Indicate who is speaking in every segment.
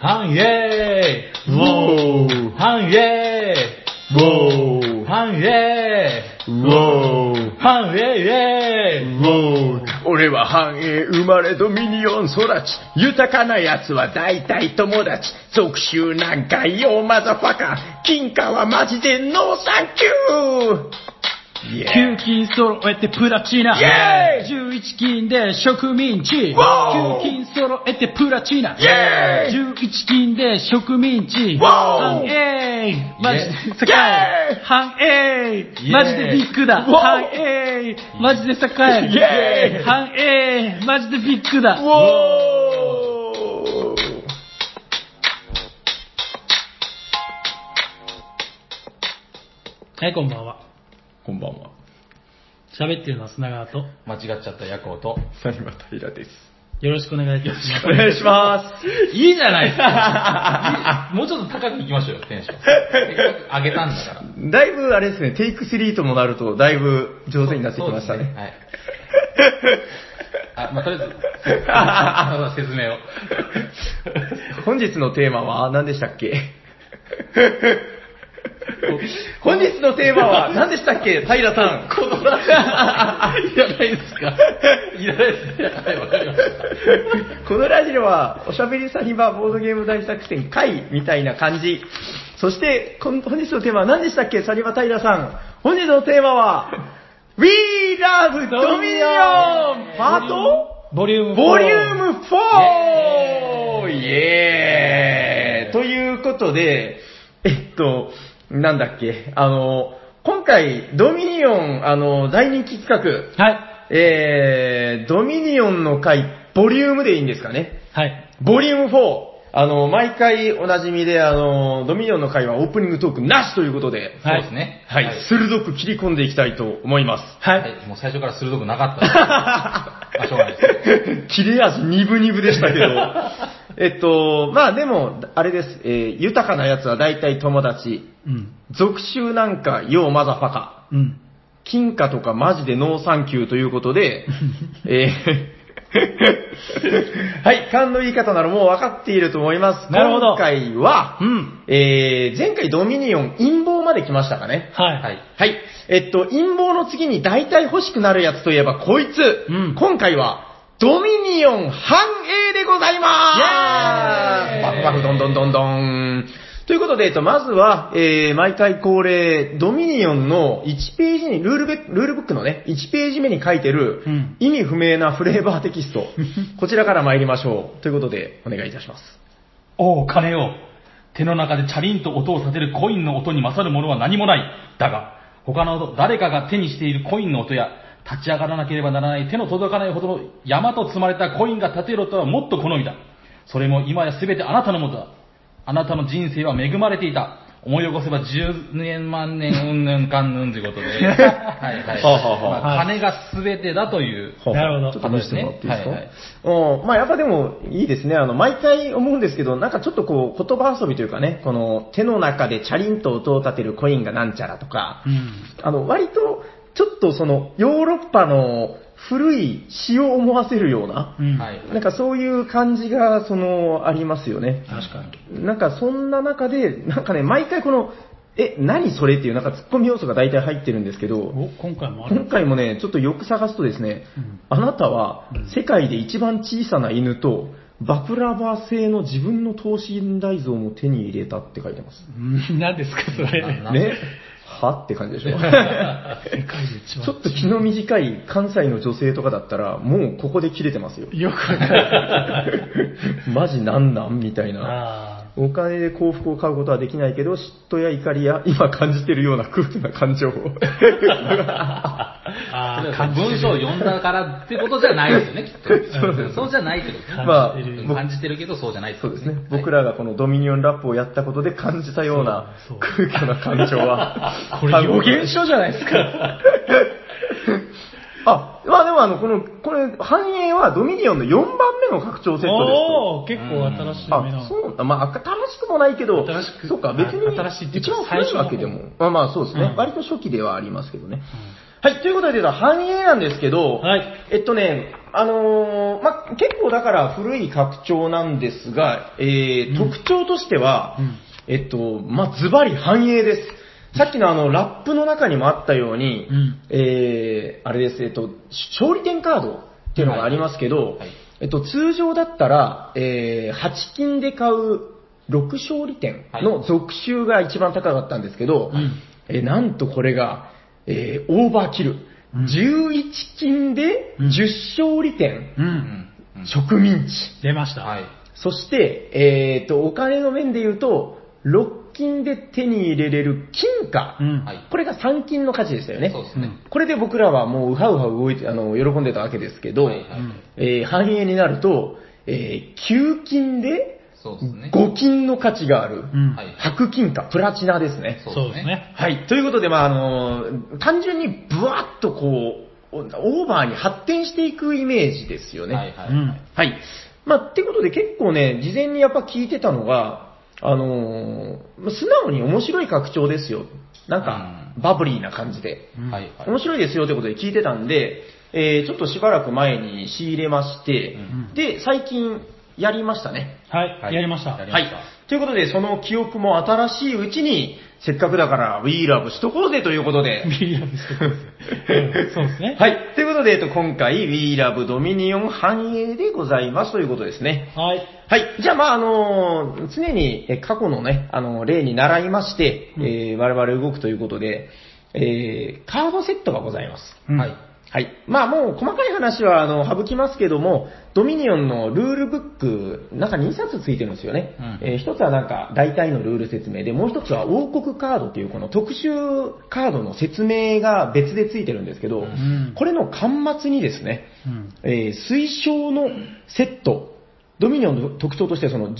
Speaker 1: ハンイエーイ
Speaker 2: ウ
Speaker 3: 뭐.
Speaker 2: ォー
Speaker 1: ハンイエ
Speaker 2: ウォ
Speaker 1: ーイ
Speaker 2: ー
Speaker 1: ハンイエ
Speaker 2: ウォー
Speaker 1: ーイハンイエーイイェーイ
Speaker 3: 뭐.
Speaker 2: ウォー俺は繁栄生まれドミニオン育ち豊かな奴は大体友達属州なんかよマザファカ金貨はマジでノーサンキューイエー
Speaker 3: 9金揃えてプラチナ
Speaker 2: イェーイ
Speaker 3: 11金で植民地
Speaker 2: ォー
Speaker 3: 9金揃えてプラチナ
Speaker 2: ェーイ
Speaker 3: 11金で植民地
Speaker 2: ォー
Speaker 3: 繁栄マジで世界
Speaker 2: イェーイ
Speaker 3: 繁栄
Speaker 1: イェーイ
Speaker 3: マジでビッグだ
Speaker 2: ウォー
Speaker 3: 繁栄マジで世界
Speaker 2: イェーイ
Speaker 3: 繁栄マジでビッグだ
Speaker 2: ウォー
Speaker 3: はい、こんばんは。
Speaker 2: こんばんは
Speaker 3: 喋ってるのは砂川と、
Speaker 1: 間違っちゃった夜行と。
Speaker 2: サニバタイラです
Speaker 3: よろしくお願いします。
Speaker 2: お願いし ます
Speaker 1: いいじゃないですか。もうちょっと高く行きましょうよ、テ ンション。せっかく上げたんだから。
Speaker 2: だいぶあれですね、テイク3ともなると、だいぶ上手になってきましたね。
Speaker 1: そうです はい。あ、まあ、とりあえず、説明を。
Speaker 2: 本日のテーマは何でしたっ け本日のテーマは何でしたっけ平さん。このいらないですか
Speaker 1: いらないですね。はい、わかりました。
Speaker 2: このラジオは、おしゃべりサニバーボードゲーム大作戦会みたいな感じ。そして、こん本日のテーマは何でしたっけサニバ平さん。本日のテーマは、We Love Dominion! パート
Speaker 3: ボリューム4
Speaker 2: ボリューム 4!
Speaker 1: イ
Speaker 2: イエーイということで、えっと、なんだっけ、あの、今回、ドミニオン、あの、大人気企画、
Speaker 3: はい。
Speaker 2: えー、ドミニオンの回、ボリュームでいいんですかね。
Speaker 3: はい。
Speaker 2: ボリューム 4! あの、毎回おなじみで、あの、ドミニオンの回はオープニングトークなしということで、
Speaker 1: そうですね。
Speaker 2: はい、鋭く切り込んでいきたいと思います。
Speaker 1: はい。はいもう最初から鋭くな かったです。まあ、しょうがないです。
Speaker 2: 切れ味ニブニブでしたけど。 えっと、まあでも、あれです。えー豊かな奴は大体友達。
Speaker 3: うん。
Speaker 2: 属州なんか、ようマザファカ。
Speaker 3: うん。
Speaker 2: 金貨とかマジでノーサンキューということ で、えー はい、勘の言い方ならもう分かっていると思います。
Speaker 3: なるほど
Speaker 2: 今回は、
Speaker 3: うん
Speaker 2: えー前回ドミニオン陰謀まで来ましたかね。
Speaker 3: はい。
Speaker 1: はい。
Speaker 2: はい。えっと、陰謀の次に大体欲しくなるやつといえばこいつ。
Speaker 3: うん
Speaker 2: 今回は、ドミニオン繁栄でございます
Speaker 1: イエーイ
Speaker 2: バフバフどんどんどんどん。ということで、えっと、まずは、えー、毎回恒例、ドミニオンの1ページに、ルールベルールブックのね、1ページ目に書いてる
Speaker 3: うん、
Speaker 2: 意味不明なフレーバーテキ スト、こちらから参りましょう。ということで、お願いいたします。
Speaker 1: おお、金を。手の中でチャリンと音を立てるコインの音に勝るものは何もない。だが、他の音、誰かが手にしているコインの音や、立ち上がらなければならない手の届かないほどの山と積まれたコインが立てる音はもっと好みだ。それも今や全てあなたのものだ。あなたの人生は恵まれていた。思い起こせば10年万年うんぬんかんぬんという ことで。はいはい。
Speaker 2: はあはあはあ
Speaker 1: まあ金が全てだという。
Speaker 3: なるほど
Speaker 2: ちょっと試してもらっていいですか、
Speaker 1: はいはい
Speaker 2: うんまあやっぱでもいいですね。あの、毎回思うんですけど、なんかちょっとこう、言葉遊びというかね、この手の中でチャリンと音を立てるコインがなんちゃらとか、
Speaker 3: うん。
Speaker 2: あの、割と、ちょっとその、ヨーロッパの古い詩を思わせるような、
Speaker 3: うん。
Speaker 1: はい。
Speaker 2: なんかそういう感じが、その、ありますよね。
Speaker 3: 確かに。
Speaker 2: なんかそんな中で、なんかね、毎回この、え、何それっていうなんか突っ込み要素が大体入ってるんですけど、
Speaker 3: お、今回もあ
Speaker 2: 今
Speaker 3: る。
Speaker 2: 回もね、ちょっとよく探すとですね、
Speaker 3: うん
Speaker 2: あなたは
Speaker 3: うん
Speaker 2: 世界で一番小さな犬と、バプラバー製の自分の等身大像も手に入れたって書いてます。
Speaker 3: うん何ですか、それ。
Speaker 1: な
Speaker 2: ねはって感じでし
Speaker 3: 世
Speaker 2: ょ
Speaker 3: 界で一番。
Speaker 2: ちょっと気の短い関西の女性とかだったら、もうここで切れて ますよ。
Speaker 3: よくわかる。
Speaker 2: マジなんなんみたいな。
Speaker 3: あ
Speaker 2: お金で幸福を買うことはできないけど、嫉妬や怒りや今感じてるような空虚な感 情を。
Speaker 3: ーあー、感じてる
Speaker 1: 文章を読んだからってことじゃないですよね、きっ
Speaker 2: そうです
Speaker 1: と。そうじゃないってことですね。
Speaker 2: まあ
Speaker 3: 感じてる
Speaker 1: うん感じてるけど、そうじゃないって
Speaker 2: そ
Speaker 1: こ
Speaker 2: う
Speaker 1: と
Speaker 2: ですね、
Speaker 1: はい
Speaker 2: 僕らがこのドミニオンラップをやったことで感じたような
Speaker 3: そうそ
Speaker 2: 空虚な感情は
Speaker 3: これ予言書じゃないですか。
Speaker 2: あ、まあでもあの、この、これ、繁栄はドミニオンの4番目の拡張セットですと。
Speaker 1: おー、結構新しい目
Speaker 2: あ、
Speaker 1: な。
Speaker 2: そうだ。まあ、新しくもないけど、
Speaker 1: 新しく
Speaker 2: そうか、別に、
Speaker 1: あ新しいっていう
Speaker 2: 一
Speaker 1: か
Speaker 2: 番古いわけでも
Speaker 1: 最初の、
Speaker 2: まあまあそうですね、
Speaker 1: うん
Speaker 2: 割と初期ではありますけどね。はい、ということで、繁栄なんですけど、
Speaker 1: はい
Speaker 2: えっとね、あのーまあ、結構だから古い拡張なんですが、えー特徴としては、
Speaker 1: うん
Speaker 2: えっと、まあ、ズバリ繁栄です。さっきのあの、ラップの中にもあったように、
Speaker 1: うん
Speaker 2: えーあれです、えっと、勝利点カードっていうのがありますけど、
Speaker 4: はい
Speaker 2: えっと、通常だったら、え8金で買う6勝利点の続集が一番高かったんですけど、
Speaker 1: うん
Speaker 2: えーなんとこれが、えーオーバーキル。
Speaker 1: うん
Speaker 2: 11金で
Speaker 1: うん
Speaker 2: 10勝利点、
Speaker 4: う
Speaker 1: う。
Speaker 4: んんうん
Speaker 2: 植民地。
Speaker 1: 出ました。
Speaker 4: はい。
Speaker 2: そして、えっと、お金の面で言うと、6金で手に入れれる金貨。
Speaker 1: うん。
Speaker 4: はい
Speaker 2: これが3金の価値でしたよね。
Speaker 4: そうですね。
Speaker 2: これで僕らはもううはうは動いて、あの、喜んでたわけですけど、
Speaker 4: はいはい
Speaker 1: うん
Speaker 2: えー繁栄になると、え9金で
Speaker 4: そうですね。
Speaker 2: 5金の価値がある。
Speaker 1: うん
Speaker 4: はい
Speaker 2: 白金貨、プラチナですね。
Speaker 1: そうですね。
Speaker 2: はい。ということで、まあ、あの、単純にブワッとこう、オーバーに発展していくイメージですよね。
Speaker 4: はいは
Speaker 1: う
Speaker 4: い。
Speaker 1: ん。
Speaker 2: はい。まあ、ってことで結構ね、事前にやっぱ聞いてたのが、あのー素直に面白い拡張ですよ。なんか、バブリーな感じで。
Speaker 1: うん
Speaker 4: はいはい。
Speaker 2: 面白いですよってことで聞いてたんで、えーちょっとしばらく前に仕入れまして、
Speaker 4: うん
Speaker 2: で、最近やりましたね。
Speaker 1: はい。やりました。
Speaker 4: やりま
Speaker 2: は
Speaker 4: し
Speaker 2: い
Speaker 4: た。
Speaker 2: ということで、その記憶も新しいうちに、せっかくだから、We Love しとこうぜということ で。
Speaker 1: ビリヤードしてくださいうんそうですね。
Speaker 2: はい。ということで、えっと、今回、We Love Dominion 繁栄でございますということですね。
Speaker 1: はい。
Speaker 2: はい。じゃあ、まあ、あのー常にえ過去のね、あのー例に習いまして、
Speaker 1: うん
Speaker 2: えー我々動くということで、えーカードセットがございます。
Speaker 1: うん
Speaker 4: はい。
Speaker 2: はい。まあもう細かい話はあの省きますけども、ドミニオンのルールブック、なんか2冊ついてるんですよね。
Speaker 4: うん
Speaker 2: えー一つはなんか大体のルール説明で、もう一つは王国カードっていうこの特殊カードの説明が別でついてるんですけど、
Speaker 1: ん
Speaker 2: これの端末にですね、
Speaker 1: うん。
Speaker 2: えー推奨のセット、ドミニオンの特徴としてはその 10,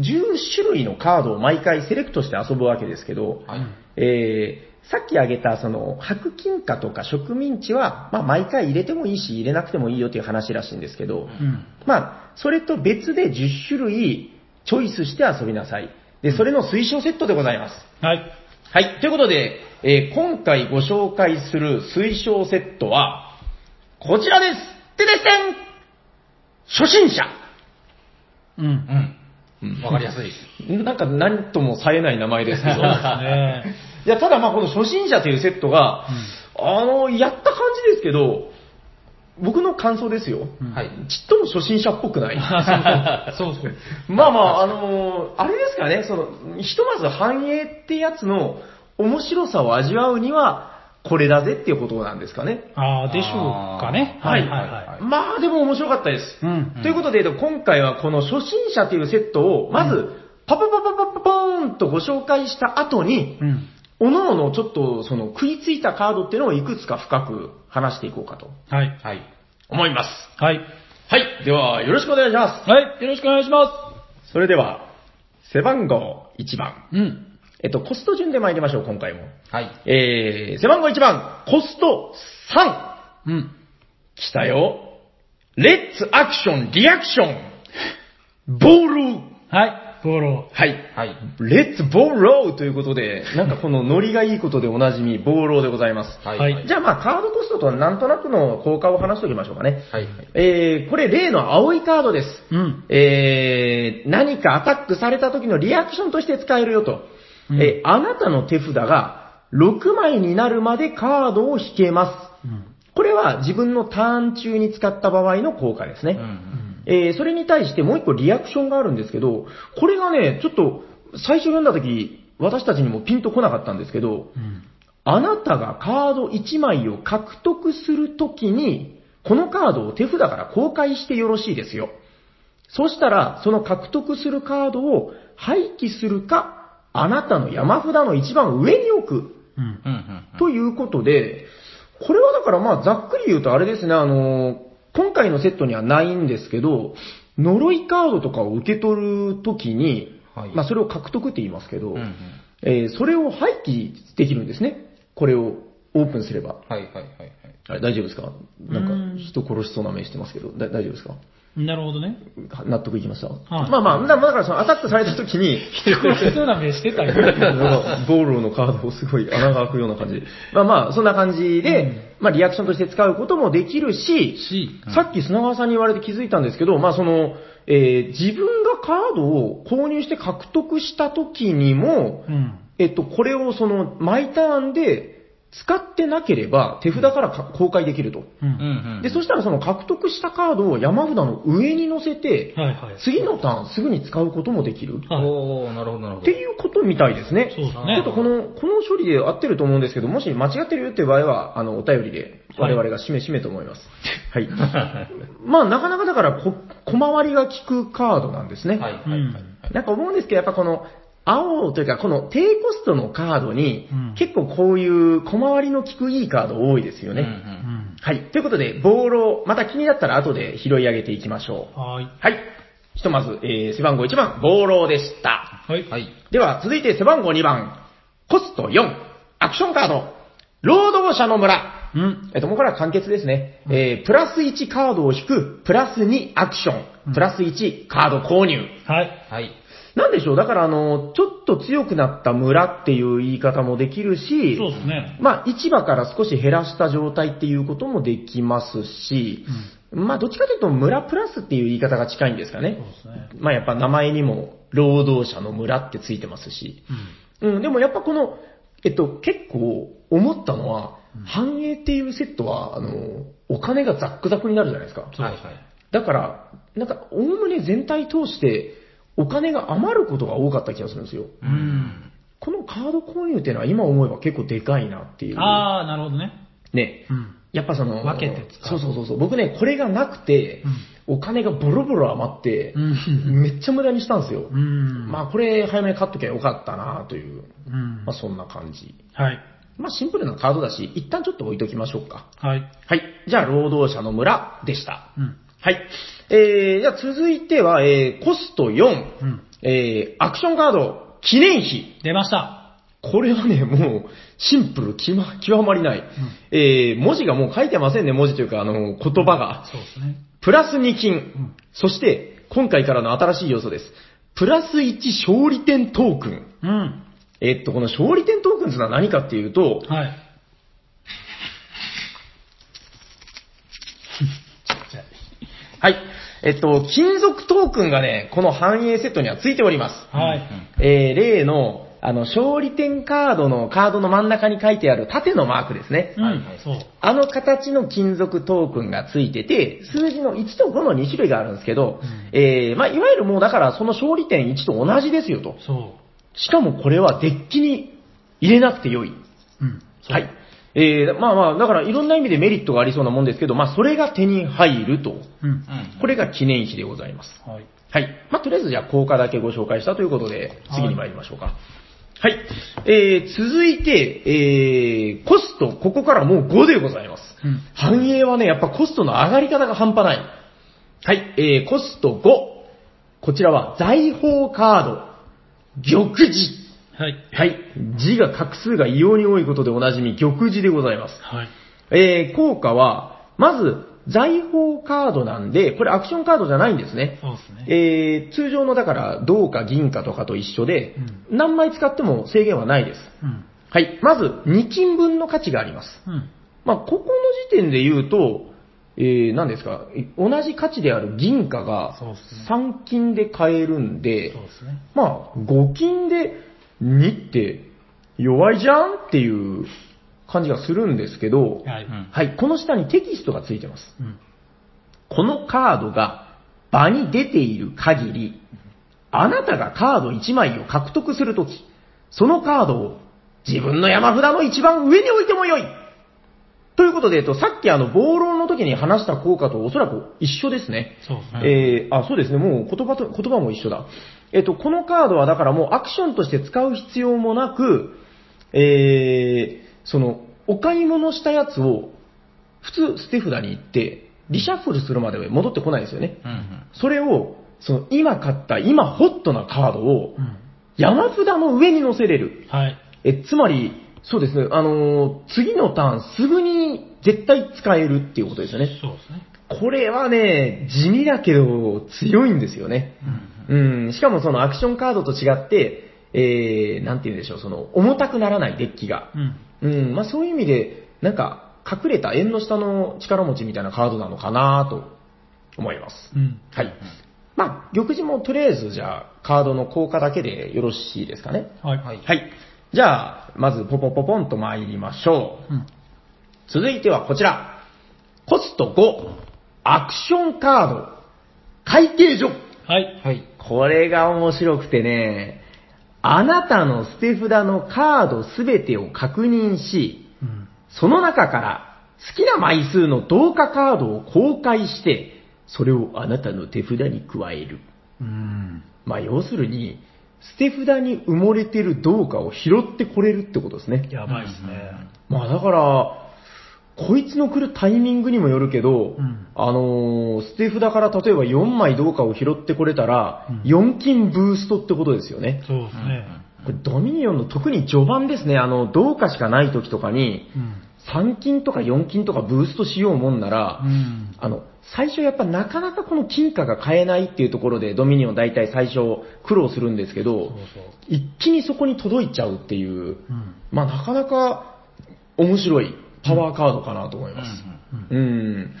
Speaker 2: 10種類のカードを毎回セレクトして遊ぶわけですけど、
Speaker 4: はい。
Speaker 2: えーさっき挙げた、その、白金貨とか植民地は、まあ、毎回入れてもいいし、入れなくてもいいよという話らしいんですけど、
Speaker 1: うん。
Speaker 2: まあ、それと別で10種類チョイスして遊びなさい。で、それの推奨セットでございます。
Speaker 1: はい。
Speaker 2: はい、ということで、えー今回ご紹介する推奨セットは、こちらですてれせん初心者
Speaker 1: う。
Speaker 4: うんん。わかりやすい です。
Speaker 2: なんか何とも冴えない名前ですけ ど。
Speaker 1: ね
Speaker 2: いや、ただまあこの初心者というセットが、あの、やった感じですけど、僕の感想ですよ。
Speaker 1: うん
Speaker 4: はい。
Speaker 2: ちっとも初心者っぽくない。
Speaker 1: あそうそう。そう
Speaker 2: まあまあ、あのーあれですかね、その、ひとまず繁栄ってやつの面白さを味わうには、これだぜっていうことなんですかね。
Speaker 1: ああ、でしょうかね。
Speaker 4: あー
Speaker 1: はいはいはい。
Speaker 2: まあでも面白かったです。
Speaker 1: うん。
Speaker 2: ということで、今回はこの初心者というセットを、まず、パパパパパパポーンとご紹介した後に、
Speaker 1: うん。
Speaker 2: おのおのちょっとその食いついたカードっていうのをいくつか深く話していこうかと
Speaker 1: はい。
Speaker 4: はい。
Speaker 2: 思います。
Speaker 1: はい。
Speaker 2: はい。では、よろしくお願いしま。
Speaker 1: はい。よろしくお願いします
Speaker 2: それでは、背番号1番。
Speaker 1: す。うん。
Speaker 2: えっと、コスト順で参りましょう、今回も。
Speaker 4: はい。
Speaker 2: えー、背番号1番、コスト3。
Speaker 1: うん。
Speaker 2: 来たよ。レッツアクション、リアクション。ボール。
Speaker 1: はい。ボールを。
Speaker 2: はい。
Speaker 4: はい。
Speaker 2: レッツボーローということで、なんかこのノリがいいことでおなじみ、ボーローでございます。
Speaker 4: はい。
Speaker 1: はい
Speaker 2: じゃあまあカードコストとはなんとなくの効果を話しておきましょうかね。
Speaker 4: はい。
Speaker 2: えー、これ例の青いカードです。
Speaker 1: うん。
Speaker 2: えー、何かアタックされた時のリアクションとして使えるよと。
Speaker 1: うん
Speaker 2: えーあなたの手札が6枚になるまでカードを引けま
Speaker 1: うん。
Speaker 2: す。これは自分のターン中に使った場合の効果ですね。
Speaker 4: うん。
Speaker 2: えーそれに対してもう一個リアクションがあるんですけど、これがね、ちょっと最初読んだ時、私たちにもピンとこなかったんですけど、
Speaker 1: うん。
Speaker 2: あなたがカード1枚を獲得するときに、このカードを手札から公開してよろしいですよ。そしたら、その獲得するカードを廃棄するか、あなたの山札の一番上に置く。
Speaker 1: うん。
Speaker 4: うん。うん。
Speaker 2: ということで、これはだからまあざっくり言うとあれですね、あのー、今回のセットにはないんですけど、呪いカードとかを受け取るときに、
Speaker 4: はい
Speaker 2: まあそれを獲得って言いますけど、
Speaker 4: うんうん
Speaker 2: えーそれを廃棄できるんですね。これをオープンすれば。
Speaker 4: はいはいはいはい。
Speaker 2: あれ大丈夫ですかなんか人殺しそうな目してますけど、だ大丈夫ですか
Speaker 3: なるほど ね。
Speaker 2: は納得いきました、
Speaker 3: はい
Speaker 2: まあまあ、だだからそのアタックされた 時に、
Speaker 3: 殺しそうな目してたよ。
Speaker 2: なんかボールのカードをすごい穴が開くような感じで。まあまあ、そんな感じで、まあリアクションとして使うこともできるし、
Speaker 4: し、うん
Speaker 2: さっき砂川さんに言われて気づいたんですけど、まあその、えー自分がカードを購入して獲得した時にも、
Speaker 3: うん。
Speaker 2: えっと、これをその、毎ターンで使ってなければ手札からか公開できると。
Speaker 3: う。
Speaker 4: うんんうん、
Speaker 2: で、そしたらその獲得したカードを山札の上に乗せて、
Speaker 3: はいはい。
Speaker 2: 次のターンすぐに使うこともできる。
Speaker 3: はい
Speaker 1: おー、なるほど、なるほ
Speaker 2: って
Speaker 1: ど。
Speaker 2: いうことみたいですね。
Speaker 3: そうです
Speaker 2: ちょ
Speaker 3: ね
Speaker 2: っとこの、この処理で合ってると思うんですけど、もし間違ってるよって場合は、あの、お便りで、我々がしめしめと思います。はい。まあ、なかなかだから、こ、小回りが効くカードなんですね。
Speaker 1: はい、は
Speaker 3: う
Speaker 1: い、
Speaker 3: ん
Speaker 1: はい。
Speaker 2: なんか思うんですけど、やっぱこの、青というか、この低コストのカードに、
Speaker 3: うん
Speaker 2: 結構こういう小回りの効くいいカード多いですよね。
Speaker 1: うんう
Speaker 3: うんん。
Speaker 2: はい。ということで、ボールを、また気になったら後で拾い上げていきましょう。
Speaker 3: はーい。
Speaker 2: はい。ひとまず、えー、背番号1番、ボーローでした。
Speaker 3: はい。
Speaker 1: はい。
Speaker 2: では、続いて背番号2番、コスト4、アクションカード、労働者の村。
Speaker 3: うん。
Speaker 2: えっと、もうこれは簡潔ですね。えー、プラス1カードを引く、プラス2アクション、プラス1カード購入。
Speaker 3: はい。
Speaker 1: はい。
Speaker 2: なんでしょうだから、あの、ちょっと強くなった村っていう言い方もできるし、
Speaker 3: そうですね。
Speaker 2: まあ、市場から少し減らした状態っていうこともできますし、まあ、どっちかというと村プラスっていう言い方が近いんですかね
Speaker 3: そう。ですね。
Speaker 2: まあ、やっぱ名前にも、労働者の村ってついてますし。うん、でもやっぱこの、えっと、結構思ったのは、繁栄っていうセットは、あの、お金がザックザクになるじゃないですか。
Speaker 1: はい、はい。
Speaker 2: だから、なんか、おおむね全体通して、お金が余ることが多かった気がするんですよ。
Speaker 1: うん。
Speaker 2: このカード購入っていうのは今思えば結構でかいなっていう
Speaker 3: うん。。ああ、なるほどね。
Speaker 2: ね。
Speaker 3: うん。
Speaker 2: やっぱその、
Speaker 3: 分けて使
Speaker 2: そううそうそうそう。僕ね、これがなくて、お金がボロボロ余って、
Speaker 3: うん
Speaker 2: めっちゃ無駄にしたんですよ。
Speaker 3: うん。
Speaker 2: まあこれ早めに買っときゃよかったなという、
Speaker 3: うん。
Speaker 2: まあそんな感じ。
Speaker 3: はい。
Speaker 2: まあシンプルなカードだし、一旦ちょっと置いときましょうか。
Speaker 3: はい。
Speaker 2: はい。じゃあ、労働者の村でした。
Speaker 3: うん。
Speaker 2: はい。えー、じゃあ続いては、えー、コスト4、
Speaker 3: うん。
Speaker 2: えー、アクションカード、記念碑。
Speaker 3: 出ました。
Speaker 2: これはね、もう、シンプル、きま、極まりない。えー、文字がもう書いてませんね、文字というか、あの、言葉が。
Speaker 3: そうですね。
Speaker 2: プラス2金。そして、今回からの新しい要素です。プラス1勝利点トークン。
Speaker 3: うん。
Speaker 2: えっと、この勝利点トークンズは何かっていうと、
Speaker 3: はい。
Speaker 2: はい。えっと、金属トークンがね、この繁栄セットにはついております。
Speaker 3: は
Speaker 1: うん
Speaker 3: い。
Speaker 2: えー、例の、あの、勝利点カードの、カードの真ん中に書いてある縦のマークですね。
Speaker 3: う
Speaker 1: はい
Speaker 3: ん
Speaker 1: はい。
Speaker 3: そう。
Speaker 2: あの形の金属トークンがついてて、数字の1と5の2種類があるんですけど、えー、まあ、いわゆるもうだからその勝利点1と同じですよと。
Speaker 3: そ
Speaker 2: しかもこれはデッキに入れなくてよい。
Speaker 3: う。うん。そう
Speaker 2: はい。。えー、まあまあ、だからいろんな意味でメリットがありそうなもんですけど、まあそれが手に入ると。
Speaker 3: うん。
Speaker 1: うん。
Speaker 2: これが記念碑でございます。
Speaker 3: はい。
Speaker 2: はい。まあとりあえずじゃあ効果だけご紹介したということで、次に参りましょうか。はい。えー、続いて、えー、コスト、ここからもう5でございます。
Speaker 3: うん。
Speaker 2: 繁栄はね、やっぱコストの上がり方が半端ない。はい。えー、コスト5。こちらは財宝カード、玉璽。
Speaker 3: はい。
Speaker 2: はい。字が画数が異様に多いことでおなじみ、玉字でございます。
Speaker 3: はい。
Speaker 2: えー、効果は、まず、財宝カードなんで、これアクションカードじゃないんですね。
Speaker 3: そうですね。
Speaker 2: えー、通常のだから、銅か銀かとかと一緒で、何枚使っても制限はないです。
Speaker 3: うん。
Speaker 2: はい。まず、2金分の価値があります。
Speaker 3: うん。
Speaker 2: まあ、ここの時点で言うと、えー、何ですか、い同じ価値である銀貨が
Speaker 3: そうですね
Speaker 2: 3金で買えるんで、
Speaker 3: そうですね。
Speaker 2: まあ、5金で2って弱いじゃんっていう感じがするんですけど、
Speaker 3: はい。
Speaker 1: うん。
Speaker 2: はい、この下にテキストがついてます。
Speaker 3: うん。
Speaker 2: このカードが場に出ている限り、あなたがカード1枚を獲得するとき、そのカードを自分の山札の一番上に置いてもよいということで、えっと、さっきあの、暴論の時に話した効果とおそらく一緒ですね。
Speaker 3: そうですね。
Speaker 2: えーあ、そうですね。もう言葉と、言葉も一緒だ。えっと、このカードはだからもうアクションとして使う必要もなく、えーその、お買い物したやつを、普通捨て札に行って、リシャッフルするまで戻ってこないですよね。
Speaker 1: うんうん。
Speaker 2: それを、その、今買った、今ホットなカードを
Speaker 3: う、ん。
Speaker 2: 山札の上に乗せれる。
Speaker 3: はい。
Speaker 2: え、つまり、そうですね、あのー次のターンすぐに絶対使えるっていうことですよね。
Speaker 3: そうですね。
Speaker 2: これはね、地味だけど強いんですよね。うん、しかもそのアクションカードと違って、えー、なんて言うんでしょう、その、重たくならないデッキが。
Speaker 3: うん。
Speaker 2: うん、まあそういう意味で、なんか、隠れた縁の下の力持ちみたいなカードなのかなと思います。
Speaker 3: うん。
Speaker 2: はい。まあ、玉児もとりあえず、じゃあ、カードの効果だけでよろしいですかね。
Speaker 3: はい。はい。
Speaker 2: はい。じゃあ、まず、ポポポポンと参りましょう。
Speaker 3: うん。
Speaker 2: 続いてはこちら。コスト5、アクションカード、会計所。
Speaker 3: はい。
Speaker 1: はい。
Speaker 2: これが面白くてね、あなたの捨て札のカードすべてを確認し、
Speaker 3: うん。
Speaker 2: その中から好きな枚数の同化カードを公開して、それをあなたの手札に加える。
Speaker 3: うん。
Speaker 2: まあ、要するに、捨て札に埋もれてる銅貨を拾ってこれるってことですね。
Speaker 3: やばいですね。
Speaker 2: まあだから、こいつの来るタイミングにもよるけど、
Speaker 3: うん
Speaker 2: あのー捨て札から例えば4枚銅貨を拾ってこれたら、4金ブーストってことですよね。
Speaker 3: そうですね。
Speaker 2: これドミニオンの特に序盤ですね、あの、銅貨しかない時とかに、
Speaker 3: うん。
Speaker 2: 3金とか4金とかブーストしようもんなら、
Speaker 3: うん。
Speaker 2: あの、最初やっぱなかなかこの金貨が買えないっていうところでドミニオン大体最初苦労するんですけど、
Speaker 3: そうそう。
Speaker 2: 一気にそこに届いちゃうっていう、
Speaker 3: うん。
Speaker 2: まあなかなか面白いパワーカードかなと思います。うん。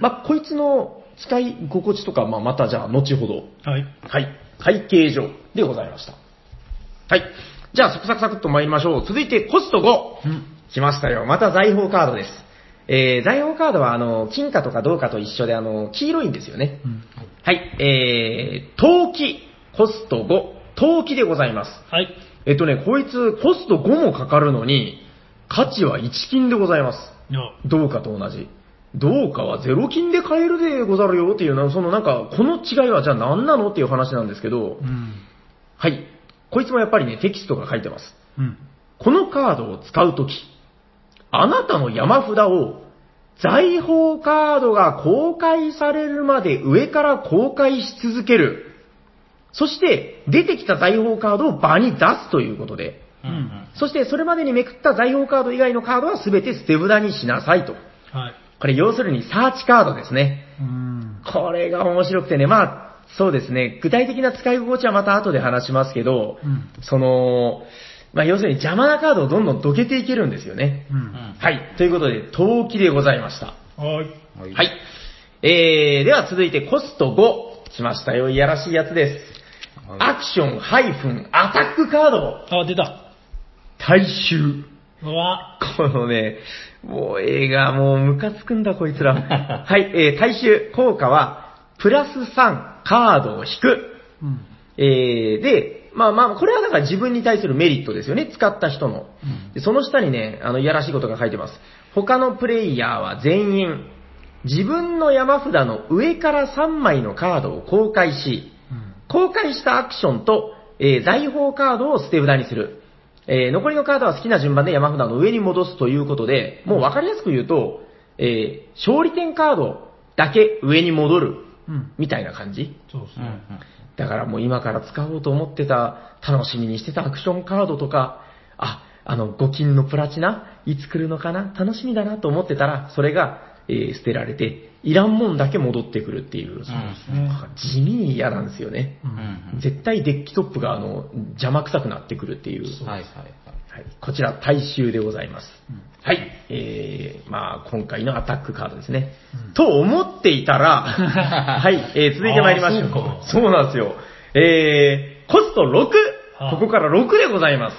Speaker 2: まあこいつの使い心地とか、まあまたじゃあ後ほど。
Speaker 3: はい。
Speaker 2: はい。会計上でございました。はい。じゃあサクサクサクっと参りましょう。続いてコスト5。
Speaker 3: うん。
Speaker 2: 来ましたよ。また財宝カードです。えー、財宝カードは、あの、金貨とか銅貨と一緒で、あの、黄色いんですよね。
Speaker 3: うん。
Speaker 2: はい。えー、陶器、コスト5、陶器でございます。
Speaker 3: はい。
Speaker 2: えっとね、こいつ、コスト5もかかるのに、価値は1金でございます。
Speaker 3: いや、
Speaker 2: 銅貨と同じ。銅貨は0金で買えるでござるよっていうな、そのなんか、この違いはじゃあ何なのっていう話なんですけど
Speaker 3: う、ん。
Speaker 2: はい。こいつもやっぱりね、テキストが書いてます。
Speaker 3: うん。
Speaker 2: このカードを使うとき、あなたの山札を財宝カードが公開されるまで上から公開し続ける。そして、出てきた財宝カードを場に出すということで、
Speaker 3: うん。
Speaker 2: そしてそれまでにめくった財宝カード以外のカードは全て捨て札にしなさいと。
Speaker 3: はい。
Speaker 2: これ要するにサーチカードですね。
Speaker 3: うん。
Speaker 2: これが面白くてね、まあ、そうですね、具体的な使い心地はまた後で話しますけど、
Speaker 3: うん。
Speaker 2: その、まあ、要するに邪魔なカードをどんどんどけていけるんですよね。
Speaker 3: うん。
Speaker 2: はい。ということで、陶器でございました。
Speaker 3: はい。
Speaker 1: はい
Speaker 2: はい。えー、では続いてコスト5。来ましたよ。いやらしいやつです。
Speaker 1: はい
Speaker 2: アクションハイフンアタックカード。
Speaker 3: あ、出た。
Speaker 2: 大衆。
Speaker 3: うわ。
Speaker 2: このね、もう映画、もうムカつくんだこいつら。はい。えー、大衆。効果は、プラス3カードを引く。
Speaker 3: うん。
Speaker 2: えーで、まあまあ、これはだから自分に対するメリットですよね、使った人の。でその下にね、あの、いやらしいことが書いてます。他のプレイヤーは全員、自分の山札の上から3枚のカードを公開し、
Speaker 3: うん。
Speaker 2: 公開したアクションと、えー財宝カードを捨て札にする。えー残りのカードは好きな順番で山札の上に戻すということで、もうわかりやすく言うと、えー勝利点カードだけ上に戻る、
Speaker 3: うん。
Speaker 2: みたいな感じ
Speaker 3: そうです
Speaker 1: うん
Speaker 3: ね。
Speaker 2: だからもう今から使おうと思ってた、楽しみにしてたアクションカードとか、あ、あの、5金のプラチナ、いつ来るのかな、楽しみだなと思ってたら、それが、えー捨てられて、いらんもんだけ戻ってくるっていう、
Speaker 3: すね
Speaker 2: なんか地味に嫌なんですよね。
Speaker 3: う
Speaker 1: うん
Speaker 3: ん。
Speaker 2: 絶対デッキトップが、あの、邪魔くさくなってくるっていう。
Speaker 1: うんはいはい
Speaker 2: はい、こちら、大衆でございます。
Speaker 3: うん
Speaker 2: はい。えー、まあ今回のアタックカードですね。
Speaker 3: うん
Speaker 2: と思っていた ら、はい、えー、続いて参りましょう。
Speaker 3: あー
Speaker 2: そうなんですよ。えー、コスト
Speaker 3: は
Speaker 2: 6!
Speaker 3: あ
Speaker 2: ここから6でございます。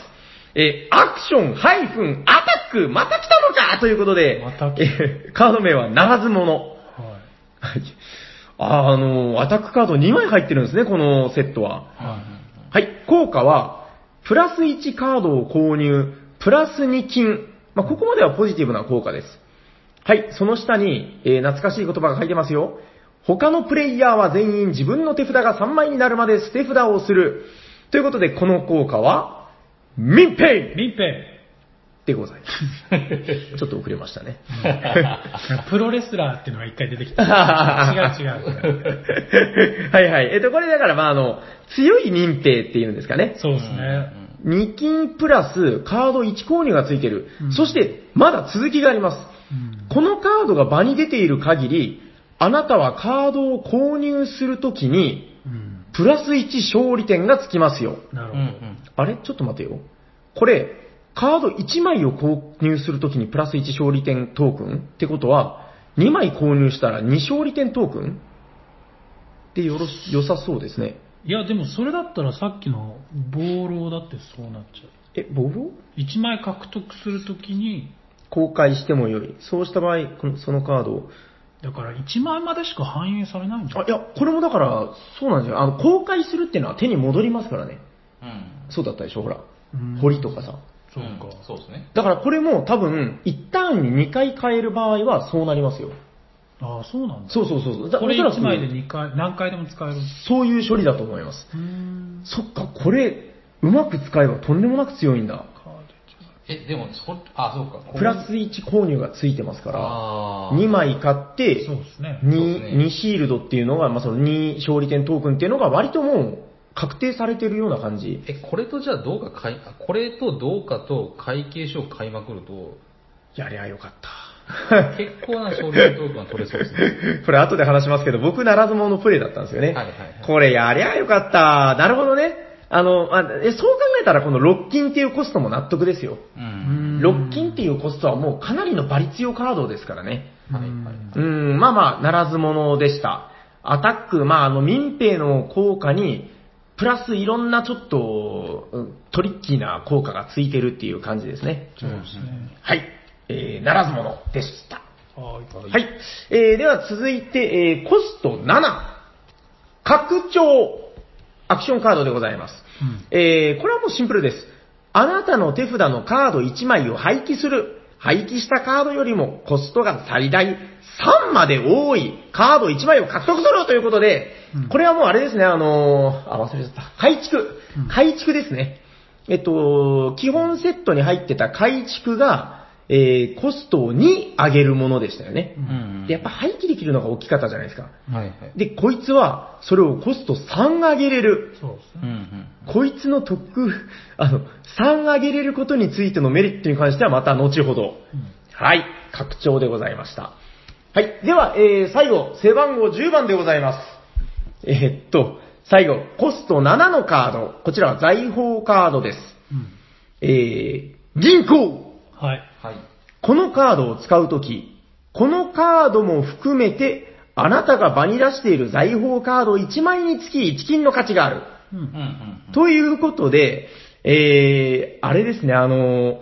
Speaker 2: えー、アクション、ハイフン、アタック、また来たのかということで、
Speaker 3: また来た
Speaker 2: えーカード名はならず者。
Speaker 3: は
Speaker 2: はい。あー、あのーアタックカード2枚入ってるんですね、このセットは。
Speaker 3: い。は
Speaker 2: はい、効果は、プラス1カードを購入、プラス2金。まあ、ここまではポジティブな効果です。はい、その下に、えー懐かしい言葉が書いてますよ。他のプレイヤーは全員自分の手札が3枚になるまで捨て札をする。ということで、この効果は、民
Speaker 3: い。
Speaker 2: 兵
Speaker 3: リン ペ
Speaker 2: でございます。ちょっと遅れましたね。
Speaker 3: イ。プロレスラーっていうのが一回出てき た。違う違う。
Speaker 2: はいはい。えっと、これだから、まあ、あの、強い民兵っていうんですかね。
Speaker 3: そうです
Speaker 1: うん
Speaker 3: ね。
Speaker 2: 2金プラスカード1購入がついてる。
Speaker 3: うん
Speaker 2: そして、まだ続きがあります。
Speaker 3: うん。
Speaker 2: このカードが場に出ている限り、あなたはカードを購入するときに、
Speaker 3: うん。
Speaker 2: プラス1勝利点がつきますよ。
Speaker 3: なる
Speaker 4: う
Speaker 3: ほ
Speaker 4: んう
Speaker 3: ど。
Speaker 4: ん。
Speaker 2: あれちょっと待てよ。これ、カード1枚を購入するときにプラス1勝利点トークンってことは、2枚購入したら2勝利点トークンってよろし、良さそうですね。
Speaker 3: いや、でもそれだったらさっきの暴浪だってそうなっちゃう。
Speaker 2: え、ボロ
Speaker 3: 1枚獲得するときに、
Speaker 2: 公開してもよい。そうした場合、このそのカードを。
Speaker 3: だから1枚までしか反映されないんじゃ
Speaker 2: あ、
Speaker 3: ん。
Speaker 2: いや、これもだから、そうなんですよ。あの、公開するっていうのは手に戻りますからね。
Speaker 4: うん。
Speaker 2: そうだったでしょ、ほら
Speaker 3: うん。
Speaker 2: 堀とかさ。
Speaker 3: そう
Speaker 4: うん
Speaker 3: か。
Speaker 4: そうですね。
Speaker 2: だからこれも多分、1ターンに2回変える場合はそうなりますよ。
Speaker 3: ああ、そうなんだ。
Speaker 2: そうそうそうそう。だ
Speaker 3: これ
Speaker 2: おそらく
Speaker 3: 1枚で2回、何回でも使える。
Speaker 2: そういう処理だと思います。
Speaker 3: うーん。
Speaker 2: そっか、これ、うまく使えばとんでもなく強いんだ。
Speaker 3: カード
Speaker 4: え、でも、そ、あ、そうか。
Speaker 2: プラス1購入がついてますから、
Speaker 4: ああ。
Speaker 2: 2枚買って
Speaker 3: 一枚そう、ですね。
Speaker 4: そうですね
Speaker 2: 2, 2シールドっていうのが、まあ、その2勝利点トークンっていうのが割ともう確定されてるような感じ。
Speaker 1: え、これとじゃあどうか買い、あこれとどうかと会計書を買いまくると、
Speaker 2: やりゃよかった。
Speaker 1: 結構な勝利のトークが取れそうですね。
Speaker 2: これ後で話しますけど、僕ならず者のプレイだったんですよね。
Speaker 1: はいはいはい
Speaker 2: これやりゃよかった。なるほどね。あの、あえそう考えたらこのロッキンっていうコストも納得ですよ。
Speaker 4: う。
Speaker 3: うんん
Speaker 2: ロッキンっていうコストはもうかなりの馬力用カードですからね。
Speaker 3: は
Speaker 1: はいい
Speaker 3: は
Speaker 1: はいい。
Speaker 2: うん、まあまあ、ならず者でした。アタック、まあ、あの、民兵の効果に、プラスいろんなちょっと、うんトリッキーな効果がついてるっていう感じですね。
Speaker 3: そうですね。
Speaker 2: はい。えー、ならず者でした。
Speaker 3: はい。
Speaker 2: はい。えー、では続いて、えー、コスト7。拡張。アクションカードでございます。
Speaker 3: うん
Speaker 2: えー、これはもうシンプルです。あなたの手札のカード1枚を廃棄する。廃棄したカードよりもコストが最大3まで多いカード1枚を獲得するということで、
Speaker 3: うん
Speaker 2: これはもうあれですね、あのーあ、忘れちゃった。改築
Speaker 3: うん。
Speaker 2: 改築ですね。えっと、基本セットに入ってた改築が、えー、コストを2上げるものでしたよね。
Speaker 4: うん
Speaker 2: で、やっぱ廃棄できるのが大きかったじゃないですか。
Speaker 4: はいはい。
Speaker 2: で、こいつは、それをコスト3上げれる。
Speaker 3: そうです
Speaker 4: うんう
Speaker 3: ね。
Speaker 4: ん。
Speaker 2: こいつの特、 あの、3上げれることについてのメリットに関してはまた後ほど。
Speaker 3: うん
Speaker 2: はい、拡張でございました。はい、では、えー、最後、背番号10番でございます。えーっと、最後、コスト7のカード。こちらは財宝カードです。
Speaker 3: うん。
Speaker 2: えー、銀行
Speaker 3: はい。
Speaker 1: はい。
Speaker 2: このカードを使うとき、このカードも含めて、あなたが場に出している財宝カード1枚につき1金の価値がある。
Speaker 3: う
Speaker 4: うん
Speaker 3: ん。
Speaker 4: うん。
Speaker 2: ということで、えー、あれですね、あのー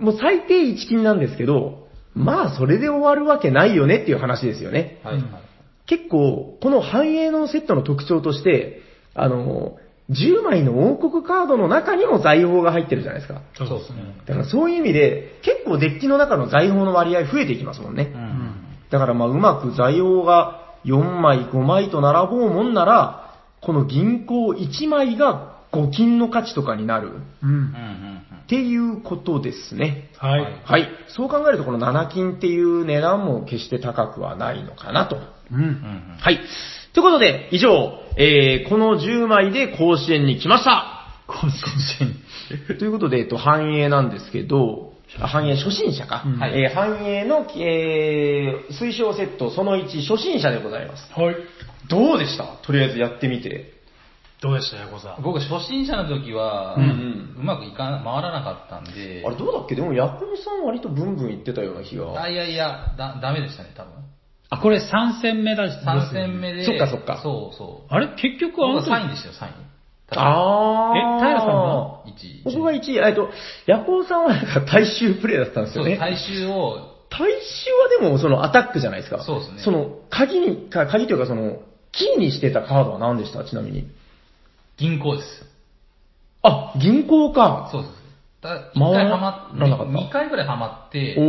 Speaker 2: もう最低1金なんですけど、まあそれで終わるわけないよねっていう話ですよね。
Speaker 1: はいはい。
Speaker 2: 結構、この繁栄のセットの特徴として、あのー10枚の王国カードの中にも財宝が入ってるじゃないですか。
Speaker 3: そう
Speaker 1: そう
Speaker 3: で
Speaker 1: ですす
Speaker 3: ね
Speaker 1: ね。
Speaker 2: だからそういう意味で、結構デッキの中の財宝の割合増えていきますもんね。
Speaker 4: う。
Speaker 3: うんん。
Speaker 2: だからまあうまく財宝が4枚、5枚と並ぼうもんなら、この銀行1枚が5金の価値とかになる
Speaker 4: う
Speaker 3: う。
Speaker 4: んん
Speaker 2: っていうことですね。
Speaker 3: はい。
Speaker 2: はい。そう考えるとこの7金っていう値段も決して高くはないのかなと。
Speaker 3: う。
Speaker 4: うんん。
Speaker 2: はい。ということで、以上、えー、この10枚で甲子園に来ました
Speaker 3: 甲子園。
Speaker 2: ということで、えっと、繁栄なんですけど、あ繁栄初心者か。
Speaker 3: うん
Speaker 2: えー繁栄の、えー、推奨セットその1、初心者でございます。
Speaker 3: はい。
Speaker 2: どうでしたとりあえずやってみて。
Speaker 3: どうでした、ヤコさん。
Speaker 4: 僕、初心者の時は、
Speaker 2: う
Speaker 4: うんんうまくいかん、回らなかったんで、
Speaker 2: あれどうだっけでも、ヤクミさん割とブンブン言ってたような気
Speaker 4: あ
Speaker 2: が。
Speaker 4: いやいや、だ、ダメでしたね、多分。
Speaker 3: あ、これ3戦目だし、
Speaker 4: 3戦目で。
Speaker 2: そっかそっか
Speaker 4: そうそう。
Speaker 3: あれ結局あ
Speaker 4: 僕
Speaker 3: の
Speaker 4: は
Speaker 3: 時、
Speaker 4: 3位でしたよ、3位。
Speaker 2: あ
Speaker 3: え平さんは
Speaker 2: は
Speaker 4: 1位。
Speaker 2: 僕が1位、えっと、ヤコウさんはなんか大衆プレイだったんです
Speaker 4: そ
Speaker 2: よ
Speaker 4: う、
Speaker 2: ね。
Speaker 4: 最終を、
Speaker 2: 大衆はでもそのアタックじゃないですか。
Speaker 4: そうですね
Speaker 2: その、鍵に、か鍵というかその、キーにしてたカードは何でしたちなみに。
Speaker 4: 銀行です。
Speaker 2: あ、銀行か。
Speaker 4: そうです。だ
Speaker 2: 回
Speaker 4: 1回ハマ
Speaker 2: らなかった
Speaker 4: 2回ぐらいハマって
Speaker 2: お、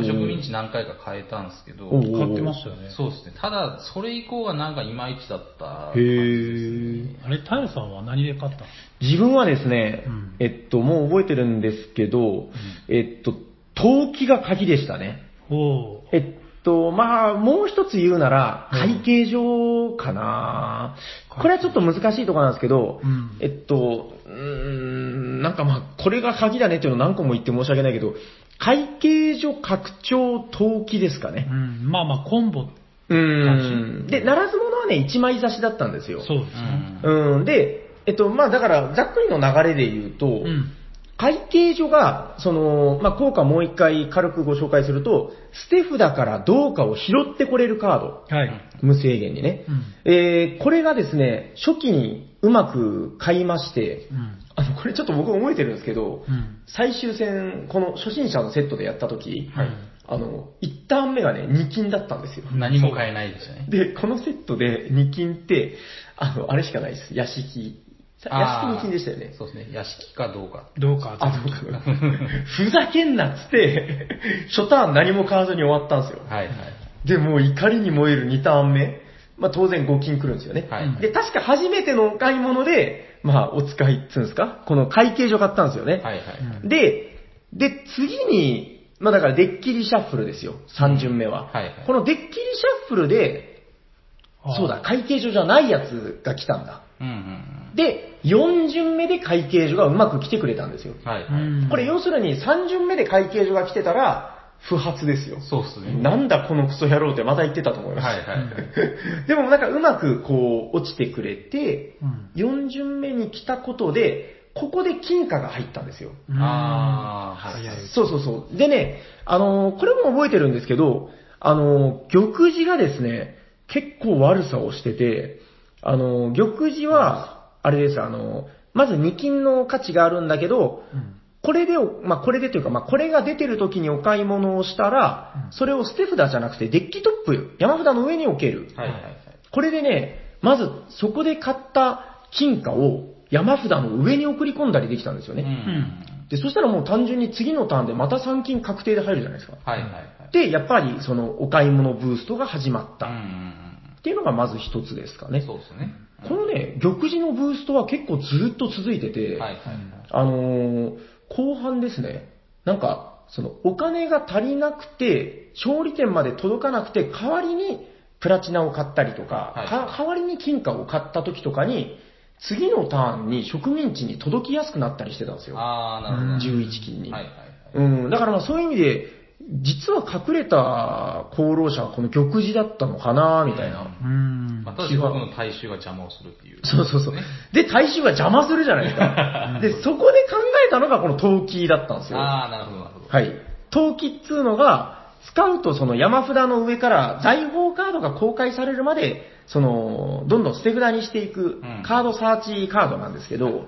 Speaker 2: ー。
Speaker 4: 植民地何回か変えたんですけど、
Speaker 2: おー
Speaker 3: 買ってましたよね。
Speaker 4: そうですね。ただ、それ以降がなんかいまいちだった。
Speaker 2: へー。
Speaker 3: あれ、タヨさんは何で買ったの
Speaker 2: 自分はですね、
Speaker 3: うん
Speaker 2: えっと、もう覚えてるんですけど、えっと、陶器が鍵でしたね。
Speaker 3: おー
Speaker 2: えっと、まあ、もう一つ言うなら、
Speaker 3: うん
Speaker 2: 会計上かな、これはちょっと難しいところなんですけど、
Speaker 3: うん
Speaker 2: えっと、うーん、なんかまあ、これが鍵だねっていうのを何個も言って申し訳ないけど、会計所拡張登記ですか
Speaker 3: う
Speaker 2: ね。
Speaker 3: ん。まあまあ、コンボ、
Speaker 2: うーん。で、ならず者はね、一枚差しだったんですよ。
Speaker 3: そうですね。
Speaker 4: ん。
Speaker 2: うん。で、えっと、まあだから、ざっくりの流れで言うと、
Speaker 3: うん。
Speaker 2: 会計所が、その、まあ、効果もう一回軽くご紹介すると、捨て札からどうかを拾ってこれるカード。
Speaker 3: はい。
Speaker 2: 無制限にね。
Speaker 3: うん
Speaker 2: えー、これがですね、初期にうまく買いまして、
Speaker 3: うん。
Speaker 2: あの、これちょっと僕覚えてるんですけど、
Speaker 3: うん。
Speaker 2: 最終戦、この初心者のセットでやった時、
Speaker 3: はい
Speaker 2: あの、1ターン目がね、2金だったんですよ。
Speaker 4: 何も買えないですよね。
Speaker 2: で、このセットで2金って、あの、あれしかないです。屋敷。屋敷2金でしたよね。
Speaker 1: そうですね。屋敷かどうか。
Speaker 3: どうか。
Speaker 2: あ、そうか。ふざけんなっつって、初ターン何も買わずに終わったんですよ。
Speaker 1: はいはい。
Speaker 2: で、もう怒りに燃える2ターン目。まあ当然5金来るんですよね。
Speaker 1: はい
Speaker 2: で、確か初めてのお買い物で、まあお使いっつうんですか、この会計所買ったんですよね。
Speaker 1: はいはい。
Speaker 3: うん
Speaker 2: で、で、次に、まあだからデッキリシャッフルですよ。3巡目は。
Speaker 1: はいはい
Speaker 2: このデッキリシャッフルで、
Speaker 3: あー
Speaker 2: そうだ、。会計所じゃないやつが来たんだ。
Speaker 1: うんうん
Speaker 2: で、4巡目で会計所がうまく来てくれたんですよ。
Speaker 1: うん。はいは
Speaker 3: う
Speaker 1: い。
Speaker 3: ん。
Speaker 2: これ要するに3巡目で会計所が来てたら、不発ですよ。
Speaker 1: そうですね。
Speaker 2: なんだこのクソ野郎ってまた言ってたと思います。
Speaker 1: はいはいはい。
Speaker 2: でもなんかうまくこう落ちてくれて、
Speaker 3: うん。
Speaker 2: 4巡目に来たことで、ここで金貨が入ったんですよ。
Speaker 3: うん
Speaker 1: あーはい
Speaker 3: 早い。
Speaker 2: そうそうそう。でね、あのーこれも覚えてるんですけど、あのー玉璽がですね、結構悪さをしてて、あのー玉璽は、あれです、あのーまず2金の価値があるんだけど、
Speaker 3: うん。
Speaker 2: これでお、まあ、これでというか、まあ、これが出てる時にお買い物をしたら
Speaker 3: う、ん
Speaker 2: それを捨て札じゃなくて、デッキトップ、山札の上に置ける。
Speaker 1: はいはいはい。
Speaker 2: これでね、まず、そこで買った金貨を山札の上に送り込んだりできたんですよ
Speaker 1: うんう
Speaker 2: ね。
Speaker 1: ん。
Speaker 2: で、そしたらもう単純に次のターンでまた3金確定で入るじゃないですか。
Speaker 1: はいはいはい。
Speaker 2: で、やっぱり、その、お買い物ブーストが始まっ
Speaker 1: う
Speaker 2: た。
Speaker 1: んう
Speaker 2: っ
Speaker 1: ん
Speaker 2: ていうのがまず一つですか
Speaker 1: う
Speaker 2: ね
Speaker 1: ん。。そうですね。
Speaker 2: このね、玉璽のブーストは結構ずっと続いてて、
Speaker 1: はいはいはい。
Speaker 2: あのー後半ですね、なんか、そのお金が足りなくて、勝利点まで届かなくて、代わりにプラチナを買ったりとか、
Speaker 1: はい
Speaker 2: か代わりに金貨を買った時とかに、次のターンに植民地に届きやすくなったりしてたんですよ。
Speaker 1: あー、なるほど。
Speaker 2: 11金に。
Speaker 1: はいはい
Speaker 2: うん、だからまあそういう意味で、実は隠れた功労者はこの玉璽だったのかなみたいな。
Speaker 3: うん
Speaker 1: まあ、ただし僕の大衆が邪魔をするっていう。
Speaker 2: そうそうそう。で、大衆が邪魔するじゃないです か。で、そこで考えたのがこの陶器だったんですよ。
Speaker 1: あー、なるほどなるほど。
Speaker 2: はい。陶器っつうのが、使うとその山札の上から財宝カードが公開されるまで、その、どんどん捨て札にしていく
Speaker 1: うん
Speaker 2: カードサーチカードなんですけど、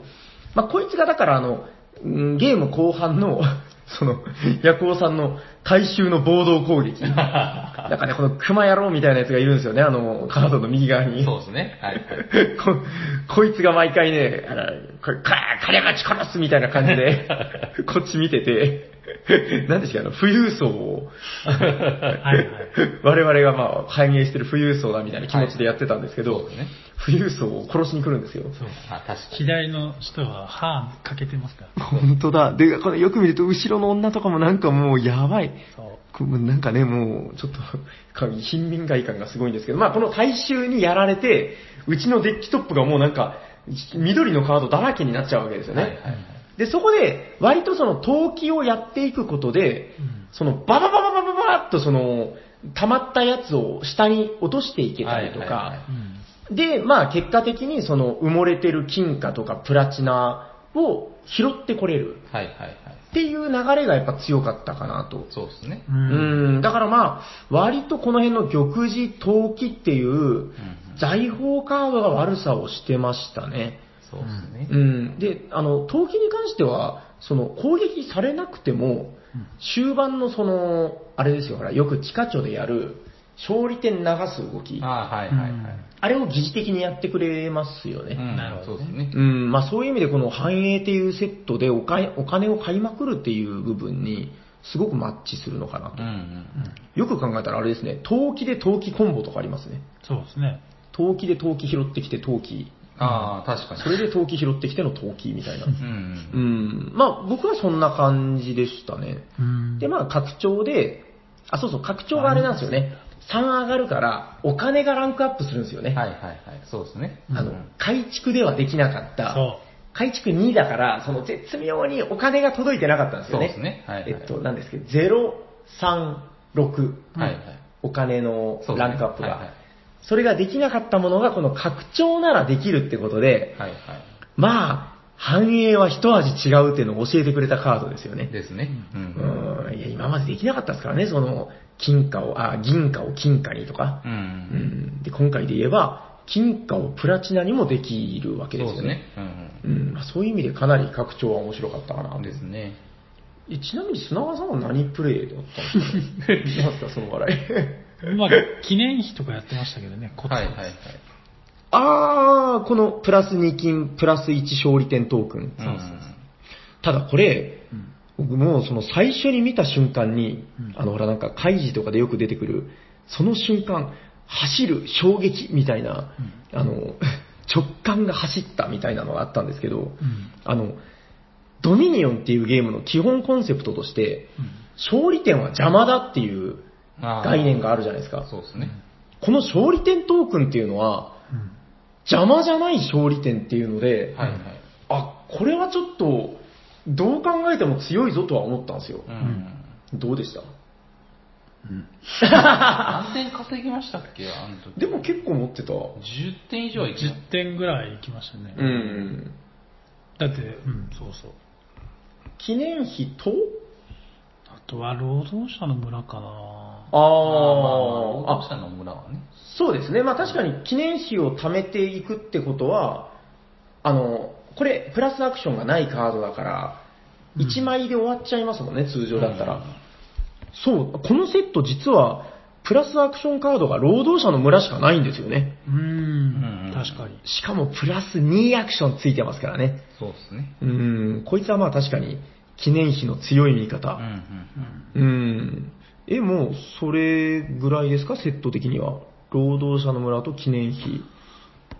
Speaker 2: まあ、こいつがだからあの、うんゲーム後半の、 その、ヤクオさんの大衆の暴動攻 撃。なんかね、この熊野郎みたいなやつがいるんですよね、あの、カードの右側に。
Speaker 1: そうですね。はいは い。
Speaker 2: こ、こいつが毎回ね、あら、これ、か、金が力っすみたいな感じ で、こっち見てて、 なんでしたっけ、あの、富裕層を、
Speaker 3: はいはい。
Speaker 2: 我々がまあ、反映してる富裕層だみたいな気持ちでやってたんですけど、
Speaker 1: そうですね。
Speaker 2: 富裕層を殺しに来るんですよ。
Speaker 3: そう。
Speaker 1: あ、確かに。
Speaker 3: 左の人は歯かけてますから。
Speaker 2: 本当だ。で、これよく見ると、後ろの女とかもなんかもう、やばい。
Speaker 3: そう。
Speaker 2: こうなんかね、もう、ちょっと、か貧民街感がすごいんですけど、まあ、この大衆にやられて、うちのデッキトップがもうなんか、緑のカードだらけになっちゃうわけですよね。
Speaker 1: はいはいはい
Speaker 2: で、そこで、割とその、投機をやっていくことで、
Speaker 3: うん
Speaker 2: その、バババババババーっとその、溜まったやつを下に落としていけたりとか、
Speaker 1: はいはいはい
Speaker 3: うん。
Speaker 2: で、まあ結果的にその埋もれてる金貨とかプラチナを拾ってこれる
Speaker 1: はいはいはい。
Speaker 2: っていう流れがやっぱ強かったかなと。
Speaker 1: そうですね。
Speaker 3: う。
Speaker 2: うんん、だからまあ、割とこの辺の玉璽、陶器っていう
Speaker 1: うんうん
Speaker 2: 財宝カードが悪さをしてましたね。
Speaker 1: そうですね。
Speaker 2: うん、で、あの、陶器に関しては、その攻撃されなくても、終盤のその、あれですよ、ほら、よく地下庁でやる、勝利点流す動き、
Speaker 1: あー、はいはいはい。
Speaker 2: あれを疑似的にやってくれますよね。
Speaker 1: うん
Speaker 3: なるほどね
Speaker 1: そうですね。
Speaker 2: うん、まあそういう意味でこの繁栄っていうセットでおかいお金を買いまくるっていう部分にすごくマッチするのかな
Speaker 1: う
Speaker 2: と。
Speaker 1: んうん。
Speaker 2: よく考えたらあれですね、陶器で陶器コンボとかありますね。
Speaker 3: そうですね。
Speaker 2: 陶器で陶器拾ってきて陶器、
Speaker 1: ああ、確かに。
Speaker 2: それで陶器拾ってきての陶器みたい な。
Speaker 1: うん
Speaker 2: うん、まあ僕はそんな感じでしたね。
Speaker 3: うん
Speaker 2: で、まあ拡張で、あ、そうそう、拡張があれなんですよね。3上がるから、お金がランクアップするんですよね。
Speaker 1: はいはいはい。そうですね。
Speaker 2: あの
Speaker 1: うん、
Speaker 2: 改築ではできなかった。
Speaker 3: そ
Speaker 2: 改築2だから、その絶妙にお金が届いてなかったんですよね。
Speaker 1: そうですねはいはい
Speaker 2: えっと、なんですけど、036、
Speaker 1: はいはい。
Speaker 2: お金の
Speaker 1: そうですね
Speaker 2: ランクアップが。
Speaker 1: はいはい
Speaker 2: それができなかったものが、この拡張ならできるってことで、
Speaker 1: はいは
Speaker 2: まあ、繁栄は一味違うっていうのを教えてくれたカードですよ
Speaker 1: い。
Speaker 2: ね。
Speaker 1: ですね。う。
Speaker 2: うんん、いや、今までできなかったですからね、その、金貨を、あ、銀貨を金貨にとか。
Speaker 1: う。
Speaker 2: うんん、で、今回で言えば、金貨をプラチナにもできるわ
Speaker 1: そ
Speaker 2: け
Speaker 1: う
Speaker 2: で
Speaker 1: です
Speaker 2: よ
Speaker 1: す
Speaker 2: ね
Speaker 1: ね。。うん
Speaker 2: うんまあ、そういう意味でかなり拡張は面白かったかな
Speaker 1: うん。ですね。
Speaker 2: えちなみに砂川さんは何プレイだったんですか 何ですかその笑い
Speaker 3: う。まあ、記念碑とかやってましたけどね、コツコツ
Speaker 1: はいはいはい。
Speaker 2: あーこのプラス2金プラス1勝利点トークン、
Speaker 1: うん
Speaker 2: ただこれ
Speaker 3: うん
Speaker 2: 僕もうその最初に見た瞬間に、
Speaker 3: うん
Speaker 2: あのほらなんか会議とかでよく出てくるその瞬間走る衝撃みたいな、あの 直感が走ったみたいなのがあったんですけど、
Speaker 3: うん
Speaker 2: あの、ドミニオンっていうゲームの基本コンセプトとして、勝利点は邪魔だっていう
Speaker 1: あー
Speaker 2: 概念があるじゃないですか。
Speaker 1: そうですね。
Speaker 2: この勝利点トークンっていうのは、
Speaker 3: うん
Speaker 2: 邪魔じゃない勝利点っていうので、
Speaker 1: はいはい。
Speaker 2: あ、これはちょっと、どう考えても強いぞとは思ったんですよ
Speaker 1: う。ん。
Speaker 2: どうでした
Speaker 1: 何点稼ぎましたっけあの時。
Speaker 2: でも結構持ってた。
Speaker 1: 10点以上はいきま
Speaker 3: 10点ぐらい行きましたね。
Speaker 2: うん。
Speaker 3: だって、うん、そうそう。
Speaker 2: 記念碑と
Speaker 3: あとは労働者の村かな
Speaker 2: あ
Speaker 1: まあまあまあ、
Speaker 2: あ
Speaker 1: 労働者の村はね。
Speaker 2: そうですね、まあ、確かに記念碑を貯めていくってことは、あのこれ、プラスアクションがないカードだから、
Speaker 3: うん
Speaker 2: 1枚で終わっちゃいますもんね、通常だったら、
Speaker 1: うん
Speaker 2: そう、このセット、実は、プラスアクションカードが労働者の村しかないんですよね。
Speaker 3: うーん
Speaker 1: うん、
Speaker 3: 確かに。
Speaker 2: しかもプラス2アクションついてますからね。
Speaker 1: そうですね。
Speaker 2: うん、こいつはまあ確かに記念碑の強い味
Speaker 1: うんう
Speaker 2: 方。
Speaker 1: ん
Speaker 2: うん。え、もうそれぐらいですか、セット的には。労働者の村と記念碑。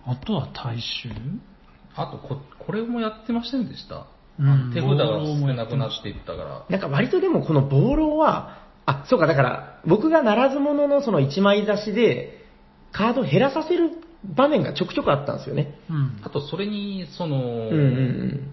Speaker 3: あとは大衆
Speaker 1: あとこ、これもやってませんでした
Speaker 3: うん
Speaker 1: 手札が少なくなっていったから。
Speaker 2: なんか割とでもこの暴露は、あ、そうか、だから僕がならず者のその1枚出しで、カード減らさせる場面がちょくちょくあったんですよね。
Speaker 3: うん
Speaker 1: あ。と、それに、その、
Speaker 2: うんうん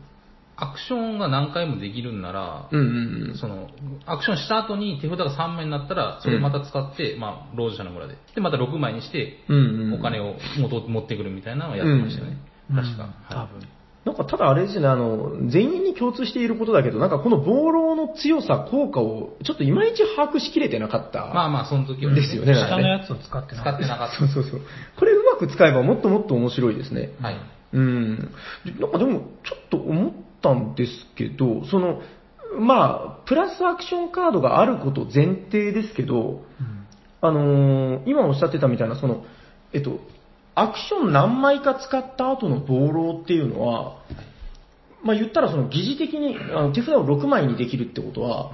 Speaker 1: アクションが何回もできるんなら、
Speaker 2: うん。うんうんうん。
Speaker 1: その、アクションした後に手札が3枚になったら、それまた使って、まあ、労働者の村で。で、また6枚にして、
Speaker 2: うんうん、
Speaker 1: お金
Speaker 2: を。
Speaker 1: を元持ってくるみたいなのをやってましたよね。
Speaker 3: うん
Speaker 1: 確か。
Speaker 3: 多
Speaker 1: は
Speaker 3: 分。
Speaker 2: なんかただあれですね、あの、全員に共通していることだけど、なんかこの暴露の強さ、効果を、ちょっといまいち把握しきれてなかった。
Speaker 1: い。まあまあ、その時は、
Speaker 2: ですよね
Speaker 3: 下のやつを使って
Speaker 1: 使
Speaker 3: な
Speaker 1: っ
Speaker 3: い。
Speaker 1: てなかっ
Speaker 2: そうそうそう。これうまく使えばもっともっと面白いですね。
Speaker 1: た。はい。
Speaker 2: うん。なんかでも、ちょっと思ったんですけど、その、まあ、プラスアクションカードがあること前提ですけど、
Speaker 3: うん
Speaker 2: あのー今おっしゃってたみたいな、その、えっと、アクション何枚か使った後の暴露っていうのは、まあ言ったらその疑似的にあの手札を6枚にできるってことは、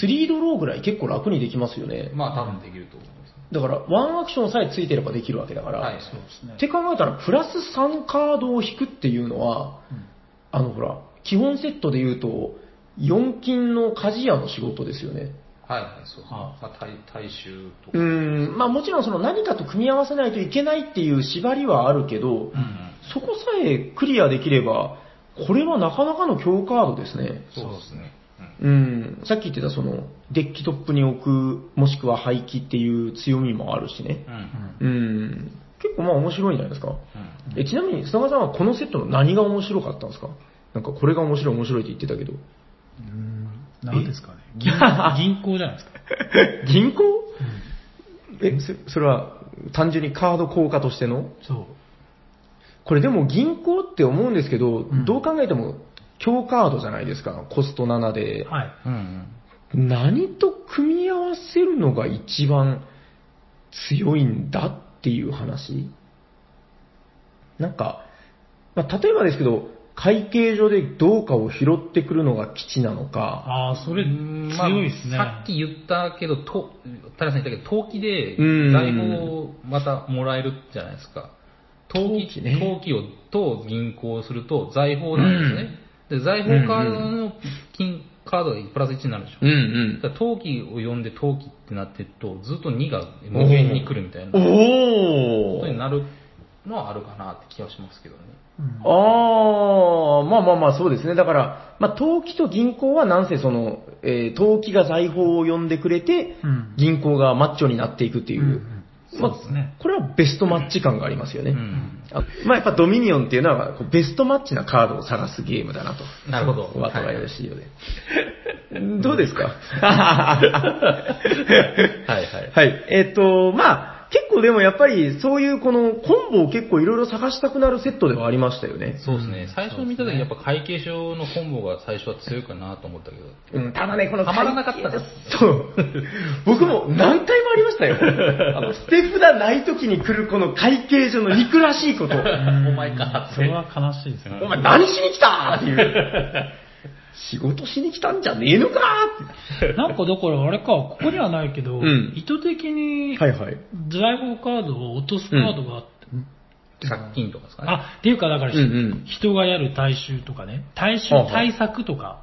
Speaker 2: 3ドローぐらい結構楽にできますよね。
Speaker 1: まあ、多分できると思います。
Speaker 2: だから、ワンアクションさえついてればできるわけだから、
Speaker 1: はい。
Speaker 3: そうですね
Speaker 2: っ。て考えたら、プラス3カードを引くっていうのは、
Speaker 3: うん
Speaker 2: あのほら、基本セットで言うと、4金の鍛冶屋の仕事ですよね。
Speaker 1: はいはい、そうですね。
Speaker 3: は
Speaker 1: まあ、大大衆と
Speaker 2: う
Speaker 1: か。
Speaker 2: ー
Speaker 1: うん
Speaker 2: ん、まあもちろんその何かと組み合わせないといけないっていう縛りはあるけど、
Speaker 1: うん。
Speaker 2: そこさえクリアできれば、これはなかなかの強カードですね。
Speaker 1: そうですね。うん
Speaker 2: うん、さっき言ってたその、デッキトップに置く、もしくは廃棄っていう強みもあるしね。
Speaker 1: うん。
Speaker 2: うん、結構まあ面白いんじゃないですか。
Speaker 1: うん
Speaker 2: えちなみに砂川さんはこのセットの何が面白かったんですかなんかこれが面白い面白いって言ってたけど
Speaker 3: うん。何ですかね。 銀銀行じゃないですか。
Speaker 2: 銀行えそそれは単純にカード効果としての
Speaker 3: そう。
Speaker 2: これでも銀行って思うんですけど、
Speaker 3: ん
Speaker 2: どう考えても強カードじゃないですかコスト7で、
Speaker 3: はい。
Speaker 1: うんうん。
Speaker 2: 何と組み合わせるのが一番強いんだっていう話なんか、まあ、例えばですけど会計上でどうかを拾ってくるのが基地なのか、
Speaker 3: ああ、それ
Speaker 1: まあ
Speaker 3: 強いですね。
Speaker 1: さっき言ったけど、と、タラさん言ったけど、陶器で、
Speaker 2: うん
Speaker 1: 財宝をまたもらえるじゃないですか。陶
Speaker 2: 陶
Speaker 1: 器、
Speaker 2: 器ね
Speaker 1: 陶器を、と銀行すると財宝なんですね。で、財宝からの金、カードがプラス1になるでしょ。
Speaker 2: うんうん。
Speaker 1: だから陶器を呼んで陶器ってなってると、ずっと2が無限に来るみたいなこ
Speaker 2: お
Speaker 1: と
Speaker 2: ー
Speaker 1: になるのはあるかなって気がしますけどね。
Speaker 3: うん
Speaker 2: あー、まあまあまあそうですね。だから、まあ、投機と銀行はなんせその、えー、投機が財宝を呼んでくれて、
Speaker 3: うん
Speaker 2: 銀行がマッチョになっていくっていう。
Speaker 3: うんうん
Speaker 2: まあ
Speaker 3: そうですね
Speaker 2: これはベストマッチ感がありますよね。
Speaker 1: うん。
Speaker 2: あまあやっぱドミニオンっていうのは、こうベストマッチなカードを探すゲームだなと。
Speaker 1: なるほど。
Speaker 2: お後がよろ
Speaker 1: し
Speaker 2: しいようで。どうです か
Speaker 1: はいはい
Speaker 2: はい。えっ、と、まあ、結構でもやっぱりそういうこのコンボを結構いろいろ探したくなるセットではありましたよね。
Speaker 1: そうですね。最初見た時やっぱ会計書のコンボが最初は強いかなと思ったけど。
Speaker 2: うん、ただね、この
Speaker 1: はまらなかったな
Speaker 2: そう。僕も何回もありましたよ。あの、捨て札ない時に来るこの会計上の憎らしいこと。
Speaker 1: お前か
Speaker 3: それは悲しいですね。
Speaker 2: お前何しに来たっていう。仕事しに来たんじゃねえのかっ
Speaker 3: なんかだからあれか、ここにはないけど、
Speaker 2: うん
Speaker 3: 意図的に
Speaker 2: て。はいはい。
Speaker 3: 財宝カードを落とすカードがあって、
Speaker 1: 借金とかですかね。
Speaker 3: あ、っていうかだから、
Speaker 2: うんうん
Speaker 3: 人がやる大衆とかね、大衆
Speaker 2: はあはあ
Speaker 3: 対策とか、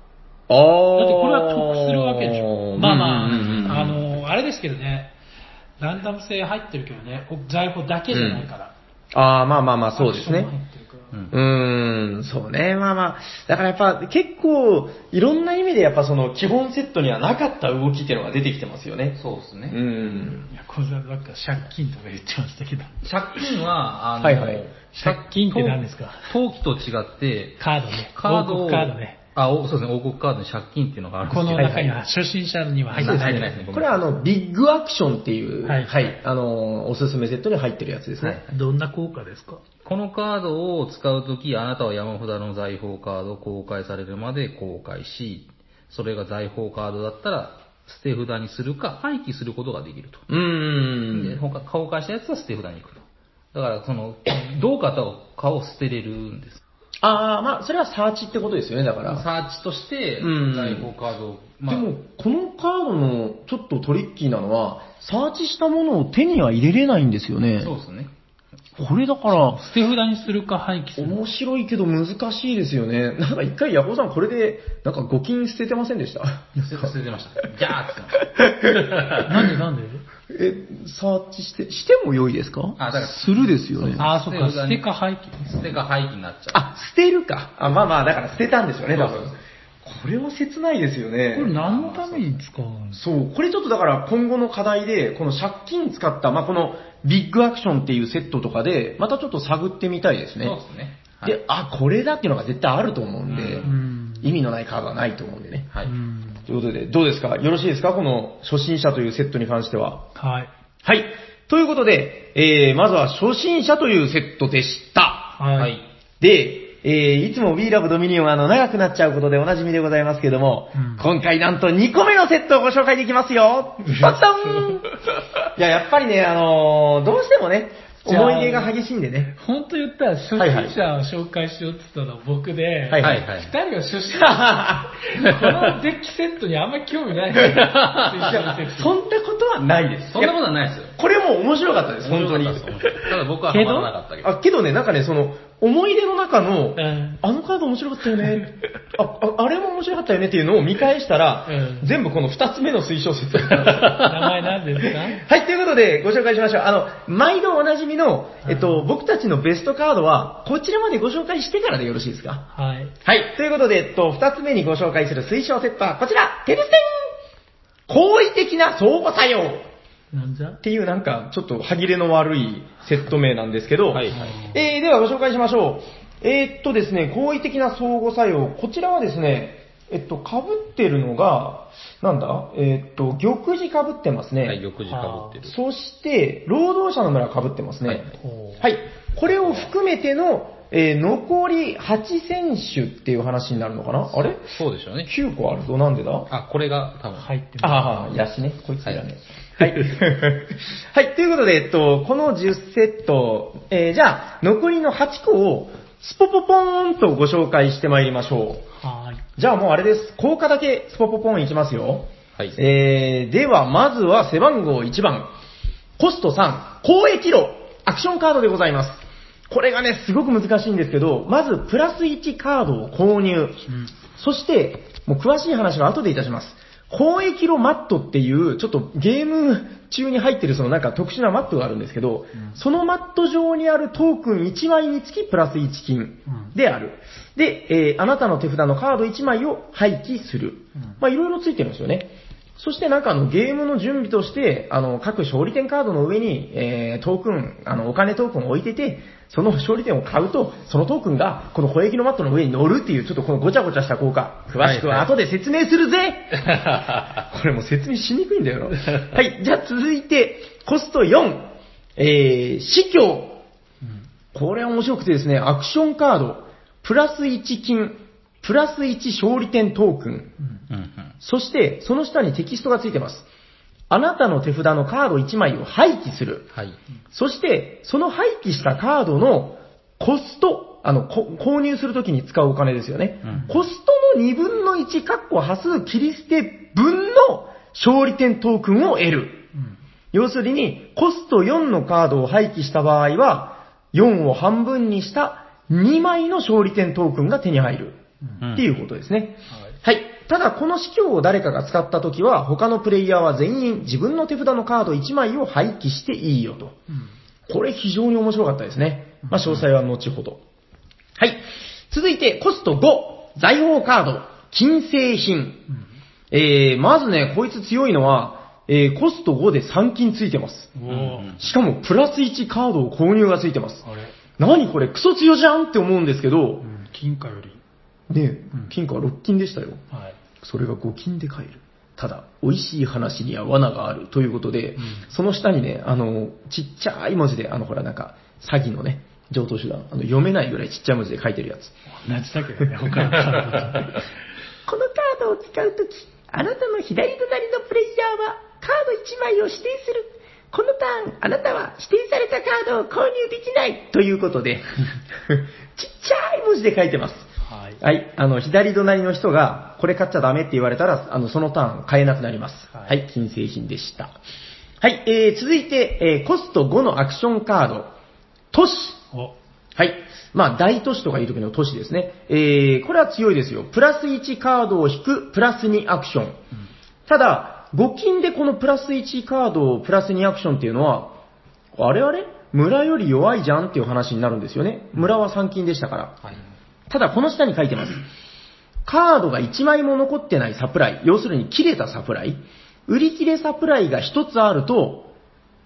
Speaker 2: ああ。
Speaker 3: だってこれは得するわけでしょ。まあま
Speaker 2: うんうんうん
Speaker 3: あ、あ、の、あれですけどね、ランダム性入ってるけどね、財宝だけじゃないから。
Speaker 2: ああ、まあまあまあ、そうです
Speaker 3: アクションも入
Speaker 2: ね。
Speaker 3: ってるから
Speaker 1: うん
Speaker 2: うーん、そうね。まあまあ。だからやっぱ結構、いろんな意味でやっぱその基本セットにはなかった動きっていうのが出てきてますよね。
Speaker 1: そうです
Speaker 2: う
Speaker 1: ね。
Speaker 2: ん。
Speaker 3: いや、これなんか借金とか言ってましたけど、
Speaker 1: 借金は、あの、
Speaker 2: はいはい
Speaker 3: 借金って何ですか
Speaker 1: 陶器と違って、
Speaker 3: カードね、
Speaker 1: カード
Speaker 3: 王
Speaker 1: を、
Speaker 3: 国カードね。
Speaker 1: あ、おそうですね、王国カードに借金っていうのがあるんです
Speaker 3: こ
Speaker 1: けど。
Speaker 3: の
Speaker 1: はい
Speaker 3: 中には初心者には入
Speaker 1: 入
Speaker 3: っ
Speaker 1: ってて
Speaker 3: な。
Speaker 1: ないいですね。ご
Speaker 2: こ
Speaker 1: めん
Speaker 2: れ
Speaker 1: な
Speaker 2: は
Speaker 1: さ
Speaker 2: あ
Speaker 1: い
Speaker 2: の、ビッグアクションっていう、は、
Speaker 3: はいい
Speaker 2: あの、おすすめセットに入ってるやつですね。
Speaker 3: どんな効果ですか
Speaker 1: このカードを使うとき、あなたは山札の財宝カードを公開されるまで公開し、それが財宝カードだったら、捨て札にするか、廃棄することができると。
Speaker 2: うー
Speaker 1: で、
Speaker 2: ん。
Speaker 1: 他公開したやつは捨て札に行くと。だから、その、 どうかとかを捨てれるんです。
Speaker 2: ああ、まあ、それはサーチってことですよね、だから。
Speaker 1: サーチとして
Speaker 2: うん、
Speaker 1: 財宝カードを、まあ
Speaker 2: でも、このカードのちょっとトリッキーなのは、サーチしたものを手には入れれないんですよね。
Speaker 1: そうですね。
Speaker 2: これだから、
Speaker 3: 捨て札にするか廃棄するか。
Speaker 2: 面白いけど難しいですよね。 なんか一回ヤコウさんこれで、なんか募金捨ててませんでした
Speaker 1: 捨て捨ててました。ギャーって言ってました。
Speaker 3: なんでなんで
Speaker 2: え、サーチして、しても良いですか
Speaker 1: あだから
Speaker 2: するですよね。あ、
Speaker 3: ああ、そっか、捨てか廃棄。
Speaker 1: 捨てが廃棄になっちゃう。
Speaker 2: あ捨てるか。あ、まあまあ、だから捨てたんでしょうね、多
Speaker 1: そうそ
Speaker 2: 分
Speaker 1: うそう。
Speaker 2: これは切ないですよね
Speaker 3: これ何のために使うんです
Speaker 2: そう、これちょっとだから今後の課題で、この借金使った、まあ、このビッグアクションっていうセットとかで、またちょっと探ってみたいですね。
Speaker 1: そうですね。はい
Speaker 2: で、あ、これだっていうのが絶対あると思うんで、
Speaker 1: う
Speaker 3: かうん。
Speaker 2: 意味のないカードはないと思うんでね。
Speaker 1: は
Speaker 3: う
Speaker 1: い。
Speaker 3: ん
Speaker 2: ということで、どうですかよろしいですかこの初心者というセットに関しては。
Speaker 3: はい。
Speaker 2: はい。ということで、えー、まずは初心者というセットでした。
Speaker 1: は
Speaker 3: はいい。。
Speaker 2: で、えー、いつも We Love Dominion はあの長くなっちゃうことでおなじみでございますけども、
Speaker 3: うん
Speaker 2: 今回なんと2個目のセットをご紹介できますよパッタンいや、やっぱりね、あのーどうしてもね、
Speaker 3: じゃあ
Speaker 2: 思い出が激しいんで ね。
Speaker 3: 本当言ったら、初心者を紹介しようって言ったのは僕で、
Speaker 2: はい
Speaker 1: はいは
Speaker 3: 二
Speaker 1: い。
Speaker 3: 人は初心者、このデッキセットにあんまり興味ない。
Speaker 2: そんなことはないです。
Speaker 1: そんなことはないですよ。
Speaker 2: これも面白かったです、本当に。
Speaker 1: 面白かったですただ僕はハ
Speaker 3: けど
Speaker 1: マらなかったけど。
Speaker 2: あ、けどね、なんかね、その、思い出の中の、
Speaker 3: うん
Speaker 2: あのカード面白かったよね。あ、ああれも面白かったよねっていうのを見返したら、
Speaker 3: うん
Speaker 2: 全部この二つ目の推奨説。
Speaker 3: 名
Speaker 2: は
Speaker 3: 前なんですか
Speaker 2: い、ということでご紹介しましょう。あの、毎度おなじみの、えっと、僕たちのベストカードは、こちらまでご紹介してからでよろしいですか
Speaker 3: はい。
Speaker 2: はい、ということで、えっと、二つ目にご紹介する推奨セットはこちら、テルセン好意的な相互作用
Speaker 3: なんじゃ
Speaker 2: っていうなんか、ちょっと歯切れの悪いセット名なんですけど、
Speaker 1: はいはい
Speaker 2: えー、ではご紹介しましょう。えーっとですね、好意的な相互作用。こちらはですね、えっと、被ってるのが、なんだえーっと、玉璽被ってますね。
Speaker 1: はい、玉璽かぶってる。
Speaker 2: そして、労働者の村被ってますね。は
Speaker 1: はいい、
Speaker 3: こう
Speaker 2: これを含めての、えー残り8選手っていう話になるのかなあれ
Speaker 1: そうでしょうね。
Speaker 2: ?9 個あるぞ。なんでだ
Speaker 1: あ、これが多分。
Speaker 3: 入ってます。
Speaker 2: ああ、ヤシね。こいつらね。はい。はい。ということで、えっと、この10セット、えーじゃあ、残りの8個を、スポポポーンとご紹介してまいりましょ
Speaker 3: はーい。
Speaker 2: う。じゃあもうあれです。効果だけスポポポーンいきますよ。
Speaker 1: はい。
Speaker 2: えー、では、まずは背番号1番。コスト3、公益路、アクションカードでございます。これがね、すごく難しいんですけど、まずプラス1カードを購入。そして、もう詳しい話は後でいたします。公益ロマットっていう、ちょっとゲーム中に入ってるそのなんか特殊なマットがあるんですけど、そのマット上にあるトークン1枚につきプラス1金である。で、えーあなたの手札のカード1枚を廃棄する。まあいろいろついてるんですよね。そしてなんかあのゲームの準備として、あの各勝利点カードの上に、えートークン、あのお金トークンを置いてて、その勝利点を買うと、そのトークンがこの保益のマットの上に乗るっていう、ちょっとこのごちゃごちゃした効果、詳しくは後で説明するぜ、これもう説明しにくいんだよな。はい、じゃあ続いて、コスト4、えー、死去。これは面白くてですね、アクションカード、プラス1金、プラス1勝利点トークン、
Speaker 1: うん
Speaker 2: そして、その下にテキストがついてます。あなたの手札のカード1枚を廃棄する。
Speaker 1: はい。
Speaker 2: そして、その廃棄したカードのコスト、あの、こ購入するときに使うお金ですよね。コストの2分の1、かっこ端数切り捨て分の勝利点トークンを得る。要するに、コスト4のカードを廃棄した場合は、4を半分にした2枚の勝利点トークンが手に入る。っていうことですね。はい。ただ、この試供を誰かが使ったときは、他のプレイヤーは全員自分の手札のカード1枚を廃棄していいよと。これ非常に面白かったですね。まあ、詳細は後ほど。はい。続いて、コスト5、財宝カード、金製品。えー、まずね、こいつ強いのは、えー、コスト5で3金ついてます。
Speaker 3: おお、
Speaker 2: しかも、プラス1カードを購入がついてます。
Speaker 3: あれ、
Speaker 2: 何これ、クソ強じゃんって思うんですけど
Speaker 3: う、ん、金貨より。
Speaker 2: ね
Speaker 3: うん、
Speaker 2: 金貨は6金でしたよ。
Speaker 3: はい。
Speaker 2: それが5金で買える。ただ、美味しい話には罠があるということで、
Speaker 3: うん
Speaker 2: その下にね、あの、ちっちゃい文字で、あの、ほら、なんか、詐欺のね、上等手段、あの読めないぐらいちっちゃい文字で書いてるやつ。
Speaker 3: 同じだけどね、他のカードと。
Speaker 2: このカードを使うとき、あなたの左隣のプレイヤーはカード1枚を指定する。このターン、あなたは指定されたカードを購入できないということで、ちっ ちゃい文字で書いてます。
Speaker 3: はい。
Speaker 2: はい、あの、左隣の人が、これ買っちゃダメって言われたら、あの、そのターン買えなくなります。は、
Speaker 3: はい
Speaker 2: 金製品でした。はい、えー、続いて、えー、コスト5のアクションカード、都市。
Speaker 3: お、
Speaker 2: はい。まあ、大都市とかいう時の都市ですね。えー、これは強いですよ。プラス1カードを引く、プラス2アクション。ただ、5金でこのプラス1カードをプラス2アクションっていうのは、あれあれ村より弱いじゃんっていう話になるんですよね。村は3金でしたから。
Speaker 3: はい。
Speaker 2: ただこの下に書いてます。カードが1枚も残ってないサプライ、要するに切れたサプライ、売り切れサプライが1つあると、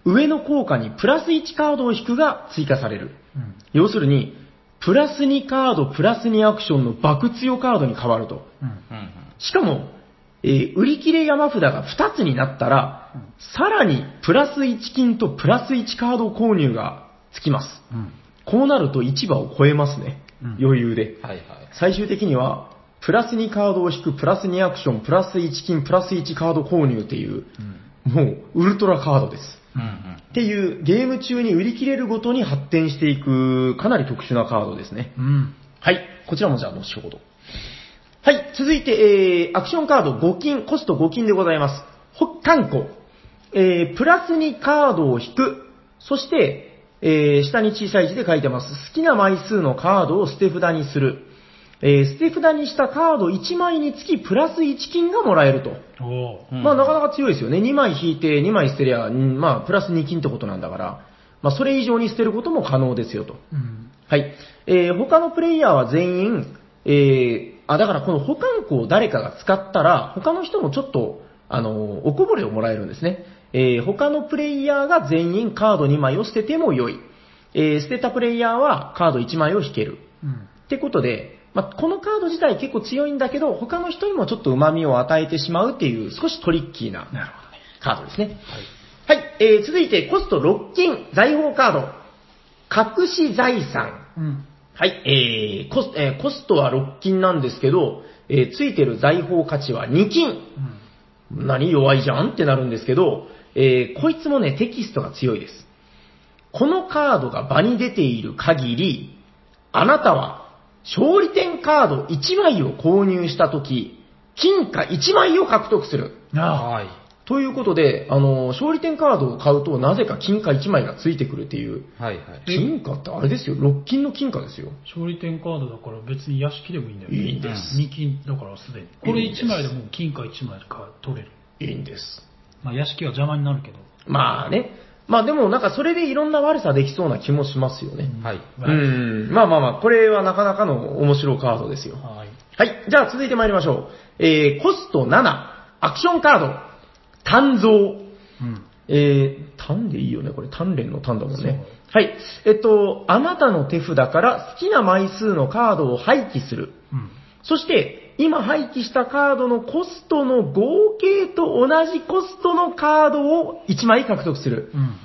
Speaker 2: 上の効果にプラス1カードを引くが追加される。
Speaker 3: うん。
Speaker 2: 要するに、プラス2カード、プラス2アクションの爆強カードに変わると。
Speaker 3: うん。
Speaker 1: うんうん
Speaker 2: しかも、えー売り切れ山札が2つになったら、さらにプラス1金とプラス1カード購入がつきます。
Speaker 3: うん。
Speaker 2: こうなると市場を超えますね
Speaker 3: うん。
Speaker 2: 余裕で。
Speaker 1: はいはい。
Speaker 2: 最終的には、プラス2カードを引く、プラス2アクション、プラス1金、プラス1カード購入っていう、もう、ウルトラカードです。
Speaker 1: うんうん
Speaker 2: っていう、ゲーム中に売り切れるごとに発展していく、かなり特殊なカードですね。
Speaker 3: うん。
Speaker 2: はい。こちらもじゃあ後ほど。はい。続いて、えー、アクションカード5金、コスト5金でございます。北韓庫。えー、プラスにカードを引く。そして、えー、下に小さい字で書いてます。好きな枚数のカードを捨て札にする。えー、捨て札にしたカード1枚につきプラス1金がもらえると。
Speaker 3: おお。
Speaker 1: うん
Speaker 2: まあなかなか強いですよね。2枚引いて2枚捨てりゃ、うんまあプラス2金ってことなんだから、まあそれ以上に捨てることも可能ですよと。
Speaker 3: うん。
Speaker 2: はい。えー他のプレイヤーは全員、えーあ、だからこの保管庫を誰かが使ったら、他の人もちょっと、あのーおこぼれをもらえるんですね。えー他のプレイヤーが全員カード2枚を捨てても良い。えー捨てたプレイヤーはカード1枚を引ける。
Speaker 3: うん。
Speaker 2: ってことで、まあ、このカード自体結構強いんだけど、他の人にもちょっと旨味を与えてしまうっていう、少しトリッキーな
Speaker 3: なるほどね。
Speaker 2: カードですね。はい。えー続いて、コスト6金、財宝カード。隠し財産。
Speaker 3: うん。
Speaker 2: はい、えーコスえーコストは6金なんですけど、えーついてる財宝価値は2金。
Speaker 3: うん。
Speaker 2: 何弱いじゃんってなるんですけど、えーこいつもね、テキストが強いです。このカードが場に出ている限り、あなたは勝利点カード1枚を購入したとき、金貨1枚を獲得する。
Speaker 3: なあ。
Speaker 1: はい。
Speaker 2: ということで、あの、勝利点カードを買うと、なぜか金貨1枚がついてくるっていう。
Speaker 1: はいはい。
Speaker 2: 金貨ってあれですよ、6金の金貨ですよ。
Speaker 3: 勝利点カードだから別に屋敷でもいいんだよね。
Speaker 2: いいんです
Speaker 3: 2金だからすでに。これ1枚でもう金貨1枚でか取れる。
Speaker 2: いいんです。
Speaker 3: まあ屋敷は邪魔になるけど。
Speaker 2: まあね。まあでもなんかそれでいろんな悪さできそうな気もしますよね。
Speaker 1: はい。
Speaker 2: うん。まあまあまあ、これはなかなかの面白いカードですよ。
Speaker 3: はい。
Speaker 2: はい。じゃあ続いて参りましょう。えー、コスト7、アクションカード、単造。
Speaker 3: うん。
Speaker 2: えー、単でいいよね、これ。単連の単だもん
Speaker 3: そう
Speaker 2: ね。はい。えっと、あなたの手札から好きな枚数のカードを廃棄する。
Speaker 3: うん。
Speaker 2: そして、今廃棄したカードのコストの合計と同じコストのカードを1枚獲得する。
Speaker 3: うん。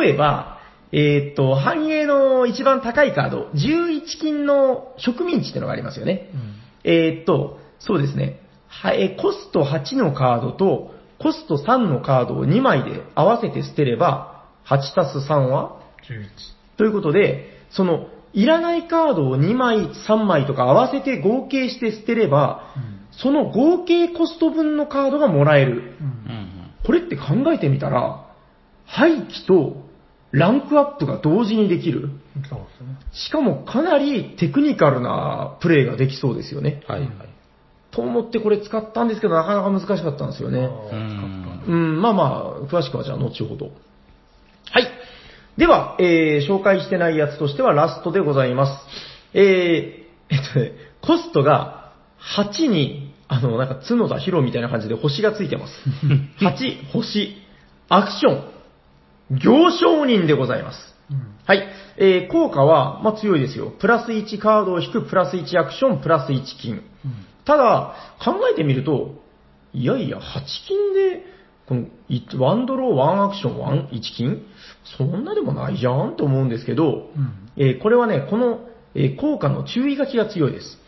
Speaker 2: 例えば、えーっと、繁栄の一番高いカード、11金の植民地ってのがありますよね。
Speaker 3: うん。
Speaker 2: えーっと、そうですね。はえーコスト8のカードと、コスト3のカードを2枚で合わせて捨てれば、8たす3は
Speaker 3: 11。
Speaker 2: ということで、その、いらないカードを2枚、3枚とか合わせて合計して捨てれば、
Speaker 3: うん。
Speaker 2: その合計コスト分のカードがもらえる。
Speaker 3: う。
Speaker 1: うんうんん。
Speaker 2: これって考えてみたら、廃棄とランクアップが同時にできる。
Speaker 3: そうですね。
Speaker 2: しかもかなりテクニカルなプレイができそうですよね。
Speaker 1: はいはい。
Speaker 2: と思ってこれ使ったんですけど、なかなか難しかったんですよね。
Speaker 3: あー
Speaker 1: うん
Speaker 2: うん、まあまあ、詳しくはじゃあ後ほど。はい。では、えー紹介してないやつとしてはラストでございます。えー、えっとね、コストが8に、あの、なんか角田博みたいな感じで星がついてます。8、星、アクション、行商人でございます。
Speaker 3: うん。
Speaker 2: はい。えー効果は、まあ、強いですよ。プラス1カードを引く、プラス1アクション、プラス1金。
Speaker 3: うん。
Speaker 2: ただ、考えてみると、いやいや、8金で、この、いワンドロー、ワンアクション、ワン、1金そんなでもないじゃんと思うんですけど、
Speaker 3: うん。
Speaker 2: えーこれはね、この、えー効果の注意書きが強いです。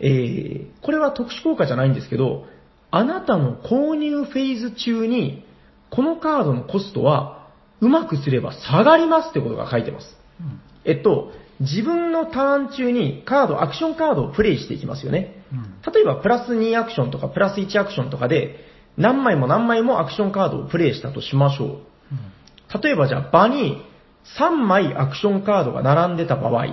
Speaker 2: えーこれは特殊効果じゃないんですけど、あなたの購入フェーズ中に、このカードのコストは、うまくすれば下がりますってことが書いてます。
Speaker 3: うん。
Speaker 2: えっと、自分のターン中にカード、アクションカードをプレイしていきますよね。
Speaker 3: うん。
Speaker 2: 例えばプラス2アクションとかプラス1アクションとかで何枚も何枚もアクションカードをプレイしたとしましょう。
Speaker 3: うん。
Speaker 2: 例えばじゃあ場に3枚アクションカードが並んでた場合、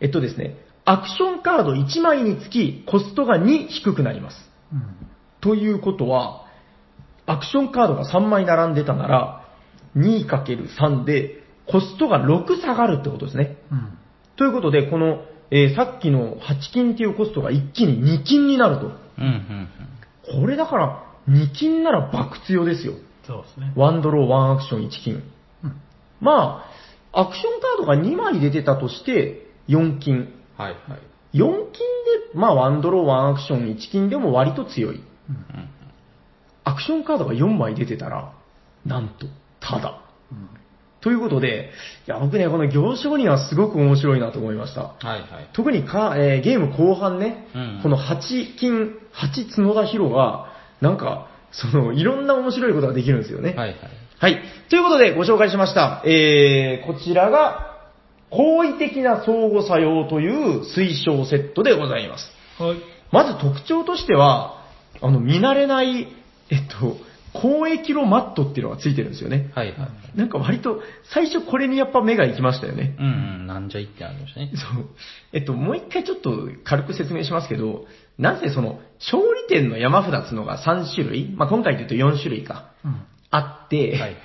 Speaker 2: えっとですね、アクションカード1枚につきコストが2低くなります。
Speaker 3: うん。
Speaker 2: ということは、アクションカードが3枚並んでたなら、2×3 でコストが6下がるってことですね。
Speaker 3: うん。
Speaker 2: ということで、この、えーさっきの8金っていうコストが一気に2金になると。
Speaker 1: うんうん
Speaker 2: これだから、2金なら爆強ですよ。
Speaker 3: そうですね。
Speaker 2: ワンドロー、ワンアクション、1金。
Speaker 3: うん。
Speaker 2: まあ、アクションカードが2枚出てたとして、4金。
Speaker 1: うん。はいは
Speaker 2: 4
Speaker 1: い。
Speaker 2: 金で、まあ、ワンドロー、ワンアクション、1金でも割と強い。
Speaker 1: うん
Speaker 2: アクションカードが4枚出てたら、なんと、ただ。
Speaker 3: うん。
Speaker 2: ということで、いや、僕ね、この行商にはすごく面白いなと思いました。
Speaker 1: はいはい。
Speaker 2: 特にか、えーゲーム後半ね、
Speaker 1: うん
Speaker 2: この8金、8角田博が、なんか、その、いろんな面白いことができるんですよね。
Speaker 1: はいはい。
Speaker 2: はい。ということで、ご紹介しました。えー、こちらが、好意的な相互作用という推奨セットでございます。
Speaker 3: はい。
Speaker 2: まず特徴としては、あの、見慣れない、えっと、交易路マットっていうのがついてるんですよね。
Speaker 1: はいはい。
Speaker 2: なんか割と、最初これにやっぱ目が行きましたよね。
Speaker 1: うんうん。なんじゃいってありましたね。
Speaker 2: そう。えっと、もう一回ちょっと軽く説明しますけど、なぜその、勝利点の山札っつうのが3種類、まあ、今回で言うと4種類か、
Speaker 3: うん。
Speaker 2: あって、
Speaker 1: はいはい。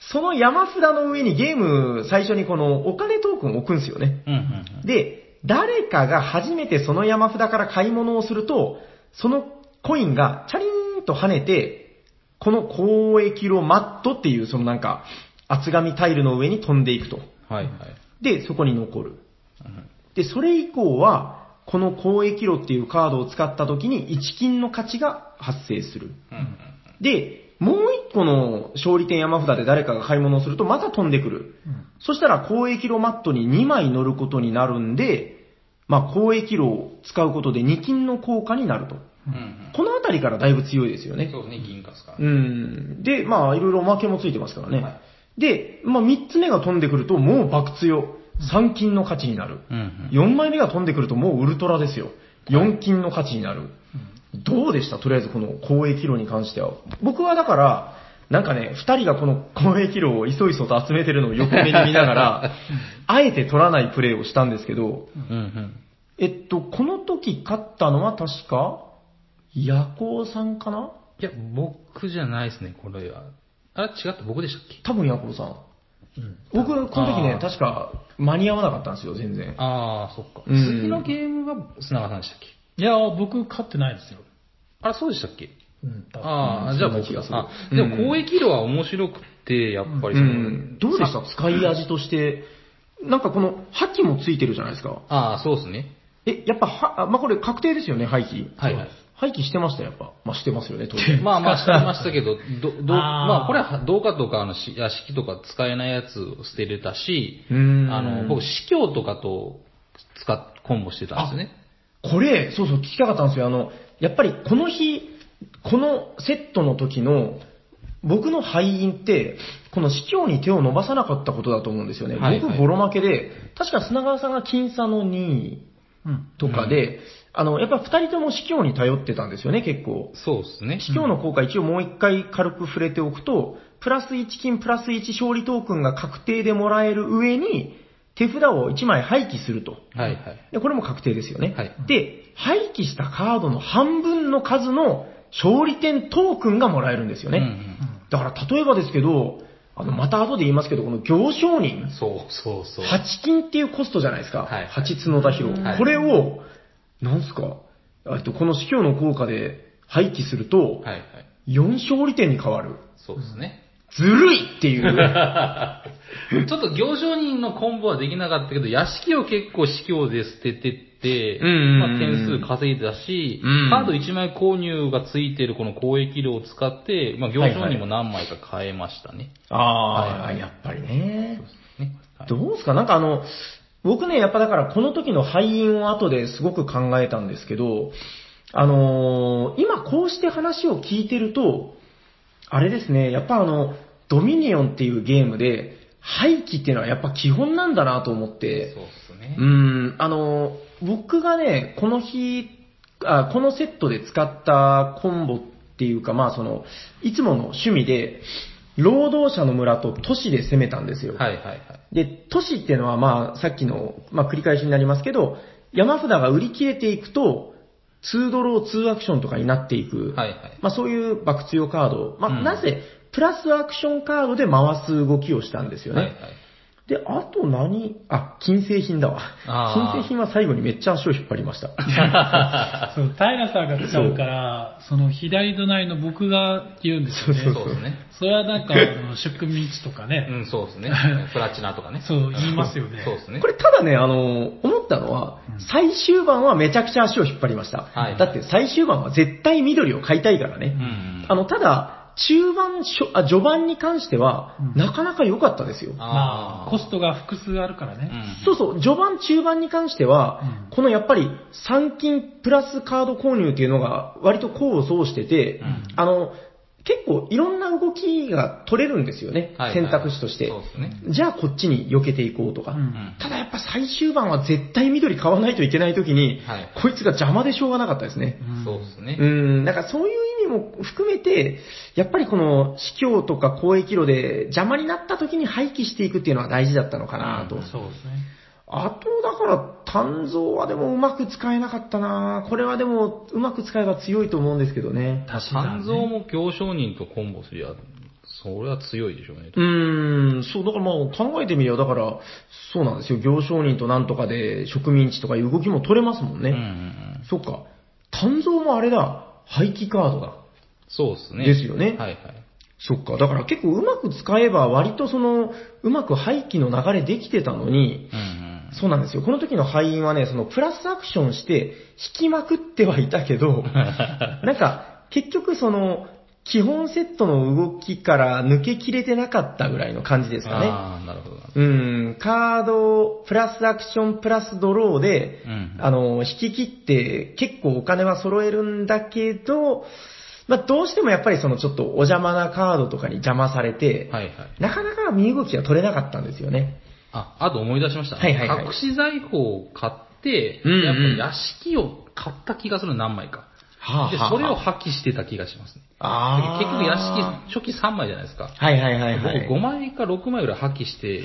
Speaker 2: その山札の上にゲーム、最初にこのお金トークンを置くんですよね。
Speaker 1: うんうん
Speaker 2: で、誰かが初めてその山札から買い物をすると、そのコインがチャリーンと跳ねて、この交易路マットっていうそのなんか厚紙タイルの上に飛んでいくと。
Speaker 1: うん。はいはい。
Speaker 2: で、そこに残る。
Speaker 1: うん
Speaker 2: で、それ以降は、この交易路っていうカードを使った時に1金の価値が発生する。
Speaker 1: うん
Speaker 2: で、もう一個の勝利点山札で誰かが買い物をするとまた飛んでくる。
Speaker 3: うん。
Speaker 2: そしたら交易路マットに2枚乗ることになるんで、まあ交易路を使うことで2金の効果になると。
Speaker 1: うんうん
Speaker 2: このあたりからだいぶ強いですよ
Speaker 1: うん。
Speaker 2: ね。
Speaker 1: そうですね、銀貨ですから。
Speaker 2: うん。で、まあいろいろおまけもついてますからね。
Speaker 1: は
Speaker 2: で、まあ3つ目が飛んでくるともう爆強。3金の価値になる。
Speaker 1: うんうん。
Speaker 2: 4枚目が飛んでくるともうウルトラですよ。4金の価値になる。どうでしたとりあえずこの公益炉に関しては。僕はだから、なんかね、二人がこの公益炉をいそいそと集めてるのを横目に見なが ら、あえて取らないプレーをしたんですけど、
Speaker 1: うんうん。
Speaker 2: えっと、この時勝ったのは確か、夜行さんかない
Speaker 1: や、僕じゃないですね、これは。あれ違った僕でしたっ
Speaker 2: 多分夜行さん。
Speaker 1: けうん。
Speaker 2: 僕、この時ね
Speaker 1: あ、ー
Speaker 2: 確か間に合わなかったんですよ、全然。
Speaker 1: ああ、そっか。
Speaker 2: うん
Speaker 1: 次のゲームが砂川さんでしたっけ
Speaker 3: いや、僕、勝ってないですよ。
Speaker 1: あれ、そうでしたっけ
Speaker 3: うん、多分
Speaker 1: あ
Speaker 2: うん
Speaker 1: あ、じゃあ
Speaker 2: そん
Speaker 1: 僕
Speaker 2: な気がする
Speaker 1: あ、
Speaker 2: うん
Speaker 1: でも公益炉は面白くて、やっぱり
Speaker 2: う
Speaker 1: その、
Speaker 2: ん、どうでした使い味として。なんかこの、覇気もついてるじゃないですか。
Speaker 1: ああ、そうですね。
Speaker 2: え、やっぱは、あまあ、これ確定ですよね、廃棄。
Speaker 1: はいはい。
Speaker 2: 廃棄してました、やっぱ。まあ、してますよね、当然。
Speaker 1: まあまあ、してましたけど、 ど、ど、
Speaker 3: あー
Speaker 1: まあ、これは、どうかとか、あの、し屋敷とか使えないやつを捨てれたし、
Speaker 2: うーん
Speaker 1: あの、僕、司教とかと使っ、コンボしてたんですね。
Speaker 2: これ、そうそう、聞きたかったんですよ。あの、やっぱりこの日、このセットの時の、僕の敗因って、この司教に手を伸ばさなかったことだと思うんですよね。
Speaker 1: はいはい
Speaker 2: 僕、ボロ負けで、確か砂川さんが僅差の2位
Speaker 3: うん。
Speaker 2: とかで、あの、やっぱ2人とも司教に頼ってたんですよね、結構。
Speaker 1: そうですね。
Speaker 2: 司教の効果一応もう一回軽く触れておくと、プラス1金プラス1勝利トークンが確定でもらえる上に、手札を1枚廃棄すると。
Speaker 1: はいはい。
Speaker 2: でこれも確定ですよね。
Speaker 1: はい
Speaker 2: で、廃棄したカードの半分の数の勝利点トークンがもらえるんですよね。
Speaker 1: うんうん
Speaker 2: だから例えばですけど、あの、また後で言いますけど、この行商人、
Speaker 1: そうそうそう。
Speaker 2: 8金っていうコストじゃないですか。
Speaker 1: はい
Speaker 2: 8角田広、
Speaker 1: はい
Speaker 2: これを、なんすか、えっとこの司教の効果で廃棄すると、
Speaker 1: はいはい。
Speaker 2: 4勝利点に変わる。
Speaker 1: そうですね。
Speaker 2: ずるいって いう。
Speaker 1: ちょっと行商人のコンボはできなかったけど、屋敷を結構司教で捨ててって、
Speaker 2: うんうんうん
Speaker 1: まあ、点数稼いだし、
Speaker 2: うん
Speaker 1: カード1枚購入がついてるこの交易量を使って、まあ、行商人も何枚か買えましたね。
Speaker 2: ああ、やっぱりね。
Speaker 1: ねはい
Speaker 2: どうですかなんかあの、僕ね、やっぱだからこの時の敗因を後ですごく考えたんですけど、あのー今こうして話を聞いてると、あれですね、やっぱあの、ドミニオンっていうゲームで、廃棄っていうのはやっぱ基本なんだなと思って、
Speaker 1: そうですね
Speaker 2: う。ん、あの、僕がね、この日あ、このセットで使ったコンボっていうか、まあその、いつもの趣味で、労働者の村と都市で攻めたんですよ。
Speaker 1: はいはいはい。
Speaker 2: で、都市っていうのはまあさっきの、まあ繰り返しになりますけど、山札が売り切れていくと、2ドロー2アクションとかになっていく、
Speaker 1: はいはい。
Speaker 2: まあそういう爆強カード、まあ、
Speaker 1: うん
Speaker 2: なぜ、プラスアクションカードで回す動きをしたんですよね。
Speaker 1: はいはい。
Speaker 2: で、あと何あ、金製品だわ。
Speaker 1: あー
Speaker 2: 金製品は最後にめっちゃ足を引っ張りました。
Speaker 3: そう、平さんが使うから、その左隣の僕が言うんですよね。
Speaker 1: そうですね。
Speaker 3: それはなんか、あの宿民地とかね、
Speaker 1: うん、そうですね。プラチナとかね。
Speaker 3: そう言いますよね
Speaker 1: そうですね
Speaker 2: こ。れただね、あの、思ったのは、最終盤はめちゃくちゃ足を引っ張りました。
Speaker 1: はい
Speaker 2: だって最終盤は絶対緑を買いたいからね。
Speaker 1: うんうん
Speaker 2: あの、ただ、中盤、しょあ序盤に関しては、
Speaker 3: うん
Speaker 2: なかなか良かったですよ。
Speaker 3: まあ、コス
Speaker 1: ト。
Speaker 3: トが複数あるからね。
Speaker 2: そうそう、序盤、中盤に関しては、
Speaker 3: うん
Speaker 2: このやっぱり、3金プラスカード購入っていうのが、割と功を奏してて、
Speaker 1: ん
Speaker 2: あの、結構いろんな動きが取れるんですよね、
Speaker 1: はいはい
Speaker 2: 選択肢として
Speaker 1: そう。ですね。
Speaker 2: じゃあこっちに避けていこうとか。
Speaker 3: うん
Speaker 1: うん
Speaker 2: ただやっぱ最終盤は絶対緑買わないといけない時に、
Speaker 1: はい
Speaker 2: こいつが邪魔でしょうがなかったですね。
Speaker 3: うん
Speaker 1: そうですね
Speaker 2: う。ん、なんかそういう意味も含めて、やっぱりこの司教とか交易路で邪魔になった時に廃棄していくっていうのは大事だったのかなと。
Speaker 3: そうですね。
Speaker 2: あと、だから、炭造はでもうまく使えなかったなこれはでも、うまく使えば強いと思うんですけどね。
Speaker 3: 足し算
Speaker 1: 肝
Speaker 3: ね
Speaker 1: 臓も行商人とコンボすりゃ、それは強いでしょうね。
Speaker 2: うーん、そう、だからまあ考えてみれば、だから、そうなんですよ。行商人となんとかで植民地とかいう動きも取れますもんね。
Speaker 1: うんうんうん
Speaker 2: そっか。炭造もあれだ。廃棄カードだ。
Speaker 1: そうですね。
Speaker 2: ですよね
Speaker 1: はいはい。
Speaker 2: そっか。だから結構うまく使えば割とその、うまく廃棄の流れできてたのに、
Speaker 1: うんうん
Speaker 2: そうなんですよ。この時の敗因はね、そのプラスアクションして引きまくってはいたけ ど、なんか結局その、基本セットの動きから抜けきれてなかったぐらいの感じですかね。
Speaker 1: ああ、なるほど。
Speaker 2: うん、カード、プラスアクション、プラスドローで、
Speaker 1: うん
Speaker 2: あの、引き切って結構お金は揃えるんだけど、まあ、どうしてもやっぱりそのちょっとお邪魔なカードとかに邪魔されて、
Speaker 1: はいはい。
Speaker 2: なかなか身動きが取れなかったんですよね。
Speaker 1: あ、あと思い出しました。
Speaker 2: はいはいはい
Speaker 1: 隠し財宝を買って、
Speaker 2: うんうん
Speaker 1: やっぱ屋敷を買った気がする、何枚か。
Speaker 2: はあ
Speaker 1: で、
Speaker 2: はあ
Speaker 1: それを破棄してた気がしますね。
Speaker 2: ああ。
Speaker 1: 結局、屋敷、初期3枚じゃないですか。
Speaker 2: はいはいはいはい。
Speaker 1: 僕5枚か6枚ぐらい破棄して、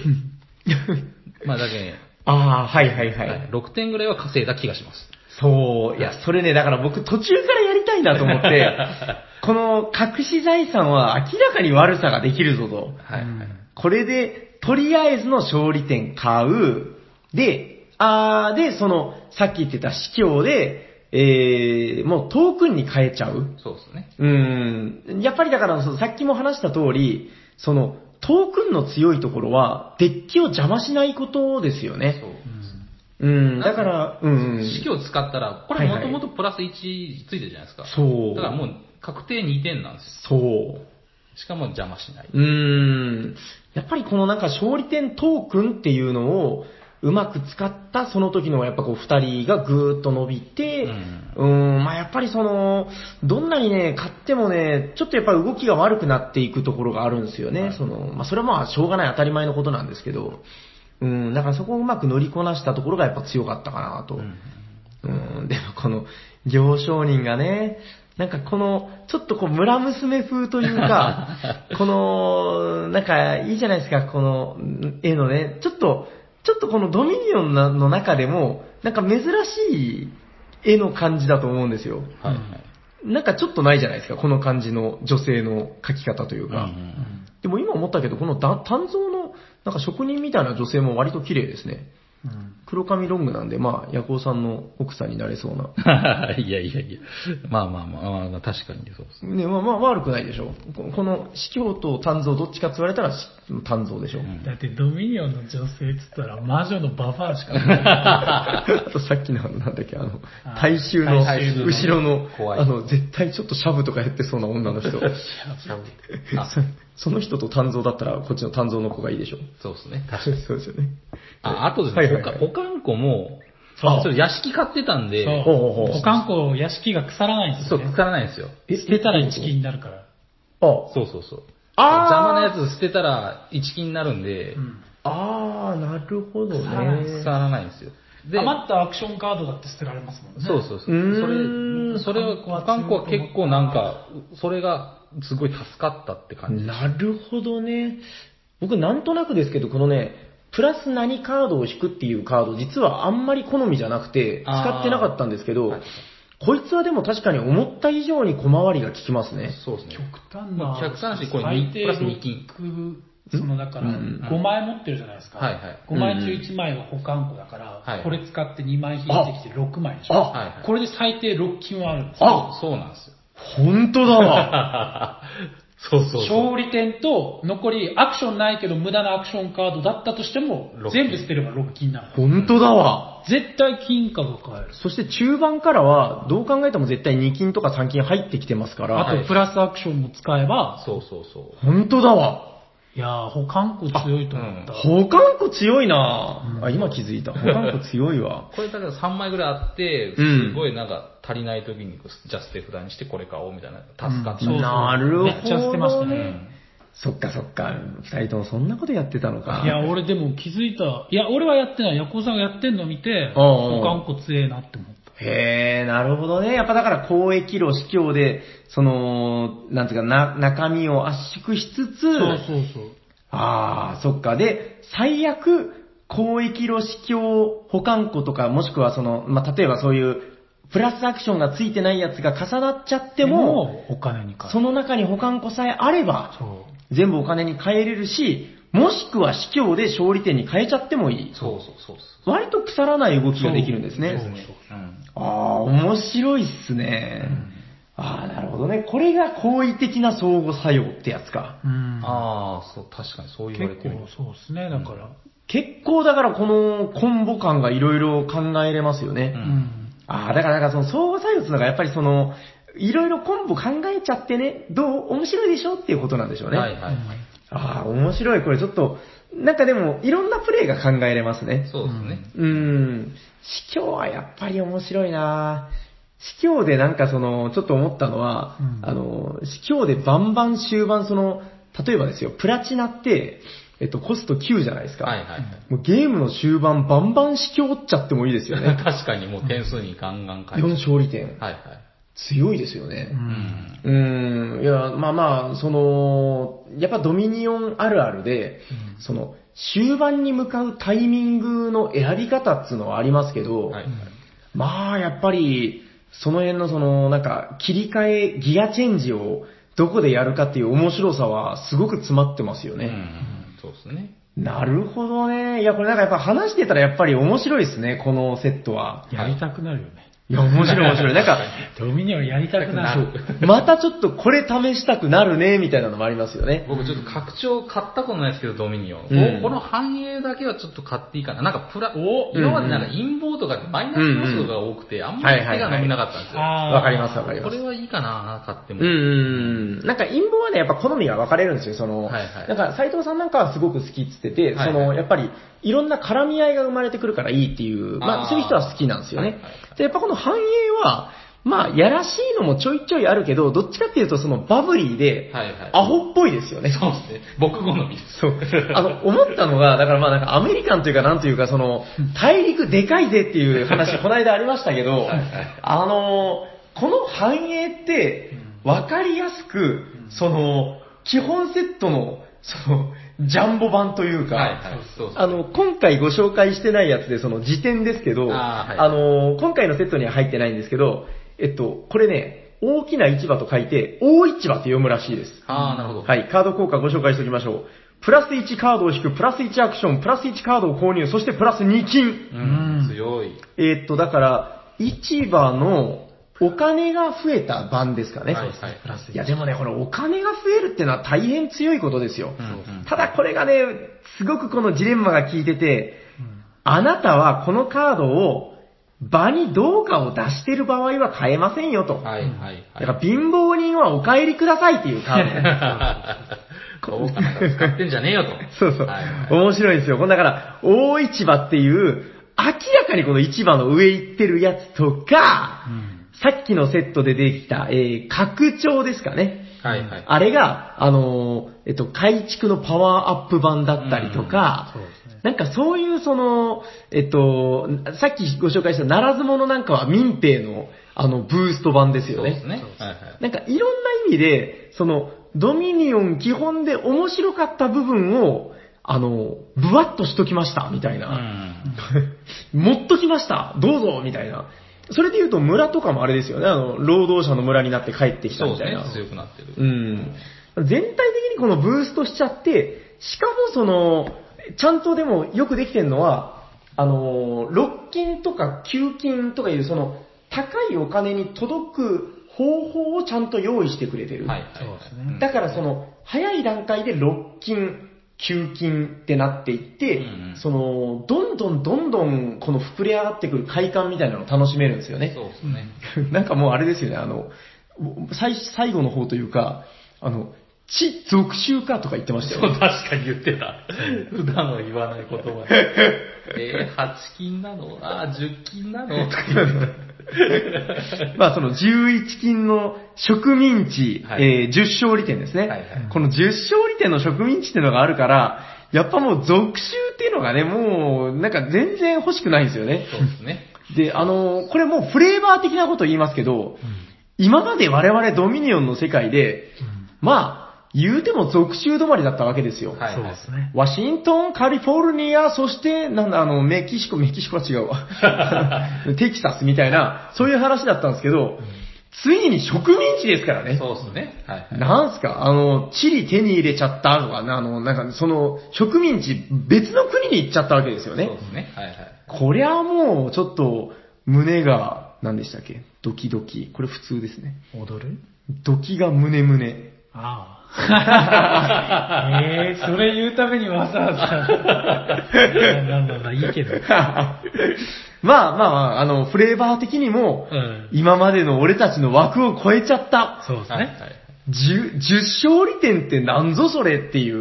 Speaker 1: まあだけ、
Speaker 2: ああ、はいはいは
Speaker 1: はいい、。6点ぐらいは稼いだ気がします。
Speaker 2: そう、いや、それね、だから僕途中からやりたいなと思 って、この隠し財産は明らかに悪さができるぞと。
Speaker 1: はい。はい
Speaker 2: これで、とりあえずの勝利点買う。で、あー、で、その、さっき言ってた司教で、えー、もうトークンに変えちゃう。
Speaker 1: そうですね。
Speaker 2: うーん。やっぱりだから、そのさっきも話した通り、その、トークンの強いところは、デッキを邪魔しないことですよね
Speaker 1: そ。う。
Speaker 2: うん、だから、うん、うん。
Speaker 1: 式を使ったら、こ
Speaker 2: は
Speaker 1: れ
Speaker 2: いは
Speaker 1: も
Speaker 2: い
Speaker 1: ともとプラス1ついてるじゃないですか。
Speaker 2: そう。
Speaker 1: だからもう確定2点なんです。
Speaker 2: そう。
Speaker 1: しかも邪魔しない。
Speaker 2: うーん。やっぱりこのなんか勝利点トークンっていうのをうまく使ったその時のやっぱこう二人がぐーっと伸びて、うーん、まあやっぱりその、どんなにね、勝ってもね、ちょっとやっぱり動きが悪くなっていくところがあるんですよね。その、まあそれはまあしょうがない当たり前のことなんですけど、うん、だからそこをうまく乗りこなしたところがやっぱ強かったかなと。うん、でもこの、行商人がね、なんかこの、ちょっとこう村娘風という か、この、なんかいいじゃないですか、このん絵のね、ちょっと、ちょっとこのドミニオンなの中でも、なんか珍しい絵の感じだと思うんですよ。
Speaker 1: はいはい。
Speaker 2: なんかちょっとないじゃないですか、この感じの女性の描き方という
Speaker 1: うんう
Speaker 2: か。
Speaker 1: ん
Speaker 2: でも今思ったけど、このだ鍛造の、なんか職人みたいな女性も割と綺麗ですね。黒髪ロングなんで、まあ、ヤコウさんの奥さんになれそうな。
Speaker 1: いやいやいや。まあまあまあまあ、確かにそうです。
Speaker 2: ね、まあまあ悪くないでしょ。ここの、司教と鍛造どっちかって言われたら、し鍛造でしょ。
Speaker 1: ん
Speaker 3: だってドミニオンの女性って言ったら魔女のバファーしかない。
Speaker 2: あ とさっきの、なんだっけ、あの
Speaker 3: あ、ー
Speaker 2: 大衆の、
Speaker 3: 大衆の
Speaker 2: 後ろの、
Speaker 1: 怖い
Speaker 2: あの、絶対ちょっとシャブとかやってそうな女の人。そ その人と鍛造だったら、こっちの鍛造の子がいいでしょ。
Speaker 1: そうですね。
Speaker 2: そうですよね。
Speaker 1: あ、あとです
Speaker 2: は
Speaker 1: ね、
Speaker 2: いはい
Speaker 1: 他
Speaker 2: はい
Speaker 1: 保管庫も、
Speaker 3: そう
Speaker 1: それ屋敷買ってたんで、
Speaker 3: そう
Speaker 2: ほうほうほう
Speaker 3: 保管庫、屋敷が腐らないんです
Speaker 1: そう、
Speaker 3: よね
Speaker 1: 腐。らないんですよ。
Speaker 3: 捨てたら一金になるから。
Speaker 2: あ、
Speaker 1: そうそうそう。邪魔
Speaker 2: あー
Speaker 1: なやつ捨てたら一金になるんで
Speaker 3: う、ん
Speaker 2: あー、なるほど
Speaker 3: 腐らない
Speaker 2: ね
Speaker 1: 腐。らないんですよ。で、
Speaker 3: 余ったアクションカードだって捨てられますもんね。
Speaker 1: そうそうそう。
Speaker 2: うー
Speaker 1: そ
Speaker 2: ん
Speaker 1: れ、それは、保管庫は結構なんか、それがすごい助かったって感じ。
Speaker 2: なるほどね。僕なんとなくですけど、このね、プラス何カードを引くっていうカード、実はあんまり好みじゃなくて、
Speaker 1: あー
Speaker 2: 使ってなかったんですけど、
Speaker 1: はい
Speaker 2: こいつはでも確かに思った以上に小回りが効きますね。
Speaker 1: そうですね。
Speaker 3: 極端な。
Speaker 1: もう130これ
Speaker 3: 最低
Speaker 1: プラス二金
Speaker 3: 六そのだから、
Speaker 2: うん
Speaker 3: 5枚持ってるじゃないですか。
Speaker 1: はいはい
Speaker 3: 5枚中1枚が保管庫だから、
Speaker 1: はい
Speaker 3: これ使って2枚引いてきて6枚でしょ。
Speaker 2: あ
Speaker 1: はいはい
Speaker 3: これで最低6金はあるんですよ。
Speaker 2: あ
Speaker 1: そうなんですよ。
Speaker 2: 本当だ わ
Speaker 1: そうそうそう。
Speaker 3: 勝利点と残りアクションないけど無駄なアクションカードだったとしても
Speaker 1: 六金
Speaker 3: 全部捨てれば6金なの。
Speaker 2: 本当だわ
Speaker 3: 絶対金貨が買える。
Speaker 2: そして中盤からは、どう考えても絶対2金とか3金入ってきてますから、
Speaker 1: は
Speaker 3: あ
Speaker 1: い
Speaker 3: とプラスアクションも使えば、
Speaker 1: そうそうそう。
Speaker 2: 本当だわ
Speaker 3: いやー、保管庫強いと思った。
Speaker 2: 保管庫強いなあ、今気づいた。保管庫強いわ。
Speaker 1: これだから3枚ぐらいあって、
Speaker 2: うん
Speaker 1: すごいなんか足りない時に、じゃあ捨て札にしてこれ買おうみたいな、助かっ
Speaker 3: そ
Speaker 1: た。
Speaker 3: うそう
Speaker 2: なるほど、ね。
Speaker 3: めっちゃ捨てましたね
Speaker 2: そっかそっか。二人ともそんなことやってたのか。
Speaker 3: いや、俺でも気づいた。いや、俺はやってない。ヤコウさんがやってんの見て、
Speaker 2: うんう
Speaker 3: 保
Speaker 2: ん
Speaker 3: 管庫強えなって思った。
Speaker 2: へえ、なるほどね。やっぱだから交易路、司教で、その、なんていうかな、中身を圧縮しつつ、
Speaker 3: そうそうそう。
Speaker 2: ああ、そっか。で、最悪、交易路、司教、保管庫とか、もしくはその、まあ、例えばそういう、プラスアクションがついてないやつが重なっちゃっても、、
Speaker 3: お金に変え
Speaker 2: そ
Speaker 3: る。
Speaker 2: の中に保管庫さえあれば、
Speaker 3: そ
Speaker 2: 全部お金に変えれるし、もしくは司教で勝利点に変えちゃってもいい。
Speaker 1: そうそうそうそ
Speaker 2: 割と腐らない動き
Speaker 3: う。
Speaker 2: ができるんですね。
Speaker 3: そうそう
Speaker 1: う。うん。
Speaker 2: ああ、面白いっすね。ああ、なるほどね。これが好意的な相互作用ってやつか。
Speaker 3: うん。
Speaker 1: ああ、そう、確かにそう言われ
Speaker 3: 結
Speaker 1: てみる
Speaker 3: 構。そうですね、だから。
Speaker 2: 結構だからこのコンボ感がいろいろ考えれますよね。
Speaker 1: うん
Speaker 3: うん。
Speaker 2: ああ、だからだからその相互作用っていうのがやっぱりその、いろいろコンボ考えちゃってね、どう面白いでしょっていうことなんでしょうね。
Speaker 1: はいはいはい。
Speaker 2: ああ、面白い。これちょっと、なんかでもいろんなプレイが考えれますね。
Speaker 1: そうですね。
Speaker 2: うーん。司教はやっぱり面白いな司教でなんかその、ちょっと思ったのは、
Speaker 3: うん
Speaker 2: あの、司教でバンバン終盤その、例えばですよ、プラチナって、えっと、コスト9じゃないですか。
Speaker 1: はいはいはい。
Speaker 2: もうゲームの終盤バンバン司教っちゃってもいいですよね。
Speaker 1: 確かにもう点数にガンガン書いて。
Speaker 2: 4勝利点。
Speaker 1: はいはい。
Speaker 2: 強いですよね。
Speaker 3: うん。
Speaker 2: うーん、いや、まあまあ、その、やっぱドミニオンあるあるで、その、終盤に向かうタイミングの選び方っつうのはありますけど、
Speaker 1: はい。
Speaker 2: まあ、やっぱり、その辺のその、なんか、切り替え、ギアチェンジをどこでやるかっていう面白さはすごく詰まってますよ
Speaker 1: う
Speaker 2: ね。
Speaker 1: ん。そうですね。
Speaker 2: なるほどね。いや、これなんかやっぱ話してたらやっぱり面白いですね、このセットは。
Speaker 3: やりたくなるよね。
Speaker 2: いや、面白い面白い。なんか、
Speaker 3: ドミニオンやりたくなる。
Speaker 2: またちょっとこれ試したくなるね、みたいなのもありますよね。
Speaker 1: 僕ちょっと拡張買ったことないですけど、ドミニオン。
Speaker 2: うん
Speaker 1: この繁栄だけはちょっと買っていいかな。なんかプラ、
Speaker 3: お
Speaker 1: 今までなんか陰謀とかでマイナス要素が多くて、あんまり手が伸びなかったんですよ。
Speaker 3: あー
Speaker 2: わかりますわかりま
Speaker 1: こ
Speaker 2: す
Speaker 1: れ。はいいかな、買っても。
Speaker 2: うんうんうん。なんか陰謀はね、やっぱ好みが分かれるんですよ。その、
Speaker 1: はいはい
Speaker 2: なんか斎藤さんなんかはすごく好きっつってて、
Speaker 1: はいはい
Speaker 2: その、やっぱり、いろんな絡み合いが生まれてくるからいいっていう、ま
Speaker 1: あ
Speaker 2: あ、
Speaker 1: ー
Speaker 2: そういう人は好きなんですよね。
Speaker 1: はいはいはい
Speaker 2: で、やっぱこの繁栄は、まあ、やらしいのもちょいちょいあるけど、どっちかっていうと、その、バブリーで、
Speaker 1: はいはい。
Speaker 2: アホっぽいですよね。
Speaker 1: そうですね。僕好みです。
Speaker 2: そう。あの、思ったのが、だからまあなんかアメリカンというかなんというかその、大陸でかいぜっていう話、この間ありましたけど、あの、この繁栄って、わかりやすく、その、基本セットの、その、ジャンボ版というか、
Speaker 1: はいはい。そうですね
Speaker 2: あの、今回ご紹介してないやつで、その辞典ですけど、
Speaker 1: あーはい
Speaker 2: あの、今回のセットには入ってないんですけど、えっと、これね、大きな市場と書いて、大市場って読むらしいです。
Speaker 1: ああ、なるほど。
Speaker 2: はい、カード効果ご紹介しておきましょう。プラス1カードを引く、プラス1アクション、プラス1カードを購入、そしてプラス2金。
Speaker 1: うん。強い。
Speaker 2: えーっと、だから、市場のお金が増えた版ですかね。
Speaker 1: はいはいプラス
Speaker 2: いや、でもね、このお金が増えるってのは大変強いことですよ。
Speaker 1: ん
Speaker 2: ただこれがね、すごくこのジレンマが効いてて、あなたはこのカードを場にどうかを出してる場合は買えませんよと。
Speaker 1: はいはい
Speaker 2: だ
Speaker 1: はい。
Speaker 2: から貧乏人はお帰りくださいっていうカード。
Speaker 1: こうかな使ってんじゃね えよと。
Speaker 2: そうそう
Speaker 1: はい。
Speaker 2: 面白いんですよ。このだから、大市場っていう、明らかにこの市場の上行ってるやつとか、さっきのセットでできた、えー、拡張ですかね。
Speaker 1: はいはい。
Speaker 2: あれが、あのーえっと、改築のパワーアップ版だったりとか、なんかそういうその、えっと、さっきご紹介したならず者なんかは民兵の、あの、ブースト版です
Speaker 1: そ
Speaker 2: よ
Speaker 1: うですね。はい
Speaker 2: なんかいろんな意味で、その、ドミニオン基本で面白かった部分を、あの、ぶわっとしときました、みたい
Speaker 1: はい。う
Speaker 2: な。
Speaker 1: ん。
Speaker 2: 持っときました、どうぞ、みたいな。それで言うと村とかもあれですよね、あの、労働者の村になって帰ってきた
Speaker 1: そう
Speaker 2: み
Speaker 1: で
Speaker 2: たいな。
Speaker 1: すね。強くなってる。
Speaker 2: うん。全体的にこのブーストしちゃって、しかもその、ちゃんとでもよくできてるのは、あの、6金とか9金とかいうその、高いお金に届く方法をちゃんと用意してくれてる。
Speaker 1: はいはいはい。
Speaker 3: そうですね
Speaker 2: だからその、早い段階で6金、9金ってなっていって、
Speaker 1: うんうん
Speaker 2: その、どんどんどんどんこの膨れ上がってくる快感みたいなのを楽しめるんですよね。
Speaker 1: そうですね。
Speaker 2: なんかもうあれですよね、あの、最最後の方というか、あの、地続集かとか言ってました
Speaker 1: そ
Speaker 2: よ
Speaker 1: う、
Speaker 2: ね、
Speaker 1: 確かに言ってた。普段は言わない言葉で。 えー、8金なのあー、10金なのとか言って
Speaker 2: まあその11金の植民地、
Speaker 1: はい
Speaker 2: えー10勝利点ですね、
Speaker 1: はいはい
Speaker 2: この10勝利点の植民地っていうのがあるから、やっぱもう続集っていうのがね、もうなんか全然欲しくないんですよね。
Speaker 1: たそうですね。
Speaker 2: で、あの、これもうフレーバー的なこと言いますけど、今まで我々ドミニオンの世界で、まあ、言うても続集止まりだったわけですよ。
Speaker 1: はい
Speaker 3: そう
Speaker 1: はい。
Speaker 3: ですね。
Speaker 2: ワシントン、カリフォルニア、そして、なんだ、あの、メキシコ、メキシコは違うわ。テキサスみたいな、そういう話だったんですけど、ついに植民地ですからね。
Speaker 1: そうですね。はいはい。
Speaker 2: なんすかあの、チリ手に入れちゃったとかね、あの、なんかその、植民地、別の国に行っちゃったわけですよね
Speaker 1: そう。ですね。はいはい。
Speaker 2: こりゃもう、ちょっと、胸が、何でしたっけドキドキ。これ普通ですね。
Speaker 3: 踊る
Speaker 2: ドキが胸胸。
Speaker 3: ああ。ええそれ言うためにわざわざ。いやまあまあまあ、いいけど。
Speaker 2: まあまあまあ、あの、フレーバー的にも、
Speaker 3: うん
Speaker 2: 今までの俺たちの枠を超えちゃった。
Speaker 3: そうです
Speaker 1: はいは
Speaker 3: ね。
Speaker 1: い。
Speaker 2: 10, 勝利点ってなんぞそれっていう。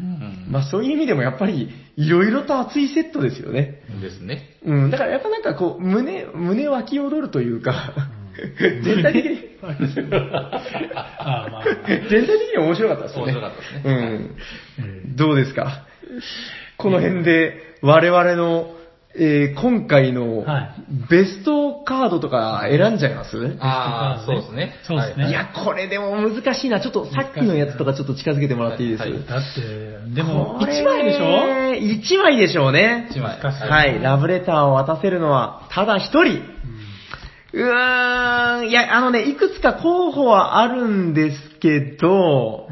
Speaker 1: うん。
Speaker 2: まあそういう意味でもやっぱり、いろいろと熱いセットですよね。
Speaker 1: ですね。
Speaker 2: うん、だからやっぱなんかこう、胸、胸湧き踊るというか、全体的に、
Speaker 3: ああ、まあまあ。
Speaker 2: 全体的に面白かったですよね。
Speaker 1: 面白かったですね。
Speaker 2: うん。どうですかこの辺で、我々のえー今回の
Speaker 3: はい
Speaker 2: ベストカードとか選んじゃいます、
Speaker 1: ああ、
Speaker 3: ベ
Speaker 1: そう
Speaker 3: ス
Speaker 1: で
Speaker 3: ト
Speaker 1: す
Speaker 3: カードねそ
Speaker 1: ね。
Speaker 3: うですね
Speaker 1: はい
Speaker 2: いや、これでも難しいな。ちょっとさっきのやつとかちょっと近づけてもらっていいです、
Speaker 1: はいはい
Speaker 3: だって、でも、
Speaker 2: これ
Speaker 3: 1枚でしょ
Speaker 2: ?1 枚でしょうね。
Speaker 1: 一枚。
Speaker 3: 難し
Speaker 2: はい、ラブレターを渡せるのは、ただ一人。うーん、いや、あのね、いくつか候補はあるんですけど、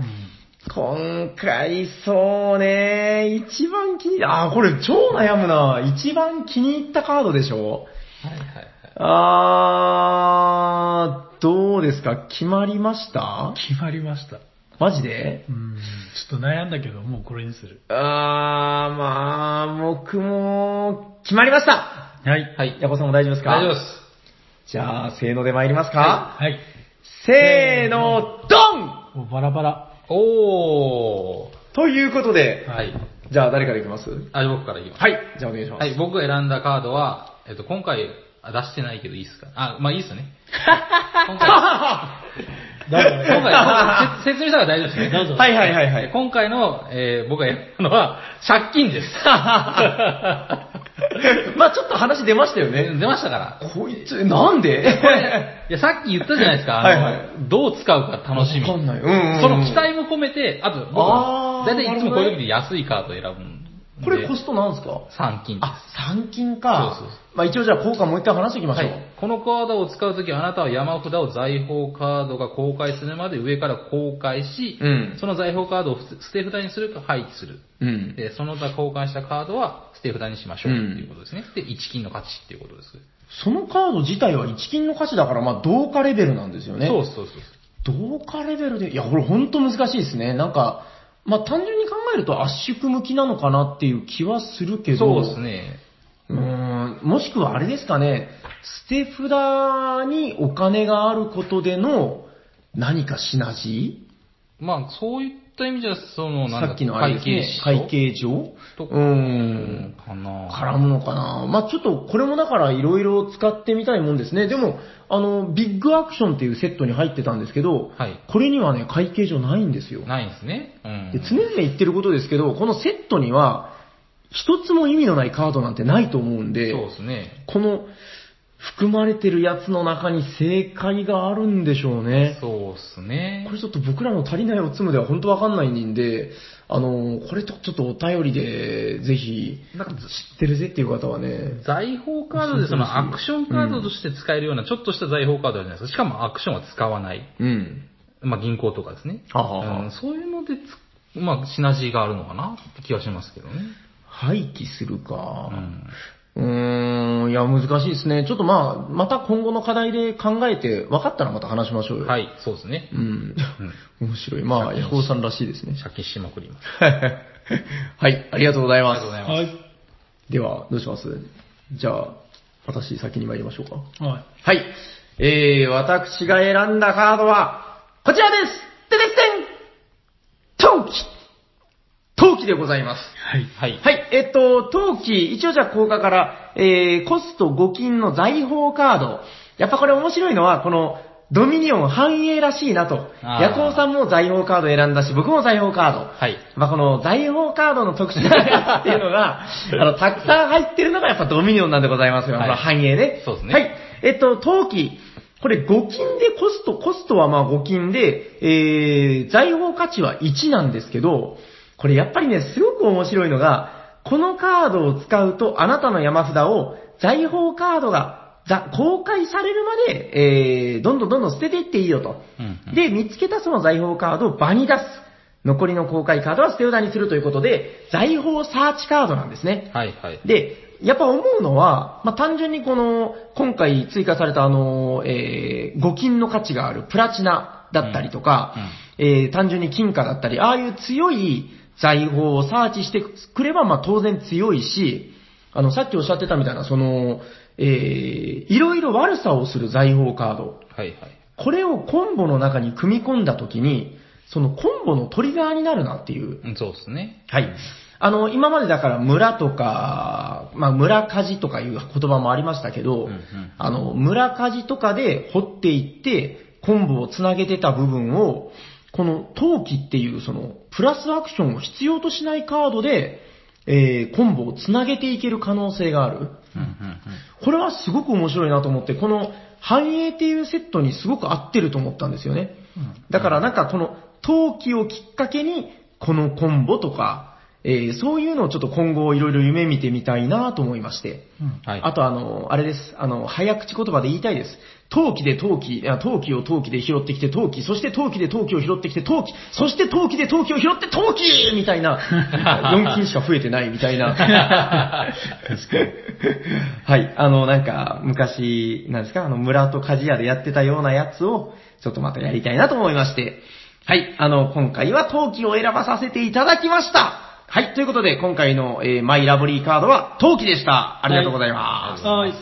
Speaker 2: 今回、そうね、一番気に、あー、これ超悩むな。一番気に入ったカードでしょ
Speaker 1: はいはい
Speaker 2: あー、どうですか決まりました
Speaker 3: 決まりました。
Speaker 2: マジで
Speaker 3: うん、ちょっと悩んだけど、もうこれにする。
Speaker 2: あー、まあ、僕も、決まりました
Speaker 3: はい。
Speaker 1: はい。
Speaker 2: ヤコさんも大丈夫ですか
Speaker 1: 大丈夫で
Speaker 2: じゃあ、せーので参りますか、
Speaker 3: はい。
Speaker 2: せーの、ドン
Speaker 3: もうバラバラ。
Speaker 1: す。お
Speaker 2: ということで
Speaker 1: ー。、はい。
Speaker 2: じゃあ誰からいきます
Speaker 1: あれ僕から言います。
Speaker 2: はい、じゃあお願いし ます。
Speaker 1: はい、僕が選んだカードは、えっと、今回、あ出してないけどいいっすかあ、まあいいっすね。今回、今回今回せ説明したから大丈夫ですね。
Speaker 3: どうぞ
Speaker 2: はいはいはいはい
Speaker 1: 今回の、えー僕が選んだのは、借 金です。
Speaker 2: まあちょっと話出ましたよね。
Speaker 1: 出ましたから。
Speaker 2: こいつ、なんで
Speaker 1: いや、さっき言ったじゃないですか、あの、
Speaker 2: はいはい
Speaker 1: どう使うか楽しみ。
Speaker 2: わかんないうんうんうん
Speaker 1: その期待も込めて、あと僕
Speaker 2: あ
Speaker 1: は、
Speaker 2: ー
Speaker 1: だいたいいつもこういう時で安いカードを選ぶんで。
Speaker 2: これコストなんですか
Speaker 1: 3金です。
Speaker 2: あ、参金か。
Speaker 1: そうそうそ
Speaker 2: まあ一応じゃあ効果もう一回話しておきまし
Speaker 1: は
Speaker 2: ょう。
Speaker 1: い、このカードを使うとき、あなたは山札を財宝カードが公開するまで上から公開し、
Speaker 2: うん
Speaker 1: その財宝カードを捨て捨て札にするか廃棄する。
Speaker 2: うん。
Speaker 1: で、その他交換したカードは捨て札にしましょう
Speaker 2: う
Speaker 1: と
Speaker 2: ん
Speaker 1: いうことですね。で、1金の価値っていうことです。
Speaker 2: そのカード自体は一金の価値だから、まあ同価レベルなんですよね。
Speaker 1: そうそうそ
Speaker 2: 同
Speaker 1: う。
Speaker 2: 化レベルで、いや、これ本当難しいですね。なんか、まあ単純に考えると圧縮向きなのかなっていう気はするけど、
Speaker 1: そうです。ね。
Speaker 2: うーん、もしくはあれですかね、捨て札にお金があることでの何かシナジ
Speaker 1: まあ、そういった意味じゃ、その、
Speaker 2: ー
Speaker 1: なんだ
Speaker 2: さっきのあれですね、会
Speaker 1: 計
Speaker 2: 計上
Speaker 1: と
Speaker 2: う
Speaker 1: か
Speaker 2: ーん。
Speaker 1: かな
Speaker 2: 絡むのかなまあちょっとこれもだからいろいろ使ってみたいもんですね。でも、あの、ビッグアクションっていうセットに入ってたんですけど、
Speaker 1: はい
Speaker 2: これにはね、会計上ないんですよ。
Speaker 1: ないんですね。うん。
Speaker 2: で常々言ってることですけど、このセットには、一つも意味のないカードなんてないと思うんで、
Speaker 1: そうですね。
Speaker 2: この、含まれてるやつの中に正解があるんでしょうね。
Speaker 1: そうですね
Speaker 2: こ。れちょっと僕らの足りないおつむでは本当わかんないんで、あの、これとちょっとお便りで、ぜひ、
Speaker 1: なん
Speaker 2: 知
Speaker 1: か
Speaker 2: ってるぜっていう方はね、
Speaker 1: 財宝カードでそのアクションカードとして使えるようなちょっとした財宝カードじゃないですか。しかもアクションは使わない。
Speaker 2: うん。
Speaker 1: まあ銀行とかですね。
Speaker 2: ははは
Speaker 1: うんそういうのでつ、まあシナジーがあるのかなって気がしますけどね。
Speaker 2: 廃棄する
Speaker 1: う
Speaker 2: か。
Speaker 1: ん。
Speaker 2: うーん、いや、難しいですね。ちょっとまあ、また今後の課題で考えて、分かったらまた話しましょうよ。
Speaker 1: はい、そうですね。
Speaker 2: うん。面白い。まあ、
Speaker 1: 借金
Speaker 2: ヤホーさんらしいですね。
Speaker 1: 借金しまくります。
Speaker 2: はい、ありがとうござい
Speaker 1: あ
Speaker 2: ま
Speaker 1: りがとうござい
Speaker 2: す。
Speaker 1: ま
Speaker 3: はい。
Speaker 2: では、どうしますじゃあ、私先に参りましょうか。
Speaker 3: はい。
Speaker 2: はい。えー、私が選んだカードは、こちらですてててん陶器陶器でございます。
Speaker 3: はい。
Speaker 1: す。はい。
Speaker 2: はい、えっと、陶器、一応じゃあ効果から、えー、コスト5金の財宝カード。やっぱこれ面白いのは、この、ドミニオン繁栄らしいなと。
Speaker 1: あー
Speaker 2: ヤコウさんも財宝カード選んだし、僕も財宝カード。
Speaker 1: はい。
Speaker 2: まあ、この財宝カードの特殊なやつっていうのが、 あの、たくさん入ってるのがやっぱドミニオンなんでございますよ。
Speaker 1: はい
Speaker 2: この繁栄ね。
Speaker 1: そうですね
Speaker 2: はい。えっと、陶器。これ5金でコスト、コストはまあ5金で、えー、財宝価値は1なんですけど、これやっぱりね、すごく面白いのが、このカードを使うとあなたの山札を財宝カードがざ公開されるまで、えー、どんどんどんどん捨てていっていいよと。
Speaker 1: うんうん
Speaker 2: で、見つけたその財宝カードを場に出す。残りの公開カードは捨て札にするということで、財宝サーチカードなんですね。
Speaker 1: はい、はい。
Speaker 2: で、やっぱ思うのは、まあ、単純にこの、今回追加されたあの、えー、5金の価値があるプラチナだったりとか、えー、単純に金貨だったり、ああいう強い財宝をサーチしてくれば、まあ、当然強いし、あの、さっきおっしゃってたみたいな、その、えー、いろいろ悪さをする財宝カード。
Speaker 1: はい、はい。
Speaker 2: これをコンボの中に組み込んだときに、そのコンボのトリガーになるなっていう。
Speaker 1: うんそうですね。
Speaker 2: はい。あの、今までだから村とか、まあ村火事とかいう言葉もありましたけど、
Speaker 1: うんうん
Speaker 2: あの、村火事とかで掘っていって、コンボをつなげてた部分を、この陶器っていうその、プラスアクションを必要としないカードで、えーコンボをつなげていける可能性がある。
Speaker 1: うんうん
Speaker 2: これはすごく面白いなと思って、この繁栄っていうセットにすごく合ってると思ったんですよね。だからなんかこの陶器をきっかけに、このコンボとか、えーそういうのをちょっと今後いろいろ夢見てみたいなと思いまして。
Speaker 1: うんはい。
Speaker 2: あとあの、あれです。あの、早口言葉で言いたいです。陶器で陶器、いや陶器を陶器で拾ってきて陶器、そして陶器で陶器を拾ってきて陶器、そして陶器で陶器を拾って陶器みたい な、4金しか増えてないみたいな。 はい。あの、なんか、昔、なんですか、あの、村と鍛冶屋でやってたようなやつを、ちょっとまたやりたいなと思いまして。はい。あの、今回は陶器を選ばさせていただきました。はい。ということで、今回の、えーマイラブリーカードは陶器でした。ありがとうございま す。
Speaker 3: はい。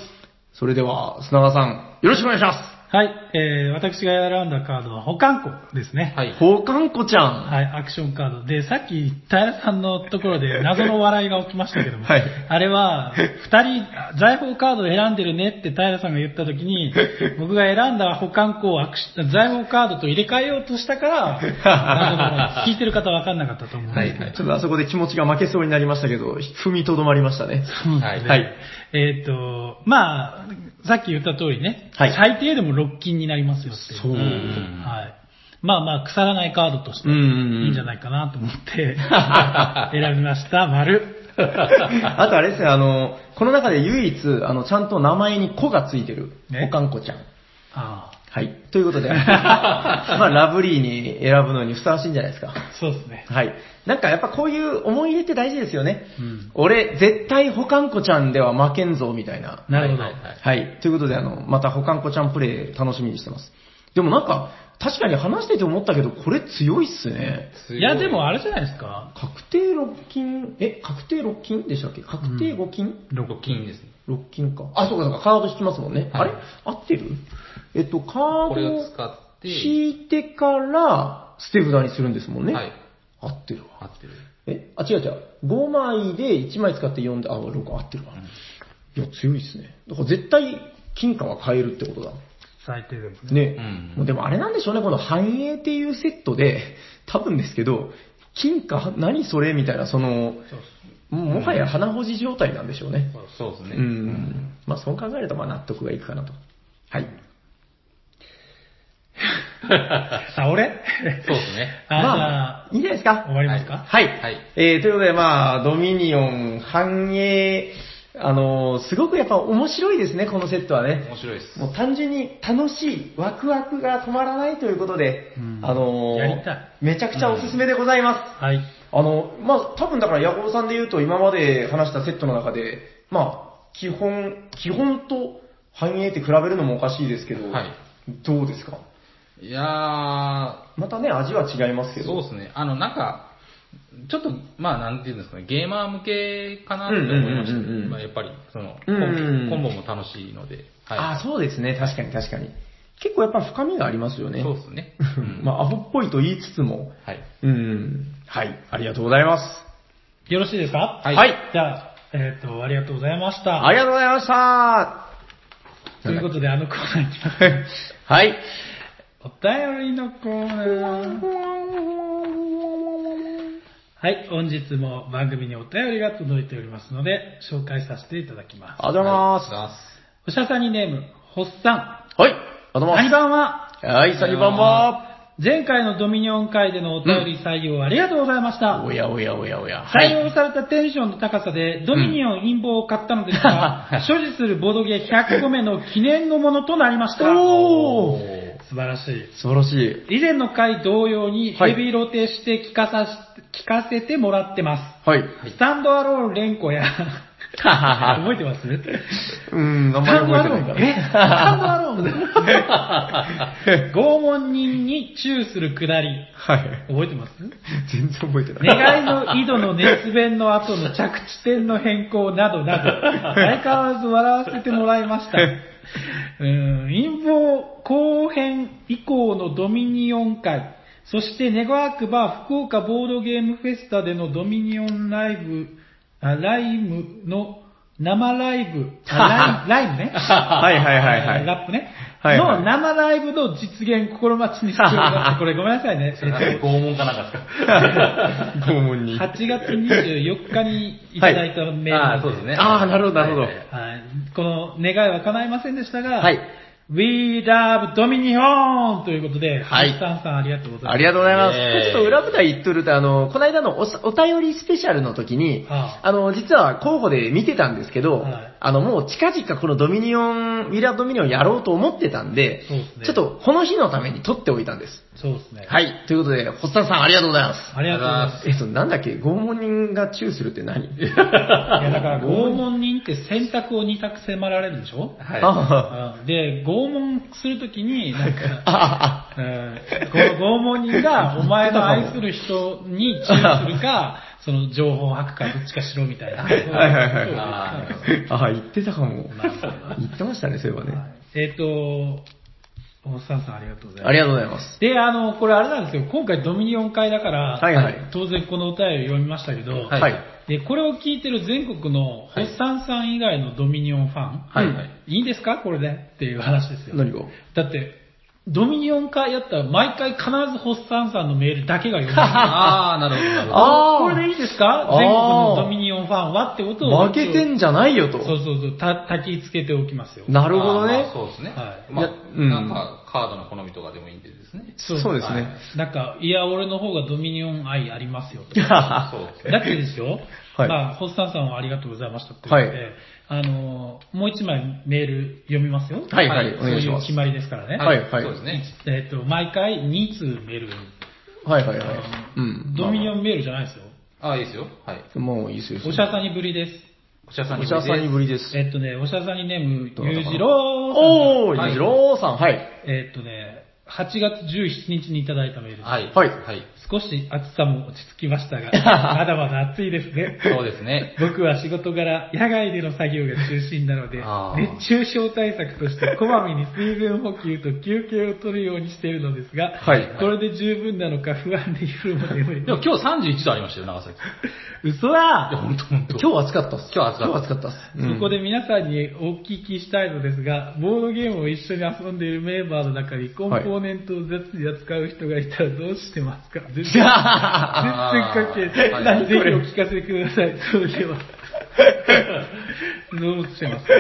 Speaker 2: それでは、砂川さん、よろしくお願いしま
Speaker 3: はい。えー、私が選んだカードは保管庫ですね。
Speaker 1: はい
Speaker 2: す。。宝冠子ちゃん。
Speaker 3: はい、アクションカード。で、さっき、平さんのところで謎の笑いが起きましたけども、
Speaker 2: はい
Speaker 3: あれは、二人、財宝カードを選んでるねって平さんが言ったときに、僕が選んだ保管庫をアクシ財宝カードと入れ替えようとしたから、なるほど聞いてる方は分かんなかったと思うんですけど、
Speaker 1: はい
Speaker 2: ちょっとあそこで気持ちが負けそうになりましたけど、踏みとどまりましたね。
Speaker 1: はい。
Speaker 2: は
Speaker 1: はい。
Speaker 2: い。
Speaker 3: えっ、と、まあ、さっき言った通りね、
Speaker 2: はい
Speaker 3: 最低でも6金になりますよっていう。
Speaker 2: そう
Speaker 1: うん
Speaker 3: はい。まあまあ、腐らないカードとして、
Speaker 2: う
Speaker 3: い
Speaker 2: んうんうん
Speaker 3: いんじゃないかなと思って、 選びました、丸。
Speaker 2: あとあれですね、あの、この中で唯一、あの、ちゃんと名前に子がついてる、
Speaker 3: ね
Speaker 2: 保管子ちゃん。
Speaker 3: ああ
Speaker 2: はい。というこ とで、まあ、ラブリーに選ぶのにふさわしいんじゃないですか。
Speaker 3: そうですね。
Speaker 2: はい。なんかやっぱこういう思い入れって大事ですよね。
Speaker 3: うん
Speaker 2: 俺、絶対保管子ちゃんでは負けんぞ、みたいな。
Speaker 3: なるほど。
Speaker 1: はいはいはい
Speaker 2: はい。ということで、あの、また保管子ちゃんプレイ楽しみにしてます。でもなんか、確かに話してて思ったけど、これ強いっすね。
Speaker 1: 強
Speaker 3: いや、でもあれじゃないですか。
Speaker 2: 確定6金、え、確定6金でしたっけ確定5金、
Speaker 1: 6金ですね。
Speaker 2: 6金か。あ、そうかそうか、カード引きますもんね。
Speaker 1: はい
Speaker 2: あれ合ってるえっと、カー
Speaker 1: これ
Speaker 2: ド
Speaker 1: を
Speaker 2: を
Speaker 1: 使って、
Speaker 2: 引いてから、捨て札にするんですもんね。
Speaker 1: はい。
Speaker 2: 合ってるわ。
Speaker 1: 合ってる。
Speaker 2: え、あ、違う違う。5枚で1枚使って4で、あ、6合ってるわ。いや、強いっすね。だから絶対、金貨は買えるってことだ。
Speaker 3: 最低でもね。
Speaker 2: ね。
Speaker 1: うん
Speaker 2: もうでもあれなんでしょうね、この繁栄っていうセットで、 多分ですけど、金貨、何それみたいな、その、もはや鼻ほじ状態なんでしょうね。
Speaker 1: そうです
Speaker 2: う
Speaker 1: ね。
Speaker 2: ん。まあそう考えると、まあ納得がいくかなと。はい。
Speaker 3: さあ、俺
Speaker 1: そうですね。
Speaker 3: あ、
Speaker 2: まあ、いいんじゃないですか
Speaker 3: じゃあ、終わりますか、
Speaker 2: はい。
Speaker 1: はい
Speaker 2: えー、ということで、まあ、ドミニオン、繁栄、あのーすごくやっぱ面白いですね、このセットはね。
Speaker 1: 面白いです。
Speaker 2: もう単純に楽しい、ワクワクが止まらないということで、
Speaker 3: うん
Speaker 2: あのー
Speaker 3: やりたい
Speaker 2: めちゃくちゃおすすめでございます。
Speaker 3: はい。
Speaker 2: あの、まあ、多分だから、ヤコブさんで言うと、今まで話したセットの中で、まあ、基本、基本と繁栄って比べるのもおかしいですけど、
Speaker 1: はい
Speaker 2: どうですか
Speaker 1: いや
Speaker 2: またね、味は違いますけ
Speaker 1: ー、
Speaker 2: ど。
Speaker 1: そうですね。あの、なんか、ちょっと、まあ、なんていうんですかね、ゲーマー向けかなっ
Speaker 2: う
Speaker 1: て
Speaker 2: んうんうんうん
Speaker 1: 思いました。まあ、やっぱり、その、コ
Speaker 2: うんうんうん
Speaker 1: ンコンボも楽しいので、
Speaker 2: ああ、そうですね。確かに確かに。結構やっぱ深みがありますよね。。
Speaker 1: そうですね
Speaker 2: まあ、アホっぽいと言いつつも。
Speaker 1: はい。
Speaker 2: うん。はい。ありがとうございます。
Speaker 3: よろしいですか
Speaker 1: はい
Speaker 2: はい。
Speaker 3: じゃあ、えっ、と、ありがとうございました。
Speaker 2: ありがとうございました。
Speaker 3: ということで、あのコーナーに行きます。
Speaker 2: はい。
Speaker 3: お便りのコーナー。はい、本日も番組にお便りが届いておりますので、紹介させていただきます。
Speaker 2: ありがとうございます。
Speaker 1: は
Speaker 3: おしゃさにネーム、ほっさ。
Speaker 2: はい。ありがとうんござ
Speaker 3: こ
Speaker 2: い
Speaker 3: ん
Speaker 2: ま
Speaker 3: ばんは。
Speaker 2: す。はい、さりばんば。
Speaker 3: 前回のドミニオン会でのお便り採用ありがとうございました。
Speaker 2: おやおやおやおや。は
Speaker 3: 採
Speaker 2: い。
Speaker 3: 用されたテンションの高さで、ドミニオン陰謀を買ったのですが、所持するボドゲ100個目の記念のものとなりました。
Speaker 2: おー
Speaker 3: 素晴らしい。
Speaker 2: 素晴らしい。
Speaker 3: 以前の回同様に
Speaker 2: はい
Speaker 3: ヘビーロテして聞かさし、聞かせてもらってま
Speaker 2: はい。
Speaker 3: す。スタンドアローン連呼や、
Speaker 2: ははは。
Speaker 3: 覚えてますス
Speaker 2: うん、あんまり
Speaker 3: タンドア
Speaker 2: 覚
Speaker 3: ロー
Speaker 2: えて
Speaker 3: ン
Speaker 2: ない
Speaker 3: え
Speaker 2: か
Speaker 3: スタンドアローン 拷問人にチューするくだり。
Speaker 2: ら。 はい。
Speaker 3: 覚えてます
Speaker 2: 全然覚えてない。
Speaker 3: 願いの井戸の熱弁の後の着地点の変更などなど、相変わらず笑わせてもらいま した。うん陰謀後編以降のドミニオン会、そしてネゴアークバー福岡ボードゲームフェスタでのドミニオンライブ、あライムの生ライブ、あライ ブライブね。
Speaker 2: はいはいはいはい。
Speaker 3: ラップね。
Speaker 2: はいはい
Speaker 3: の生ライブの実現心待ちにしております。これごめんなさい ね。えっと
Speaker 4: 拷問かなんかですか
Speaker 2: 拷問に。
Speaker 3: 8月24日にいただいたメール
Speaker 1: あ
Speaker 3: な
Speaker 1: あ、
Speaker 3: ん
Speaker 1: そうですね。
Speaker 2: あーなるほどなるほど
Speaker 1: はいはい
Speaker 3: はいこの願いは叶いませんでしたが、
Speaker 2: はい
Speaker 3: We love ドミニオンということで、
Speaker 2: はい
Speaker 3: ハッサンさんありがとうございます。
Speaker 2: ありがとうございます。
Speaker 1: イ
Speaker 2: こ
Speaker 1: エーイ
Speaker 2: れちょっと裏舞台言っとると、あの、この間のおさお便りスペシャルの時に、
Speaker 3: あ
Speaker 2: あの、実は候補で見てたんですけど、
Speaker 3: はい
Speaker 2: あの、もう近々このドミニオン、ミラードミニオンやろうと思ってたんで、
Speaker 3: そうですね
Speaker 2: ちょっとこの日のために撮っておいたんです。
Speaker 3: そうですね。
Speaker 2: はい。ということで、ホッサンさんありがとうございます。
Speaker 3: ありがとうございます。
Speaker 2: え、そのなんだっけ拷問人がチューするって何
Speaker 3: いや、だから、拷問人って選択を2択迫られるでしょ
Speaker 1: はい
Speaker 2: あ
Speaker 3: うんで、拷問するときに、なんか、
Speaker 2: あ、あ
Speaker 3: うんこの拷問人がお前の愛する人に注意するか、その情報を吐くかどっちかしろみたいな。
Speaker 2: あ、はいはいはい。
Speaker 3: ま
Speaker 2: あ
Speaker 3: あ
Speaker 2: あ、言ってたかも。言ってましたね、そういえばね。
Speaker 3: えっ、と、おっさんさんありがとうございます。
Speaker 2: ありがとうございます。
Speaker 3: で、あの、これあれなんですよ。今回ドミニオン会だから、
Speaker 2: はいはい
Speaker 3: 当然このお便り読みましたけど、
Speaker 1: はい
Speaker 2: はい。
Speaker 3: で、これを聞いてる全国のおっさんさん以外のドミニオンファン、
Speaker 2: はい
Speaker 1: はい
Speaker 3: いいですかこれでっていう話ですよ。
Speaker 2: 何が
Speaker 3: だって、ドミニオン会やったら毎回必ずホッサンさんのメールだけが 読ま
Speaker 1: ああ、なるほど、なるほど。
Speaker 2: あ
Speaker 3: れ
Speaker 2: ー
Speaker 3: る。これでいいですか
Speaker 2: あー
Speaker 3: 全国のドミニオンファンはってことを。
Speaker 2: 負けてん
Speaker 3: じ
Speaker 2: じゃないよと
Speaker 3: ゃ。そうそうそう、た、焚きつけておきますよ。
Speaker 2: なるほど
Speaker 1: あー
Speaker 2: ね
Speaker 1: まあ。そうですね。
Speaker 3: はい
Speaker 1: まあ
Speaker 2: いやうん
Speaker 1: なんか、カードの好みとかでもいいんでですね。
Speaker 2: そうですね。
Speaker 3: なんか、いや、俺の方がドミニオン愛ありますよと。
Speaker 1: そうですね。
Speaker 3: だってですよ、
Speaker 2: はい
Speaker 3: まあ、ホッサンさんはありがとうございましたっていうので、
Speaker 2: は
Speaker 3: あのー、もう一枚メール読みますよ。
Speaker 2: はいは
Speaker 1: はい
Speaker 2: い、お
Speaker 3: そう
Speaker 2: 願いし
Speaker 3: いう
Speaker 2: ます
Speaker 3: 決。まりですからね。
Speaker 2: はいはい
Speaker 1: そうですね。
Speaker 3: えっ、と、毎回2通メール、
Speaker 2: はいはいはい。うん。
Speaker 3: ドミニ
Speaker 2: オ
Speaker 3: オンメールじゃないですよ。
Speaker 1: ああ、いいですよ。はい。
Speaker 2: ン。もういいですよ。
Speaker 3: おしゃさにぶりです。
Speaker 1: お茶さん
Speaker 2: お
Speaker 1: に
Speaker 2: しゃさんにぶりです。
Speaker 3: えっ、とね、おしゃさにネーム、
Speaker 2: どうだ
Speaker 3: ゆ
Speaker 2: っ
Speaker 3: う
Speaker 2: たかな
Speaker 3: じろうさんから
Speaker 2: おー、
Speaker 1: はい
Speaker 2: ゆじろうさん。はい。
Speaker 3: えっ、とね、8月17日にいただいたメールです。
Speaker 1: はい。
Speaker 2: はい
Speaker 1: はい。
Speaker 3: 少し暑さも落ち着きました が、まだまだ暑いですね。
Speaker 1: そうですね。
Speaker 3: 僕は仕事柄、野外での作業が中心なので
Speaker 1: あー、
Speaker 3: 熱中症対策としてこまめに水分補給と休憩を取るようにしているのですが、
Speaker 2: はい
Speaker 3: これで十分なのか不安で夜も眠い
Speaker 1: で。も今日31度ありましたよ、長崎。い
Speaker 3: 嘘
Speaker 1: や、
Speaker 3: だ
Speaker 1: ほんとほんと。
Speaker 2: 今日は暑かったっす。
Speaker 1: 今日は暑かった
Speaker 2: 今日は暑かったっす。うん
Speaker 3: そこで皆さんにお聞きしたいのですが、ボードゲームを一緒に遊んでいるメンバーの中にコンポーネントを雑に扱う人がいたらどうしてますか全然、全然関係
Speaker 1: あー
Speaker 3: な
Speaker 1: はい
Speaker 3: い。ぜひお聞かせください。それでは。どうしてますか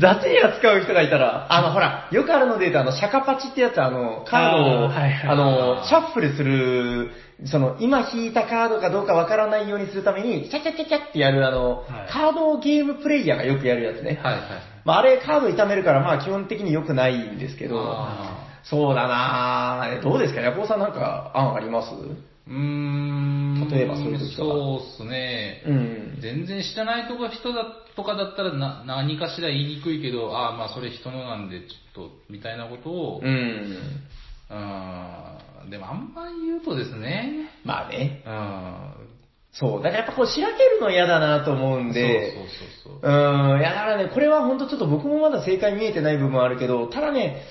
Speaker 2: 雑に扱う人がいたら、あの、ほら、よくあるので言うと、あの、シャカパチってやつ、あの、カードを、
Speaker 3: あーはいはい
Speaker 2: あの、シャッフルする、その、今引いたカードかどうかわからないようにするために、キャキャキャキャってやる、あの、
Speaker 3: はい
Speaker 2: カードゲームプレイヤーがよくやるやつね。
Speaker 1: はいはい。
Speaker 2: まあ、あれ、カード痛めるから、まあ、基本的に良くないんですけど、
Speaker 1: あ
Speaker 2: そうだなぁ。えどうですかヤコウさんなんか案あります
Speaker 1: うーん。
Speaker 2: 例えばそういう時とか
Speaker 1: そうっすね。
Speaker 2: うん。
Speaker 1: 全然知らないとか人だとかだったらな何かしら言いにくいけど、ああ、まあそれ人のなんでちょっと、みたいなことを、
Speaker 2: うん。
Speaker 1: あーでもあんまり言うとですね、
Speaker 2: まあね。
Speaker 1: うん、
Speaker 2: そう。だからやっぱこう、しらけるの嫌だなと思うんで、
Speaker 1: そうそうそうそう。
Speaker 2: うん、いやだからね、これは本当ちょっと僕もまだ正解見えてない部分はあるけど、ただね、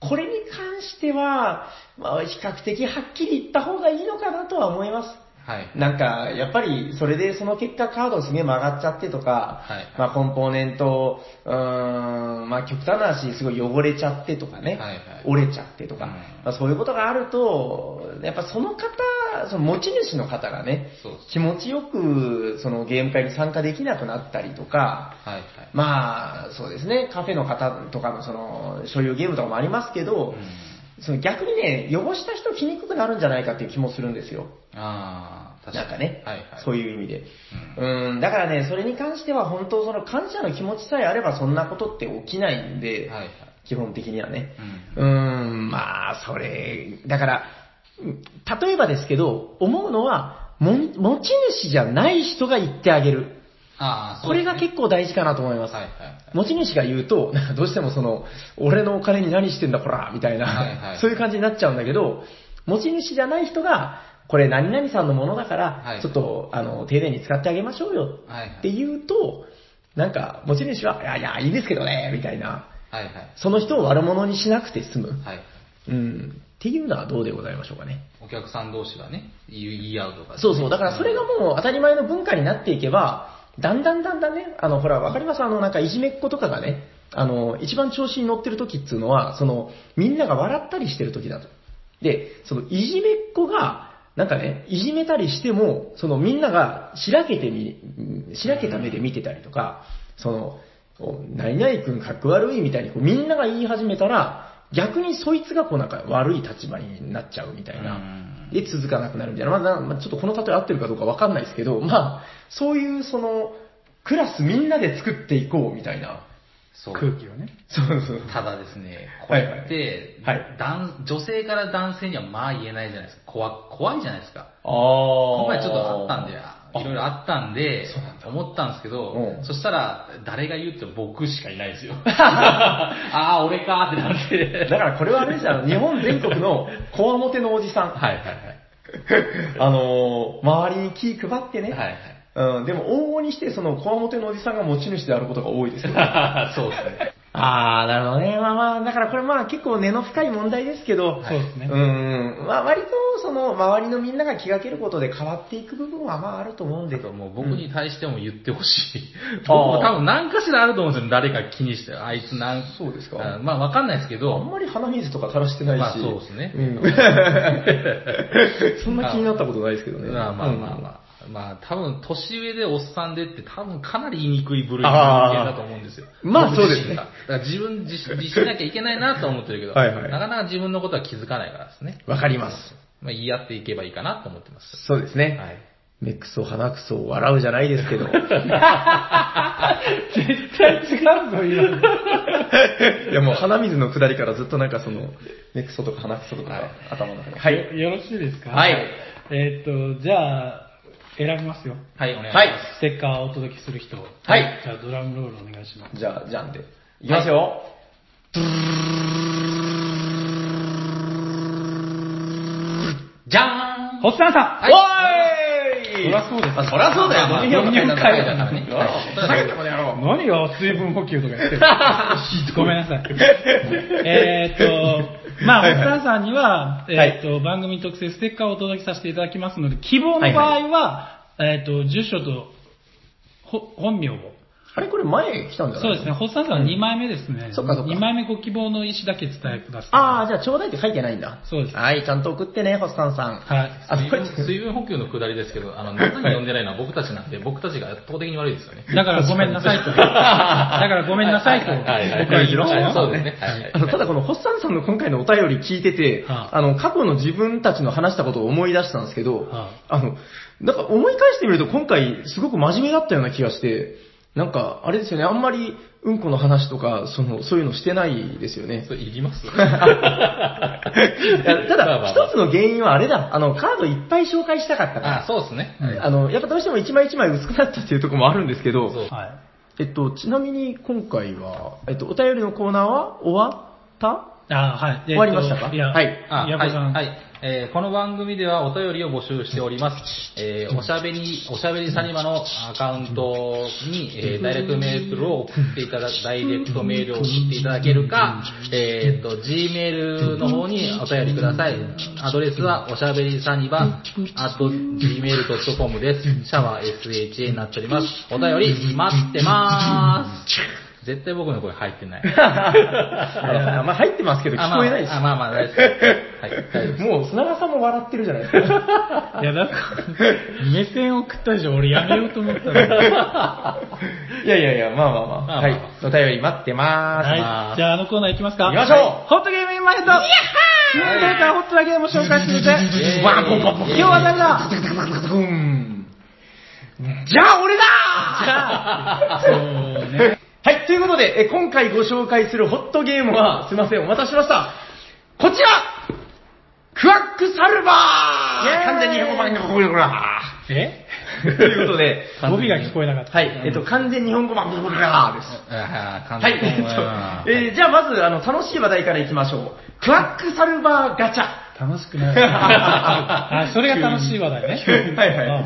Speaker 2: これに関しては、まあ比較的はっきり言った方がいいのかなとは思います。
Speaker 1: はい。
Speaker 2: なんか、やっぱり、それでその結果カードすげえ曲がっちゃってとか、
Speaker 1: はい
Speaker 2: まあコンポーネント、うーん、まあ極端な話、すごい汚れちゃってとかね、
Speaker 1: はいはい
Speaker 2: 折れちゃってとか、
Speaker 1: うん
Speaker 2: まあそういうことがあると、やっぱその方、その持ち主の方がね、
Speaker 1: そうそう。
Speaker 2: 気持ちよくそのゲーム会に参加できなくなったりとか、
Speaker 1: はいはい。
Speaker 2: まあ、そうですね、カフェの方とかのその、所有ゲームとかもありますけど、
Speaker 1: うん
Speaker 2: その逆にね、汚した人来にくくなるんじゃないかっていう気もするんですよ。
Speaker 1: ああ、確
Speaker 2: な
Speaker 1: かに。
Speaker 2: んかね、
Speaker 1: はいはい。
Speaker 2: そう
Speaker 1: いう。
Speaker 2: いう意味で。うん、だからね、それに関しては本当その感謝の気持ちさえあればそんなことって起きないんで、
Speaker 1: はいはい。
Speaker 2: 基本的にはね。う
Speaker 1: うん。
Speaker 2: ーん、まあ、それ、だから、うん例えばですけど、思うのは、もん持ち主じゃない人が言ってあげる。
Speaker 1: ああ、
Speaker 2: これが結構大事かなと思います。
Speaker 1: 構はいはい。
Speaker 2: 持ち主が言うと、 なんかどうしてもその、俺のお金に何してんだ、こらみたいな、
Speaker 1: はいはい
Speaker 2: そういう感じになっちゃうんだけど、持ち主じゃない人が、これ何々さんのものだから、
Speaker 1: はい
Speaker 2: ちょっと、あの、丁寧に使ってあげましょうよ
Speaker 1: はいはい。
Speaker 2: って言うと、なんか、持ち主は、いやいや、いいんですけどね、みたいな、
Speaker 1: はいはい。
Speaker 2: その人を悪者にしなくて済む。
Speaker 1: はい。
Speaker 2: うん。っていうのはどうでございましょうかね。
Speaker 1: お客さん同士がね、言い言い合うとかね。
Speaker 2: そうそう。だからそれがもう当たり前の文化になっていけば、だんだんだんだんね、あの、ほら、わかりますあの、なんかいじめっ子とかがね、あの、一番調子に乗ってる時っていうのは、その、みんなが笑ったりしてる時だと。で、その、いじめっ子が、なんかね、いじめたりしても、そのみんながしらけてみ、うんしらけた目で見てたりとか、その、お何々君かっこ悪いみたいにこうみんなが言い始めたら、逆にそいつがこうなんか悪い立場になっちゃうみたいな。で、続かなくなるみたいな。まあな、まあちょっとこの例え合ってるかどうかわかんないですけど、まあ、そういうその、クラスみんなで作っていこうみたいな。
Speaker 1: そう。
Speaker 3: 空気をね。
Speaker 2: そうそう。
Speaker 1: ただですね、こ
Speaker 2: は
Speaker 1: れ
Speaker 2: いはい
Speaker 1: って、
Speaker 2: はい
Speaker 1: 男女性から男性にはまあ言えないじゃないですか。怖怖いじゃないですか。
Speaker 2: ああ
Speaker 1: 今回ちょっとあったんで、いろいろあったんで
Speaker 2: そうなん、だ
Speaker 1: 思ったんですけど、
Speaker 2: うん
Speaker 1: そしたら、誰が言うって僕しかいないです よ。ああ、俺かーってなって。
Speaker 2: だからこれはあれですよ、日本全国のこわもてのおじさん。
Speaker 1: はいはいはい。
Speaker 2: あのー周りに気配ってね。
Speaker 1: はい
Speaker 2: うん、でも往々にして、その、こわもてのおじさんが持ち主であることが多いですよ
Speaker 1: はい。そうですね。
Speaker 2: あー、なるほどね。まあまあ、だからこれまあ結構根の深い問題ですけど、
Speaker 3: そうですね。
Speaker 2: うん、まあ割とその、周りのみんなが気がけることで変わっていく部分はまああると思うんで
Speaker 1: あ。ともう僕に対しても言ってほしい。僕
Speaker 2: あー
Speaker 1: も多分何かしらあると思うんですよ。誰か気にして。あいつなん
Speaker 2: そうですか
Speaker 1: あまあわかんないですけ
Speaker 2: あん
Speaker 1: ど、
Speaker 2: まり鼻水とか垂らしてないし。
Speaker 1: まあそうですね
Speaker 2: うん そんな気になったことないですけどね。
Speaker 1: まあまあまあまあ。まあ多分年上でおっさんでって多分かなり言いにくい部類の人間だと思うんですよ。
Speaker 2: まあ
Speaker 1: 僕自
Speaker 2: そうです
Speaker 1: 身
Speaker 2: ね
Speaker 1: がだから自分自自信なきゃいけないなとは思ってるけど、
Speaker 2: はいはい
Speaker 1: なかなか自分のことは気づかないからですね。
Speaker 2: うん。わかります。
Speaker 1: まあ言い合っていけばいいかなと思ってます。
Speaker 2: そうですね。
Speaker 1: はい。
Speaker 2: 目くそ鼻くそ笑うじゃないですけ ど。い
Speaker 3: 絶対違うぞ、今の。
Speaker 2: やもう鼻水のくだりからずっとなんかその、目くそとか鼻くそとか
Speaker 1: はい
Speaker 2: 頭の中に。はい。
Speaker 3: よろしいですか
Speaker 1: はい。
Speaker 3: えーっと、じゃあ、選びますよ。
Speaker 1: はい、お願いし
Speaker 2: はい
Speaker 1: ま
Speaker 3: ステッカーをお届けする人。
Speaker 2: はい。
Speaker 3: じゃあ、ドラムロールお願いします。
Speaker 2: じゃあ、じゃんで。いきますよ。
Speaker 1: す。じゃーん
Speaker 3: ホッサンさん
Speaker 1: はい
Speaker 2: おー
Speaker 3: そ
Speaker 2: い
Speaker 3: りゃそうです
Speaker 2: あそりゃそうだよ。
Speaker 1: まあ
Speaker 2: 飲み会
Speaker 1: 飲み会だからね
Speaker 2: 飲み会だからね。ふざけんなこの野郎。
Speaker 3: 何が水分補給とか言ってるごめんなさい。えーっと、まあ、
Speaker 2: はい
Speaker 3: ホ
Speaker 2: はい
Speaker 3: ッサンさんには、
Speaker 2: は
Speaker 3: えーっと、番組特製ステッカーをお届けさせていただきますので、希望の場
Speaker 2: は
Speaker 3: 合は、えーっと、住所と、ほ本名を。
Speaker 2: あれこれ前来たんじゃない
Speaker 3: そうですね、。ホッサンさんは2枚目ですね。
Speaker 2: そっかそっか
Speaker 3: 2枚目ご希望の意思だけ伝えください。
Speaker 2: ああ、じゃあちょうだいって書いてないんだ。
Speaker 3: そうです
Speaker 2: はい、ちゃんと送ってね、ホッサンさん。
Speaker 3: はい。
Speaker 2: あ
Speaker 1: 水
Speaker 2: これ
Speaker 1: 分水分補給のくだりですけど、あの、中に呼んでないのは僕たちなんで、僕たちが圧倒的に悪いですよね。
Speaker 3: だからごめんな さいと。だからごめんなさいと。
Speaker 1: はいはいはい
Speaker 3: 僕は言いましたよ。
Speaker 1: そうですねはいはい
Speaker 2: あのただこのホッサンさんの今回のお便り聞いてて、
Speaker 3: は
Speaker 2: あの、過去の自分たちの話したことを思い出したんですけど、
Speaker 3: は
Speaker 2: あの、なんか思い返してみると今回すごく真面目だったような気がして、なんか、あれですよね、あんまりうんこの話とか、その、そういうのしてないですよね
Speaker 1: そ。れいります
Speaker 2: いやた
Speaker 1: まあまあま
Speaker 2: だ、
Speaker 1: あ
Speaker 2: 一つの原因はあれだ、あの、カードいっぱい紹介したかった
Speaker 1: あ
Speaker 2: か
Speaker 1: そうですね。
Speaker 2: ら、あの、やっぱどうしても一枚一枚薄くなったっていうところもあるんですけど、
Speaker 1: そう
Speaker 3: はい。
Speaker 2: えっと、ちなみに今回は、えっと、お便りのコーナーは終わった
Speaker 3: あはい。
Speaker 2: 終わりましたか
Speaker 3: いや、
Speaker 2: はい
Speaker 1: あ
Speaker 3: や
Speaker 1: は
Speaker 3: こ
Speaker 1: い、
Speaker 3: さん。
Speaker 1: はいえーこの番組ではお便りを募集しております。 えーおしゃべり、おしゃべりサニバのアカウントに、えーダイレクトメールを送っていただ、ダイレクトメールを送っていただけるか、えっ、と、Gmail の方にお便りください。アドレスはおしゃべりサニバ、あと gmail.com です。シャワー SHA になっております。お便り待ってまーす。 絶対僕の声入ってない。
Speaker 2: あまあ入ってますけど聞こえないです
Speaker 1: あ、。まあ、あまあまあ、大丈夫ですはい、大丈夫です。
Speaker 2: もう砂川さんも笑ってるじゃないですか。
Speaker 3: いや、だ から、目線送ったでしょ。俺やめようと思ったのに。はい
Speaker 2: やいやいや、まあまあまあ。
Speaker 1: まあまあ
Speaker 2: はい。お便り待ってまー
Speaker 3: い。
Speaker 2: す。
Speaker 3: じゃあ、あのコーナー行きますか。
Speaker 2: 行きましょう
Speaker 3: はいホットゲームインマイヘッドキーンデータホットなゲームを紹介してみて
Speaker 1: イェーイ
Speaker 3: ワンコンパンパン今日は誰だ
Speaker 2: じゃあ俺だ
Speaker 3: そうね。
Speaker 2: はい、ということで、え今回ご紹介するホットゲームは、すいません、お待たせしました。こちらクワックサルバー完全に日本語版にここにこら
Speaker 3: え
Speaker 2: ということで、
Speaker 3: 語尾が聞こえなかった。
Speaker 2: はい、えっと、完全日本語版、ブルブルブラーです。
Speaker 1: あー、
Speaker 2: は
Speaker 1: 簡
Speaker 2: い、えっと、
Speaker 1: 単
Speaker 2: えーじゃあまず、あの、楽しい話題からいきましょう。クワックサルバーガチャ。
Speaker 3: 楽しく ない。あ、それが楽しい話題ね。
Speaker 2: はい
Speaker 3: ああ
Speaker 2: は
Speaker 3: ああ
Speaker 2: い。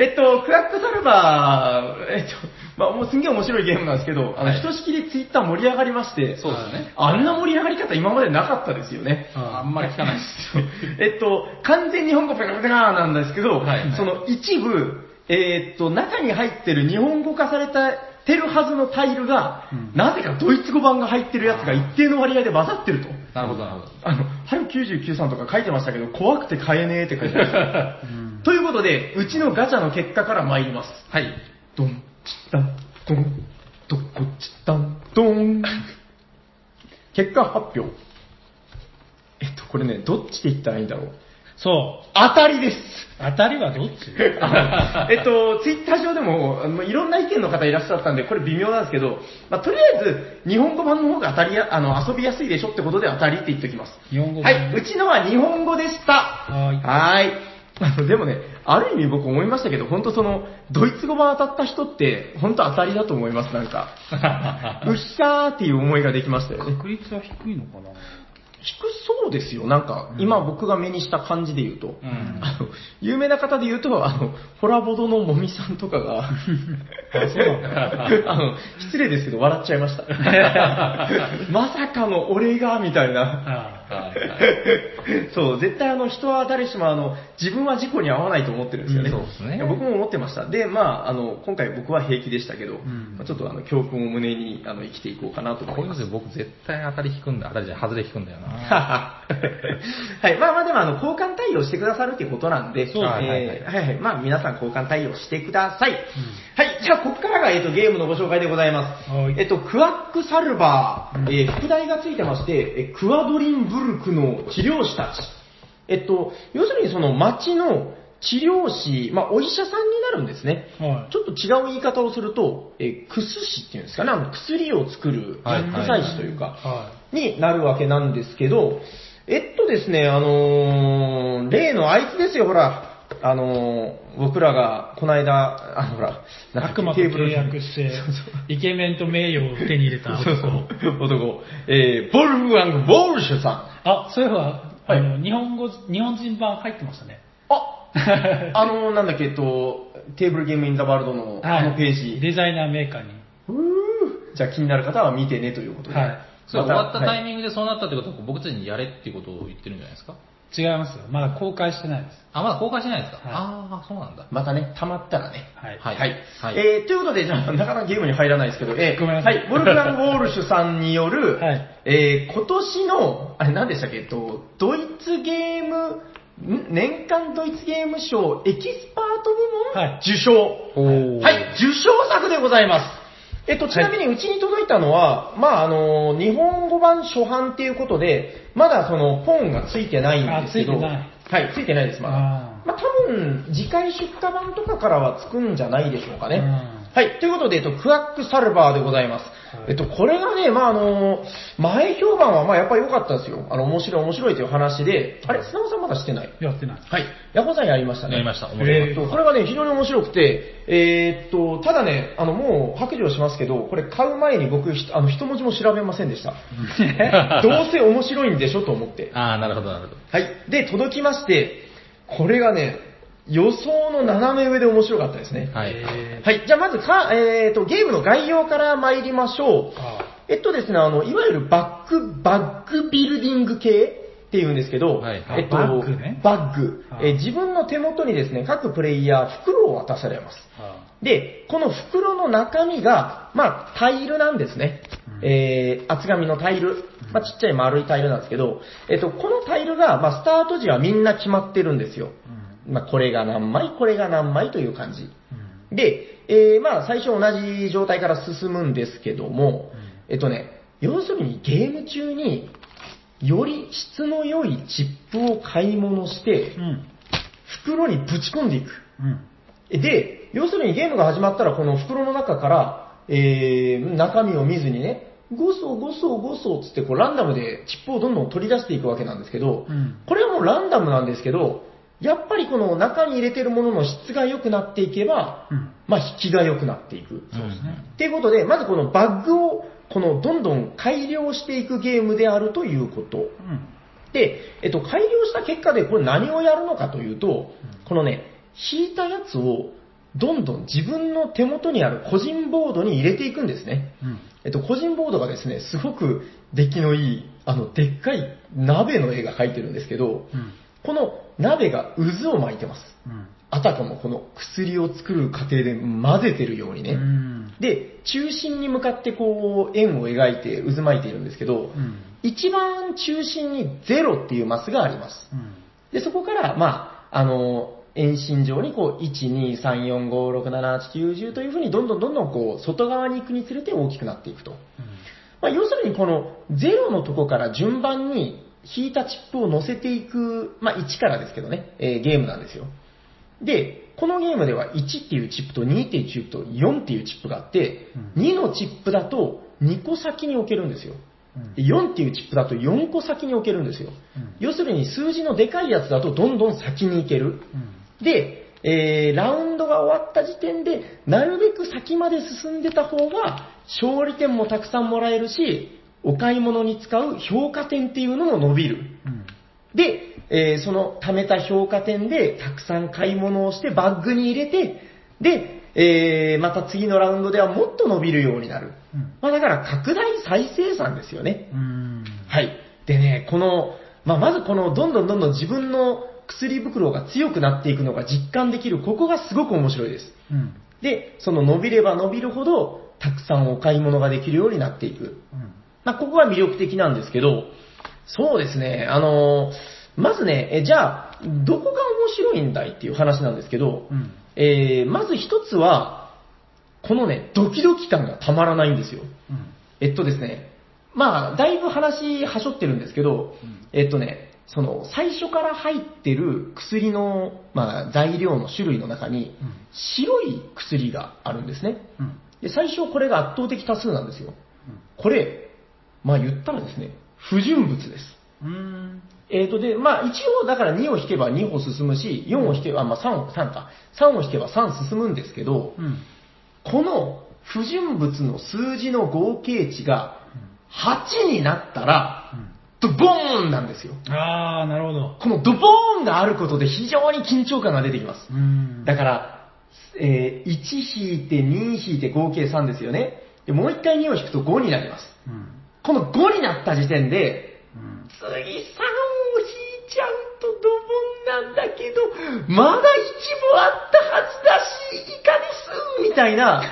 Speaker 2: えっと、クラックサルバー、えっと、まあ、もうすんげえ面白いゲームなんですけど、あの、ひとしきりツイッター盛り上がりまして、
Speaker 1: そうですね
Speaker 2: あんな盛り上がり方今までなかったですよね。
Speaker 1: あ んまり聞かないです。
Speaker 2: えっと、完全日本語ペラペラなんですけど、
Speaker 1: はい
Speaker 2: その一部、えーっと、中に入ってる日本語化されたてるはずのタイルが、なぜかドイツ語版が入ってるやつが一定の割合で混ざってると。
Speaker 1: なるほど、なるほど。
Speaker 2: あの、はる99さんとか書いてましたけど、怖くて買えねえって書いて ました。ということで、うちのガチャの結果から参ります。
Speaker 1: はい。
Speaker 2: ドン、チッタン、ドン、ドコチッタン、ドン。結果発表。えっと、これね、どっちで言ったらいいんだろう。
Speaker 3: そう。
Speaker 2: 当 たりです。
Speaker 3: 当たりはどっち
Speaker 2: あのえっと、ツイッター上でも、あのいろんな意見の方いらっしゃったんで、これ微妙なんですけど、まあ、とりあえず、日本語版の方が当たりや、あの、遊びやすいでしょってことで当たりって言っておきます。
Speaker 3: 日本語
Speaker 2: は
Speaker 3: 版
Speaker 2: い、うちのは日本語でした。
Speaker 3: はーい
Speaker 2: ーい あのでもね、ある意味僕思いましたけど、本当その、ドイツ語版当たった人って、本当当たりだと思います、なん か。うっしゃーっていう思いができましたよね。
Speaker 3: 確率は低いのかな
Speaker 2: 低そうですよ、なんか、今僕が目にした感じで言うと。
Speaker 1: うん。
Speaker 2: あの、有名な方で言うと、あの、ホラボドのもみさんとかが、 あの、失礼ですけど、笑っちゃい ました。まさかの俺が、みたいな。
Speaker 3: あ
Speaker 1: はいはい
Speaker 2: そう、絶対あの、人は誰しもあの、自分は事故に遭わないと思ってるんですよね。
Speaker 1: うんそうですね
Speaker 2: いや僕も思ってました。で、まあ、あの、今回僕は平気でしたけど、
Speaker 3: ん
Speaker 2: まあちょっとあの、教訓を胸に、あの、生きていこうかなと
Speaker 1: こ
Speaker 2: 思
Speaker 1: うい
Speaker 2: いうま
Speaker 1: の
Speaker 2: す。
Speaker 1: で僕絶対当たり引くんだ。当たりじゃない、外れ引くんだよ な。
Speaker 2: はい。まあまあでも、あの、交換対応してくださるということなんで、
Speaker 3: そうですね
Speaker 2: えーはいはい。まあ皆さん交換対応してください。はい。じゃあ、ここからが、えっと、ゲームのご紹介でございます。
Speaker 3: はい
Speaker 2: えっと、クワックサルバー、えー副題がついてまして、えークワドリンブルクの治療師たち。えっと、要するにその町の治療師、まあお医者さんになるんですね。
Speaker 3: はい
Speaker 2: ちょっと違う言い方をすると、えー、薬師っていうんですかね、あの薬を作る
Speaker 1: はいはい
Speaker 2: 薬剤師というか、
Speaker 3: は
Speaker 2: になるわけなんですけど、えっとですね、あのー例のあいつですよ、ほら。あのー僕らが、この間、あの、ほら、
Speaker 3: い。
Speaker 2: なんだっけ
Speaker 3: 悪魔と
Speaker 2: テーブル
Speaker 3: 契約して
Speaker 2: そうそう、
Speaker 3: イケメンと名誉を手に入れた
Speaker 2: そう
Speaker 3: 男。
Speaker 2: そう、男。えー、ボルフガング・ウォルシュさん。
Speaker 3: あ、そういえば、あの、日本語、日本人版入ってましたね。
Speaker 2: あ あのーなんだっけ、えっと、テーブルゲーム・イン・ザ・ワールドの、あのページ。
Speaker 3: デザイナーメーカーに。
Speaker 2: うーじゃあ気になる方は見てねということで。
Speaker 3: はい
Speaker 1: それ終わったタイ
Speaker 2: ン
Speaker 1: ミングでそうなったってことは、僕たちにやれっていうことを言ってるんじゃないですか
Speaker 3: 違いますよ。まだ公開してないです。
Speaker 1: あ、まだ公開してないですか、
Speaker 3: はい
Speaker 1: ああ、そうなんだ。
Speaker 2: またね、溜まったらね。
Speaker 3: はい。
Speaker 1: はい
Speaker 2: はい。
Speaker 1: はい
Speaker 2: えー、ということで、じゃあ、なかなかゲームに入らないですけど、えー、
Speaker 3: ごめんなさい
Speaker 2: はい、ボルフラン・ウォールシュさんによる、
Speaker 3: はい
Speaker 2: えー、今年の、あれ何でしたっけ、えっと、ドイツゲーム、ん年間ドイツゲーム賞エキスパート部門、
Speaker 3: はい
Speaker 2: 受賞。
Speaker 1: おー
Speaker 2: はい、受賞作でございます。えっと、ちなみにうちに届いたのは、まああの、日本語版初版っていうことで、まだその、ポンがついてないんですけど、
Speaker 3: あついてない
Speaker 2: はい、ついてないです、まだ。
Speaker 3: あー
Speaker 2: まあ、多分、次回出荷版とかからはつくんじゃないでしょうかね。
Speaker 3: うん
Speaker 2: はい、ということで、えっと、クワックサルバーでございます。えっと、これがね、まああの、前評判はまあやっぱり良かったですよ。あの、面白い面白いという話で、あれ、砂尾さんまだしてない
Speaker 3: やってない。
Speaker 2: はい。ヤコさんやりましたね。
Speaker 1: やりました面白かった
Speaker 2: えーっと、これがね、非常に面白くて、えーっと、ただね、あの、もう白状しますけど、これ買う前に僕、ひあの、一文字も調べませんで した。どうせ面白いんでしょと思って。
Speaker 1: ああ、なるほど、なるほど。
Speaker 2: はい。で、届きまして、これがね、予想の斜め上で面白かったですね。
Speaker 1: はい。
Speaker 3: え
Speaker 2: はい。じゃあまずか、えーっと、ゲームの概要から参りましょう。
Speaker 3: あ
Speaker 2: えっとですね、あの、いわゆるバック、バックビルディング系っていうんですけど、
Speaker 1: はい
Speaker 2: えっと、
Speaker 3: あバッグね
Speaker 2: バッグ
Speaker 3: はい
Speaker 2: えー自分の手元にですね、各プレイヤー袋を渡されます。
Speaker 3: あ
Speaker 2: で、この袋の中身が、まあ、タイルなんですね。えー、厚紙のタイル。まあ、ちっちゃい丸いタイルなんですけど、えっと、このタイルが、まあ、スタート時はみんな決まってるんですよ。まあ、これが何枚、これが何枚という感じ。で、えーまあ最初同じ状態から進むんですけども、えっとね、要するにゲーム中により質の良いチップを買い物して
Speaker 3: う、ん。
Speaker 2: 袋にぶち込んでいく。
Speaker 3: うん。
Speaker 2: で、要するにゲームが始まったらこの袋の中から、えー中身を見ずにね、ゴソゴソゴソつってこうランダムでチップをどんどん取り出していくわけなんですけど、
Speaker 3: うん。
Speaker 2: これはもうランダムなんですけど、やっぱりこの中に入れてるものの質が良くなっていけば、
Speaker 3: うん。
Speaker 2: まあ、引きが良くなっていく。
Speaker 1: そうです
Speaker 3: ね。
Speaker 2: っていうことで、まずこのバッグを、このどんどん改良していくゲームであるということ。
Speaker 3: うん。
Speaker 2: で、えっと、改良した結果でこれ何をやるのかというと、このね、引いたやつをどんどん自分の手元にある個人ボードに入れていくんですね。
Speaker 3: うん。
Speaker 2: えっと、個人ボードがですね、すごく出来のいい、あの、でっかい鍋の絵が描いてるんですけど、
Speaker 3: うん。
Speaker 2: この鍋が渦を巻いてます。
Speaker 3: うん
Speaker 2: あたかもこの薬を作る過程で混ぜてるようにね。
Speaker 3: うん
Speaker 2: で、中心に向かってこう、円を描いて渦巻いているんですけど、
Speaker 3: うん
Speaker 2: 一番中心にゼロっていうマスがあります。
Speaker 3: うん
Speaker 2: で、そこから、まあ、あの、遠心上にこう、1、2、3、4、5、6、7、8、9、10というふうにどんどんどんどんこう、外側に行くにつれて大きくなっていくと。まあ、要するにこのゼロのとこから順番に引いたチップを乗せていく、まあ、1からですけどね、えーゲームなんですよ。で、このゲームでは1っていうチップと2っていうチップと4っていうチップがあって、
Speaker 3: うん
Speaker 2: 2のチップだと2個先に置けるんですよ。で4っていうチップだと4個先に置けるんですよ。
Speaker 3: うん
Speaker 2: 要するに数字のでかいやつだとどんどん先に行ける。で、えーラウンドが終わった時点で、なるべく先まで進んでた方が、勝利点もたくさんもらえるし、お買い物に使う評価点っていうのも伸びる。
Speaker 3: うん
Speaker 2: で、えーその貯めた評価点でたくさん買い物をしてバッグに入れて、で、えーまた次のラウンドではもっと伸びるようになる。
Speaker 3: うん
Speaker 2: まあ、だから拡大再生産ですよね。
Speaker 3: うん
Speaker 2: はい。でね、この、まあ、まずこの、どんどんどんどん自分の薬袋が強くなっていくのが実感できる、ここがすごく面白いです。
Speaker 3: うん
Speaker 2: で、その伸びれば伸びるほど、たくさんお買い物ができるようになっていく。まあ、ここが魅力的なんですけど、そうですね、あのーまずね、えじゃあ、どこが面白いんだいっていう話なんですけど、
Speaker 3: うん
Speaker 2: えーまず一つは、このね、ドキドキ感がたまらないんですよ。
Speaker 3: うん
Speaker 2: えっとですね、まあ、だいぶ話、はしょってるんですけど、えっとね、その、最初から入ってる薬の、まあ、材料の種類の中に、白い薬があるんですね。
Speaker 3: うん
Speaker 2: で、最初これが圧倒的多数なんですよ。これ、まあ言ったらですね、不純物です。
Speaker 3: うん
Speaker 2: えっとで、まあ一応だから2を引けば2歩進むし、4を引けば、まあ3を、3か、3を引けば3進むんですけど、
Speaker 3: うん
Speaker 2: この不純物の数字の合計値が8になったら、ドボーンなんですよ。
Speaker 3: ああなるほど
Speaker 2: このドボーンがあることで非常に緊張感が出てきます。
Speaker 3: うん
Speaker 2: だから、えー1引いて2引いて合計3ですよね。でもう1回2を引くと5になります。
Speaker 3: うん
Speaker 2: この5になった時点で、
Speaker 3: うん
Speaker 2: 次3を引いちゃうとドボンなんだけど、まだ1もあったはずだし、いかですみたいな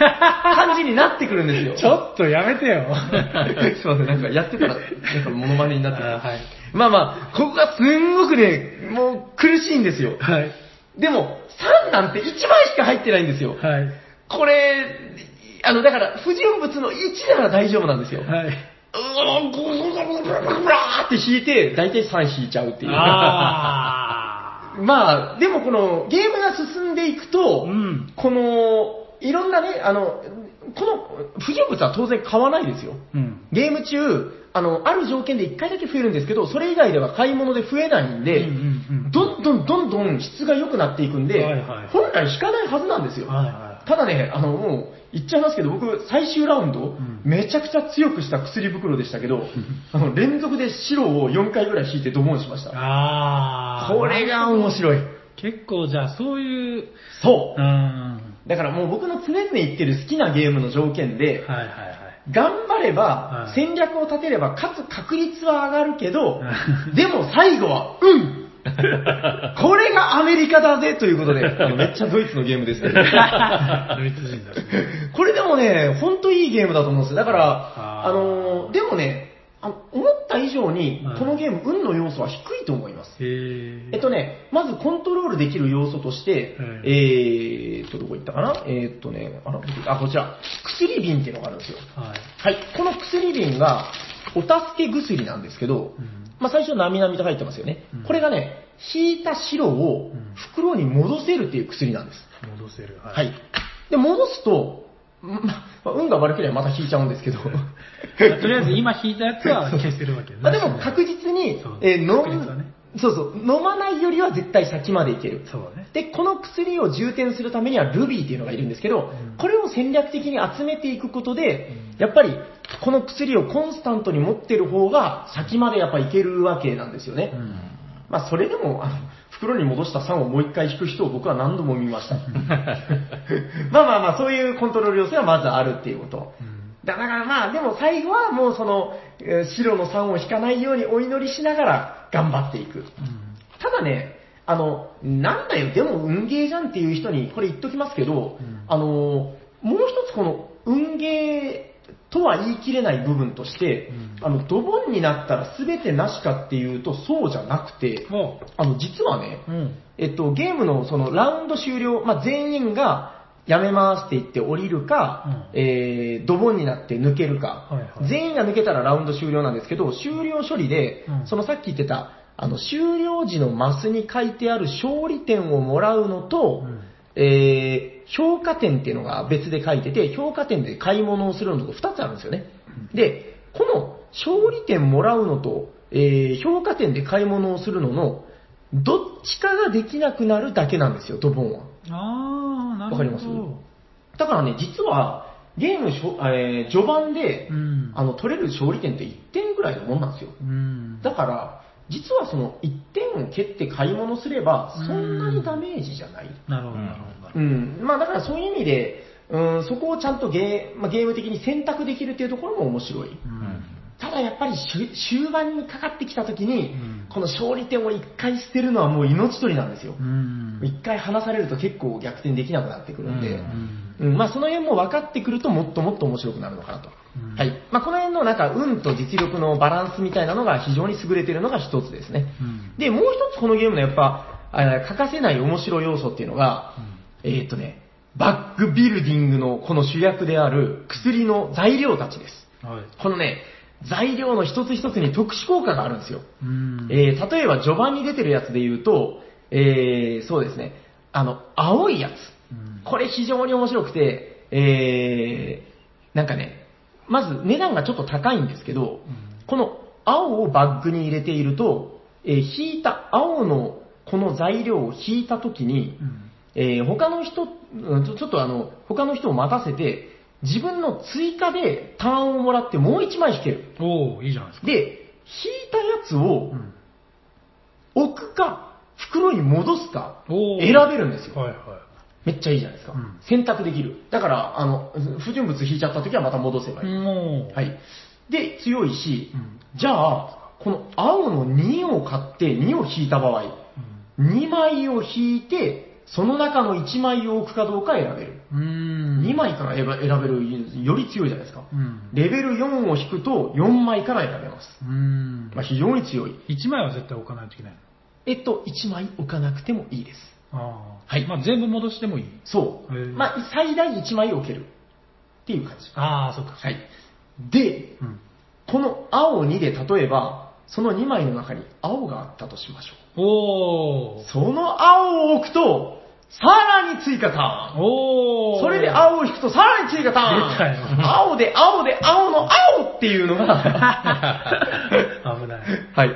Speaker 2: 感じになってくるんですよ。
Speaker 3: ち ょっとやめてよ
Speaker 2: すいません、なんかやってたら、なんかモノマネになって
Speaker 3: あーはい
Speaker 2: まあまあ、ここがすんごくね、もう苦しいんですよ。
Speaker 3: はい
Speaker 2: でも、3なんて1枚しか入ってないんですよ。
Speaker 3: はい
Speaker 2: これ、あの、だから、不純物の1なら大丈夫なんですよ。
Speaker 3: はいう
Speaker 2: ーん、ぐらぐらぐらぐらって引いて、大体3引いちゃうっていう。
Speaker 3: あ
Speaker 2: まあ、でもこの、ゲームが進んでいくと、
Speaker 3: うん
Speaker 2: この、いろんなね、あの、この、不純物は当然買わないですよ。
Speaker 3: ーうん
Speaker 2: ゲーム中、あの、ある条件で1回だけ増えるんですけど、それ以外では買い物で増えないんで、
Speaker 3: うんうんうん
Speaker 2: どんどんどんどん質が良くなっていくんで、
Speaker 3: はいはい
Speaker 2: 本来引かないはずなんですよ。
Speaker 3: はいは
Speaker 2: ただね、あの、もう、言っちゃいますけど、僕、最終ラウンド、
Speaker 3: ん
Speaker 2: めちゃくちゃ強くした薬袋でした けど、あの、連続で白を4回ぐらい引いてドボンしました。
Speaker 3: ああ
Speaker 2: これが面白い。
Speaker 3: 結構じゃあそういう
Speaker 2: そう
Speaker 3: ーんは
Speaker 2: う。だからもう僕の常々言ってる好きなゲームの条件で、
Speaker 3: いはいはい
Speaker 2: 頑張れ
Speaker 3: は、
Speaker 2: ば
Speaker 3: い
Speaker 2: 戦略を立てれば、勝つ確率は上がるけ
Speaker 3: は、
Speaker 2: どでも最後は、 うんこれがアメリカだぜということで、あのめっちゃドイツのゲー ムですけど、
Speaker 3: ドイツ人だし
Speaker 2: これでもね、ほんといいゲームだと思うんですよ。だから、
Speaker 3: あー
Speaker 2: あのー、でもね、あの思った以上に
Speaker 3: は、い
Speaker 2: このゲーム、運の要素は低いと思います。
Speaker 3: へ
Speaker 2: えっとね、まずコントロールできる要素として、
Speaker 3: うん
Speaker 2: えーっと、どこ行ったかなえーっとね、あら、どこ行ったあ、こちら、薬瓶っていうのがあるんですよ。
Speaker 3: はい
Speaker 2: はい、この薬瓶が、お助け薬なんですけど、
Speaker 3: うん
Speaker 2: まあ、最初、なみなみと入ってますよね。
Speaker 3: うん
Speaker 2: これがね、引いた白を
Speaker 3: うん
Speaker 2: 袋に戻せるっていう薬なんです。
Speaker 3: 戻せる
Speaker 2: はい。で、戻すと、んまあ、運が悪ければまた引いちゃうんですけ ど、
Speaker 3: じゃあとりあえず今引いたやつは消せるわけね
Speaker 2: まあでも確実に
Speaker 3: そう、
Speaker 2: えー飲
Speaker 3: 確率はね
Speaker 2: んそうそう、飲まないよりは絶対先までいける。
Speaker 3: そうね
Speaker 2: で、この薬を充填するためにはルビーっていうのがいるんですけど、
Speaker 3: うん
Speaker 2: これを戦略的に集めていくことで、
Speaker 3: うん
Speaker 2: やっぱりこの薬をコンスタントに持ってる方が先までやっぱいけるわけなんですよね。
Speaker 3: うん
Speaker 2: まあそれでも、あの、袋に戻した3をもう一回引く人を僕は何度も見ました。まあまあまあ、そういうコントロール要素がまずあるっていうこと。
Speaker 3: うん
Speaker 2: だからまあ、でも最後はもうその、えー白の3を引かないようにお祈りしながら頑張っていく。
Speaker 3: うん
Speaker 2: ただね、あの、なんだよ、でも運ゲーじゃんっていう人に、これ言っときますけど、あの、もう一つこの運ゲーとは言い切れない部分として、あの、ドボンになったら全てなしかっていうと、そうじゃなくて、
Speaker 3: も
Speaker 2: あの、実はね、
Speaker 3: う、うん。
Speaker 2: えっと、ゲームのそのラウンド終了、まあ、全員がやめますって言って降りるか、えー、ドボンになって抜けるか、
Speaker 3: はいはい
Speaker 2: 全員が抜けたらラウンド終了なんですけど、終了処理で、
Speaker 3: うん
Speaker 2: そのさっき言ってた、あの、終了時のマスに書いてある勝利点をもらうのと、
Speaker 3: うん
Speaker 2: えー評価点っていうのが別で書いてて、評価点で買い物をするのと2つあるんですよね。で、この勝利点もらうのと、えー評価点で買い物をするのの、どっちかができなくなるだけなんですよ、ドボンは。
Speaker 3: ああ、なるほど。
Speaker 2: わかりますだからね、実は、ゲームしょ、えー序盤で、
Speaker 3: うん。
Speaker 2: あの、取れる勝利点って1点ぐらいのもんなんですよ。
Speaker 3: うん。
Speaker 2: だから、実はその1点を蹴って買い物すれば、そんなにダメージじゃない。
Speaker 3: なるほど、なるほど。
Speaker 2: うん、まあだからそういう意味で、うん、そこをちゃんとゲー,、まあ、ゲーム的に選択できるっていうところも面白い。ただやっぱり終終盤にかかってきた時に、
Speaker 3: うん
Speaker 2: この勝利点を一回捨てるのはもう命取りなんですよ
Speaker 3: う。ん。
Speaker 2: 一、回離されると結構逆転できなくなってくるんで、
Speaker 4: う
Speaker 3: うん。
Speaker 2: うんまあその辺も分かってくるともっともっと面白くなるのかなと。
Speaker 3: うん
Speaker 2: はい。まあこの辺のなんか運と実力のバランスみたいなのが非常に優れてるのが一つですね。
Speaker 3: うん。
Speaker 2: で、もう一つこのゲームのやっぱ、あ欠かせない面白い要素っていうのが、えーっ、とね、バックビルディングのこの主役である薬の材料たちです。
Speaker 3: はい。
Speaker 2: このね、材料の一つ一つに特殊効果があるんですよ。
Speaker 3: うん。
Speaker 2: えー例えば序盤に出てるやつで言うと、えーそうですね、あの、青いやつ。
Speaker 3: うん
Speaker 2: これ非常に面白くて、えー、なんかね、まず値段がちょっと高いんですけど、この青をバッグに入れていると、えー引いた青のこの材料を引いた時に、
Speaker 3: うん
Speaker 2: えー他の人、うんちょちょっとあの、他の人を待たせて、自分の追加でターンをもらってもう1枚引ける。
Speaker 3: おおいいじゃないですか。
Speaker 2: で、引いたやつを
Speaker 3: うん
Speaker 2: 置くか、袋に戻すか、
Speaker 3: おー
Speaker 2: 選べるんですよ。
Speaker 3: はいは
Speaker 2: めっちゃいいじゃないですか。
Speaker 3: うん
Speaker 2: 選択できる。だから、あの、不純物引いちゃった時はまた戻せばいい。
Speaker 3: い。もう、
Speaker 2: はい。で、強いし、
Speaker 3: うん
Speaker 2: じゃあ、この青の2を買って2を引いた場合、2枚を引いて、その中の1枚を置くかどうか選べる。
Speaker 3: うん。
Speaker 2: 2枚から選べ選べるより強いじゃないですか。
Speaker 3: うん。
Speaker 2: レベル4を引くと4枚から選べます。
Speaker 3: うん。
Speaker 2: まあ、非常に強い。
Speaker 3: 1枚は絶対置かないといけないの。
Speaker 2: えっと、1枚置かなくてもいいです。
Speaker 3: ああ。
Speaker 2: はい
Speaker 3: まあ全部戻してもいい。
Speaker 2: そう。
Speaker 3: へー
Speaker 2: まあ、最大1枚置ける。っていう感じ。
Speaker 3: ああ、そうか。
Speaker 2: はい。で、
Speaker 3: うん。
Speaker 2: この青2で例えば、その2枚の中に青があったとしましょ
Speaker 3: お
Speaker 2: う
Speaker 3: お。
Speaker 2: その青を置くと、さらに追加ターン。
Speaker 3: おお。
Speaker 2: それで青を引くとさらに追加タ
Speaker 3: 出た
Speaker 2: ーン。
Speaker 3: よ
Speaker 2: 青で青で青の青っていうの が、
Speaker 3: 危ない。
Speaker 2: はい。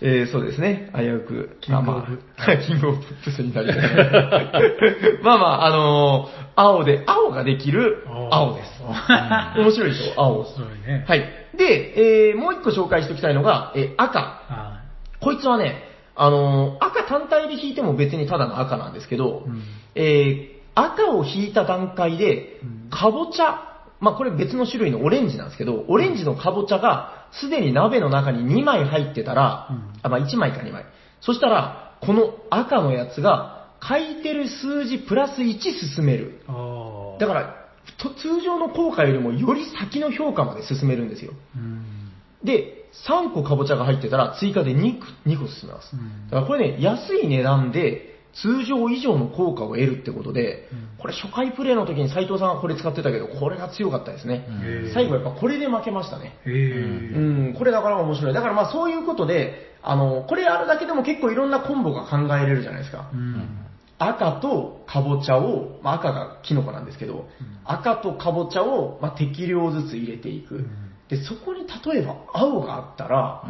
Speaker 2: えー、そうですね。危うく。
Speaker 3: キングオブ
Speaker 2: まあまあキングオブポップスになりました。 まあまあ、あのー青で、青ができる青です。
Speaker 3: おー
Speaker 2: 面白いでしょ、青。
Speaker 3: そうよね。。
Speaker 2: はいい。で、えーもう一個紹介しておきたいのが、えー赤。
Speaker 3: あ
Speaker 2: こいつはね、あのー赤単体で引いても別にただの赤なんですけど、
Speaker 3: ーうん。
Speaker 2: えー赤を引いた段階で
Speaker 3: うん、
Speaker 2: かぼちゃ、まあこれ別の種類のオレンジなんですけど、オレンジのかぼちゃがすでに鍋の中に2枚入ってたら、
Speaker 3: うん
Speaker 2: あまあ1枚か2枚。そしたら、この赤のやつが書いてる数字プラス1進める。
Speaker 3: ああ。
Speaker 2: だから、と通常の効果よりもより先の評価まで進めるんですよ。
Speaker 3: うん。
Speaker 2: で、3個かぼちゃが入ってたら追加で 2, 個2個進めます
Speaker 3: う。ん
Speaker 2: だからこれね、安い値段で通常以上の効果を得るってことで、
Speaker 3: うん
Speaker 2: これ初回プレイの時に斉藤さんはこれ使ってたけど、これが強かったですね。
Speaker 3: うん
Speaker 2: 最後やっぱこれで負けましたね。
Speaker 3: へ
Speaker 2: う
Speaker 3: え。
Speaker 2: ん、これだから面白い。だからまあそういうことで、あの、これあるだけでも結構いろんなコンボが考えれるじゃないですか。
Speaker 3: うん。
Speaker 2: 赤とかぼちゃを、まあ、赤がキノコなんですけど、赤とかぼちゃを、まあ、適量ずつ入れていく、
Speaker 3: ん
Speaker 2: でそこに例えば青があったら、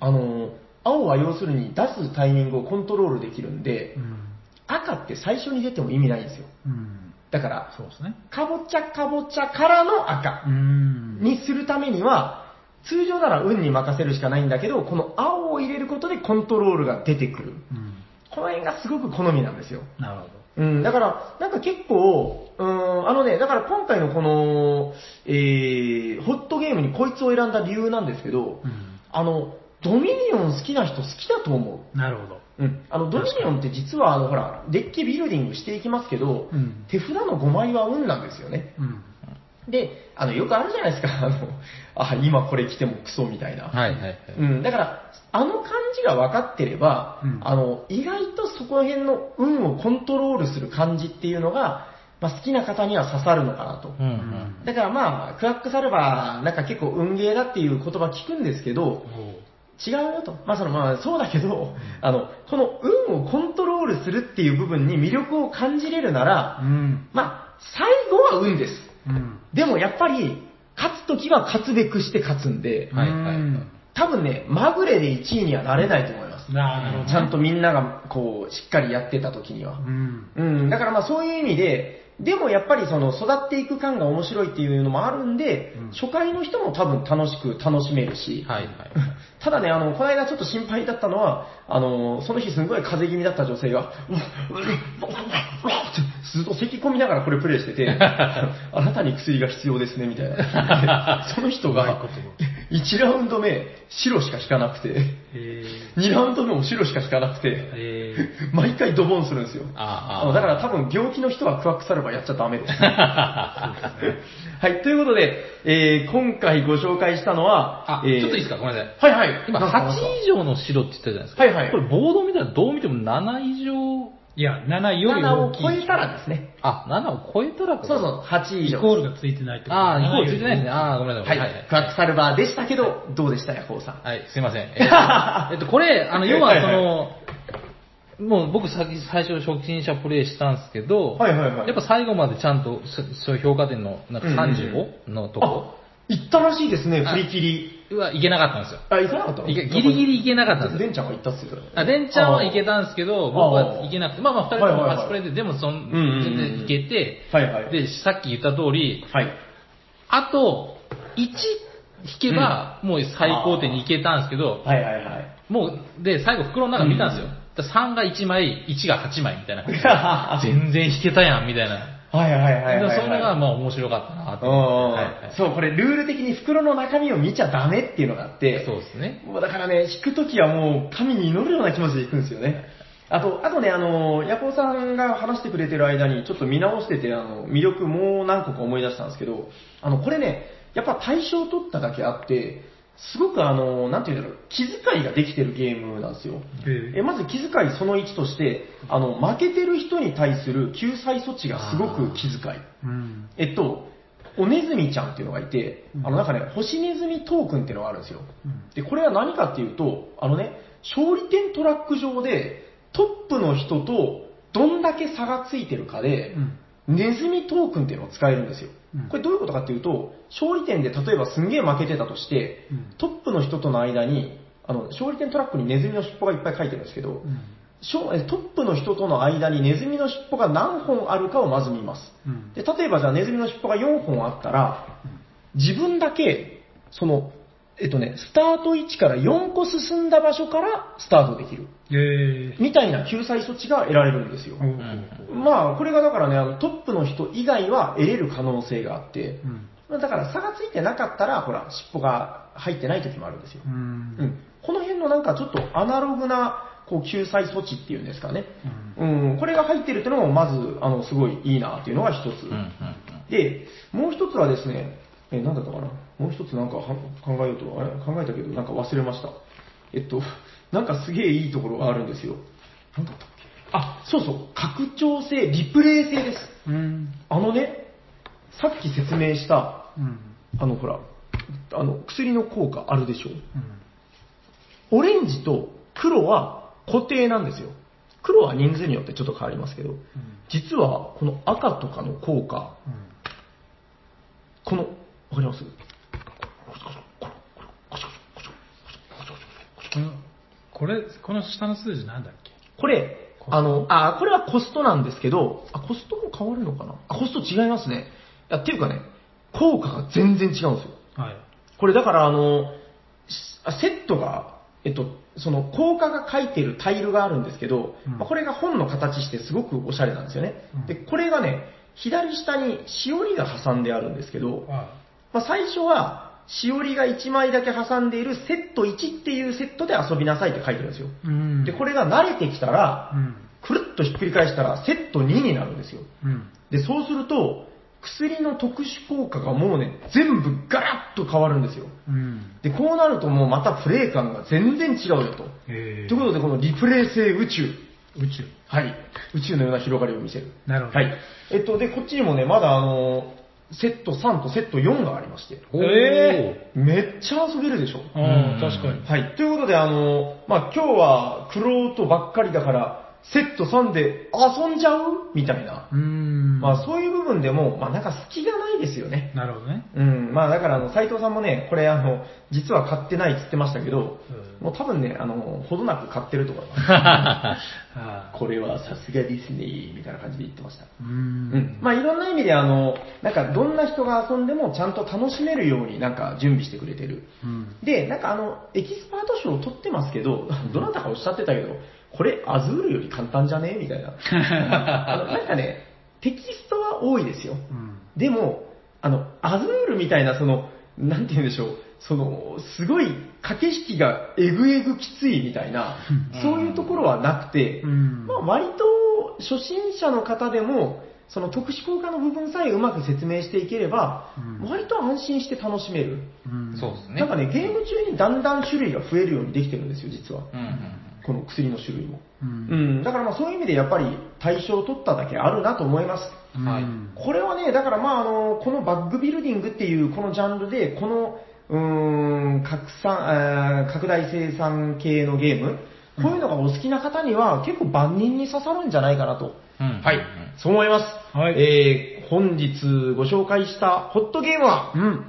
Speaker 2: あの青は要するに出すタイミングをコントロールできるんで、
Speaker 3: うん。
Speaker 2: 赤って最初に出ても意味ないんですよ
Speaker 3: うん。
Speaker 2: だから
Speaker 3: そうですね。
Speaker 2: かぼちゃかぼちゃからの
Speaker 3: う
Speaker 2: 赤
Speaker 3: ん。
Speaker 2: にするためには通常なら運に任せるしかないんだけどこの青を入れることでコントロールが出てくる
Speaker 3: うん。
Speaker 2: この辺がすごく好みなんですよ
Speaker 3: なるほ
Speaker 2: うん、だから、なんか結構、うーん、あのね、だから今回のこの、えー、ホットゲームにこいつを選んだ理由なんですけど、
Speaker 3: ど。うん。
Speaker 2: あの、ドミニオン好きな人好きだと思
Speaker 3: なるほど。
Speaker 2: う。うん。あの、ドミニオンって実は、あの、ほら、デッキビルディングしていきますけど、
Speaker 3: うん
Speaker 2: 手札の5枚は運なんですよね。
Speaker 3: うん。
Speaker 2: で、あの、よくあるじゃないですか、あ の、あ、今これ来てもクソみたいな。
Speaker 1: はいはいはい。
Speaker 2: うん、だから、あの感じが分かってれば、
Speaker 3: うん
Speaker 2: あの、意外とそこら辺の運をコントロールする感じっていうのが、まあ、好きな方には刺さるのかなと。
Speaker 1: うんう。
Speaker 3: うんん。
Speaker 2: だからまあ、クラックサルバー、なんか結構運ゲーだっていう言葉聞くんですけど、違うよと。まあそのまあそうだけど、あの、この運をコントロールするっていう部分に魅力を感じれるなら、
Speaker 3: うん。
Speaker 2: まあ、最後は運です。
Speaker 3: うん。
Speaker 2: でもやっぱり、勝つときは勝つべくして勝つんで、
Speaker 1: はいはいはい
Speaker 3: うん
Speaker 2: 多分ね、まぐれで1位にはなれないと思います。
Speaker 3: なるほど。
Speaker 2: ちゃんとみんながこう、しっかりやってた時には
Speaker 3: う。ん。
Speaker 2: うん、だからまあそういう意味で、でもやっぱりその育っていく感が面白いっていうのもあるんで、
Speaker 3: うん
Speaker 2: 初回の人も多分楽しく楽しめるし、
Speaker 1: はいはい。
Speaker 2: ただね、あの、この間ちょっと心配だったのは、あの、その日すんごい風邪気味だった女性が、うわうわうわうわうわってずっと咳込みながらこれプレイして て、あなたに薬が必要ですね、みたい な。その人が、1ラウンド目、白しか引かなくて、
Speaker 3: え
Speaker 2: 2ラウンド目も白しか引かなくて
Speaker 3: ー、、え
Speaker 2: 毎回ドボンするんですよ。あ
Speaker 1: あ
Speaker 2: の
Speaker 1: あ。
Speaker 2: だから多分病気の人はクワックサルバーやっちゃダメ です。はい、ということで、えー今回ご紹介したのは、
Speaker 1: あ、
Speaker 2: えー
Speaker 1: ちょっといいですかごめんなさい。
Speaker 2: はいはい。
Speaker 1: 今、
Speaker 2: なんすかなんすか
Speaker 1: 8以上の白って言ったじゃないですか。
Speaker 2: はいはい
Speaker 1: これ、ボード見たらどう見ても7以上、
Speaker 3: ーいや、7より
Speaker 2: 7を
Speaker 3: 大きい。
Speaker 2: 超えたらですね。
Speaker 1: あ、7を超えたら
Speaker 2: そうそう、8以
Speaker 3: イ
Speaker 2: 上。
Speaker 3: コールがついてないってこと
Speaker 1: ああ、イコールついてないですね。
Speaker 3: ね。
Speaker 1: ああ、ごめんなさ。
Speaker 2: はいい
Speaker 1: はい、
Speaker 2: クワックサルバーでしたけど、どうでしたヤコウさん。
Speaker 1: はい、すいま せん。えーえっと、これ、あの、要はその、もう僕先最初初心者プレイしたんですけど、
Speaker 2: はいはいはい
Speaker 1: やっぱ最後までちゃんと、そそういう評価点の、なんか
Speaker 2: うん
Speaker 1: 35のとこ、
Speaker 2: あ、行ったらしいですね、
Speaker 1: あ
Speaker 2: 振り切り。
Speaker 1: はいけなかったんですよ。
Speaker 2: あ、行かなかったの
Speaker 1: いけギリギリいけなかったんです
Speaker 2: レ
Speaker 1: よ。
Speaker 2: ンちゃんが行ったっすよ。
Speaker 1: あ、レンちゃんはいけたんですけど、僕はいけなくて、まあまあ二人とも初プレイで、でもその、
Speaker 2: んうんうん
Speaker 1: 全然いけて、
Speaker 2: はいはい
Speaker 1: で、さっき言った通り、
Speaker 2: はい。
Speaker 1: あと、1引けば、もう最高点にいけたんですけど、
Speaker 2: はいはいはい。
Speaker 1: もう、で、最後袋の中見たんですよ。だから3が1枚、1が8枚みたいな。
Speaker 2: はい
Speaker 1: 全然引けたやん、みたいな。
Speaker 2: はいはいはいはい。
Speaker 1: でそれが、まあ面白かったなと
Speaker 2: うんうんうん
Speaker 1: はいはい
Speaker 2: そう、これルール的に袋の中身を見ちゃダメっていうのがあって、
Speaker 1: そうですね。
Speaker 2: もうだからね、引くときはもう神に祈るような気持ちで引くんですよね。あと、あとね、あの、ヤコウさんが話してくれてる間にちょっと見直してて、あの、魅力もう何個か思い出したんですけど、あの、これね、やっぱ対象を取っただけあって、すごくあの、なんて言うんだろう、気遣いができてるゲームなんですよ。え
Speaker 3: え
Speaker 2: まず気遣いその1として、あの、負けてる人に対する救済措置がすごく気遣い。
Speaker 3: うん。
Speaker 2: えっと、おネズミちゃんっていうのがいて、あのなんかね、星ネズミトークンっていうのがあるんですよ。
Speaker 3: うん
Speaker 2: で、これは何かっていうと、あのね、勝利点トラック上で、トップの人とどんだけ差がついてるかで、
Speaker 3: うん。
Speaker 2: ネズミトークンっていうのを使えるんですよ
Speaker 3: うん。
Speaker 2: これどういうことかっていうと、勝利点で例えばすんげえ負けてたとして
Speaker 3: うん、
Speaker 2: トップの人との間に、あの、勝利点トラックにネズミの尻尾がいっぱい書いてるんですけど
Speaker 3: う、ん。
Speaker 2: 勝えトップの人との間にネズミの尻尾が何本あるかをまず見ます。
Speaker 3: うん。
Speaker 2: で、例えばじゃあネズミの尻尾が4本あったら、自分だけ、その、えっとね、スタート位置から4個進んだ場所からスタートできる。
Speaker 3: え
Speaker 2: みたいな救済措置が得られるんですよ
Speaker 3: ー。。おう
Speaker 2: まあ、これがだからね、あのトップの人以外は得れる可能性があって、
Speaker 3: うん。
Speaker 2: だから差がついてなかったら、ほら、尻尾が入ってない時もあるんですよ
Speaker 3: う。ん。
Speaker 2: うん。この辺のなんかちょっとアナログな、こう、救済措置っていうんですかね。うん、これが入ってるっていうのも、まず、あの、すごいいいなっていうのが一つ。
Speaker 1: うんうんうん。
Speaker 2: で、もう一つはですね、え、なんだったかなもう一つなんかは考えようと、あれ考えたけど、なんか忘れました。えっと、なんかすげえいいところがあるんですよ。なんだったっけあ、そうそう、拡張性、リプレイ性です。
Speaker 3: うん。
Speaker 2: あのね、さっき説明した、
Speaker 3: うん。
Speaker 2: あのほら、あの、薬の効果あるでしょ
Speaker 3: うん。
Speaker 2: オレンジと黒は固定なんですよ。黒は人数によってちょっと変わりますけど、実はこの赤とかの効果、
Speaker 3: うん。
Speaker 2: この、わかります
Speaker 3: この、これ、この下の数字なんだっけ
Speaker 2: これ、あの、あ、これはコストなんですけど、あ、コストも変わるのかなあ、コスト違いますね。いや、っていうかね、効果が全然違うんですよ。
Speaker 3: はい。
Speaker 2: これだからあの、しあセットが、えっと、その効果が書いてるタイルがあるんですけど、
Speaker 3: うん
Speaker 2: まあこれが本の形してすごくおしゃれなんですよね。
Speaker 3: うん
Speaker 2: で、これがね、左下にしおりが挟んであるんですけど、
Speaker 3: は
Speaker 2: まあ、最初はしおりが1枚だけ挟んでいるセット1っていうセットで遊びなさいって書いてるんですよ。
Speaker 3: うん。
Speaker 2: で、これが慣れてきたら
Speaker 3: う、ん。
Speaker 2: くるっとひっくり返したらセット2になるんですよ。
Speaker 3: うん。
Speaker 2: で、そうすると、薬の特殊効果がもうね、全部ガラッと変わるんですよ。
Speaker 3: うん。
Speaker 2: で、こうなるともうまたプレイ感が全然違うよと。
Speaker 3: えー
Speaker 2: ということで、このリプレイ性宇宙。
Speaker 3: 宇宙。
Speaker 2: はい。宇宙のような広がりを見せる。
Speaker 3: なるほど。
Speaker 2: はい。えっと、で、こっちにもね、まだあの、セット3とセット4がありまして、
Speaker 1: おー
Speaker 3: え
Speaker 2: めっちゃ遊べるでしょ。
Speaker 3: あ
Speaker 1: うん
Speaker 3: あ、確かに。
Speaker 2: はい。ということで、あの、まあ、今日はクロートばっかりだから、セット3で遊んじゃうみたいな。
Speaker 3: うん。
Speaker 2: まあ、そういう部分でも、まあ、なんか隙がないですよね。
Speaker 3: なるほどね。
Speaker 2: うん、まあだからあの、斎藤さんもね、これあの、実は買ってないって言ってましたけど、
Speaker 3: うん
Speaker 2: もう多分ね、あの、ほどなく買ってると思います。
Speaker 3: ああ。
Speaker 2: これはさすがですね、みたいな感じで言ってました。
Speaker 3: う
Speaker 2: うん
Speaker 3: ん。。
Speaker 2: まあいろんな意味であの、なんかどんな人が遊んでもちゃんと楽しめるようになんか準備してくれてる。
Speaker 3: うん。
Speaker 2: で、なんかあの、エキスパート賞を取ってますけど、 どなたかおっしゃってたけど、これアズールより簡単じゃねみたいな。あのなんかね、テキストは多いですよ。
Speaker 3: うん。
Speaker 2: でも、あの、アズールみたいな、その、なんて言うんでしょう、その、すごい駆け引きがえぐえぐきついみたいな、そういうところはなくて、
Speaker 3: うん
Speaker 2: まあ、割と初心者の方でも、その特殊効果の部分さえうまく説明していければ、
Speaker 3: うん
Speaker 2: 割と安心して楽しめる。
Speaker 3: うん
Speaker 1: そうですね。
Speaker 2: なんかね、ゲーム中にだんだん種類が増えるようにできてるんですよ、実は。
Speaker 1: うんうん
Speaker 2: この薬の種類も。
Speaker 3: う。
Speaker 2: うんん、だからまあそういう意味でやっぱり対象を取っただけあるなと思います。
Speaker 3: うん。
Speaker 1: はい
Speaker 2: これはね、だからまああの、このバッグビルディングっていうこのジャンルで、この、うーん、拡散、あー拡大生産系のゲーム、こういうのがお好きな方には結構万人に刺さるんじゃないかなと。
Speaker 1: うん。うん
Speaker 2: はい、そう思います。
Speaker 3: はい
Speaker 2: えー、本日ご紹介したホットゲームは、
Speaker 3: うん。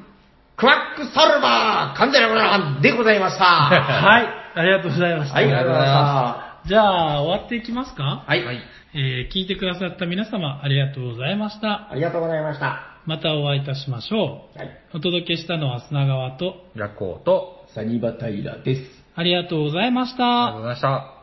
Speaker 2: クワックサルバー、完全なものなんでございました。は
Speaker 3: はい。ありがとうございました。
Speaker 2: い、ありがとうございま
Speaker 3: じゃあ、終わっていきますか
Speaker 2: した。はい、
Speaker 3: えー聞いてくださった皆様、ありがとうございました。
Speaker 2: ありがとうございました。は
Speaker 3: またお会いいたしましょ
Speaker 2: い、
Speaker 3: う。お届けしたのは砂川と、
Speaker 1: ラコーと、
Speaker 2: サニバタイラです。
Speaker 3: ありがとうございまし
Speaker 1: ありが
Speaker 3: た
Speaker 1: とう。ございました。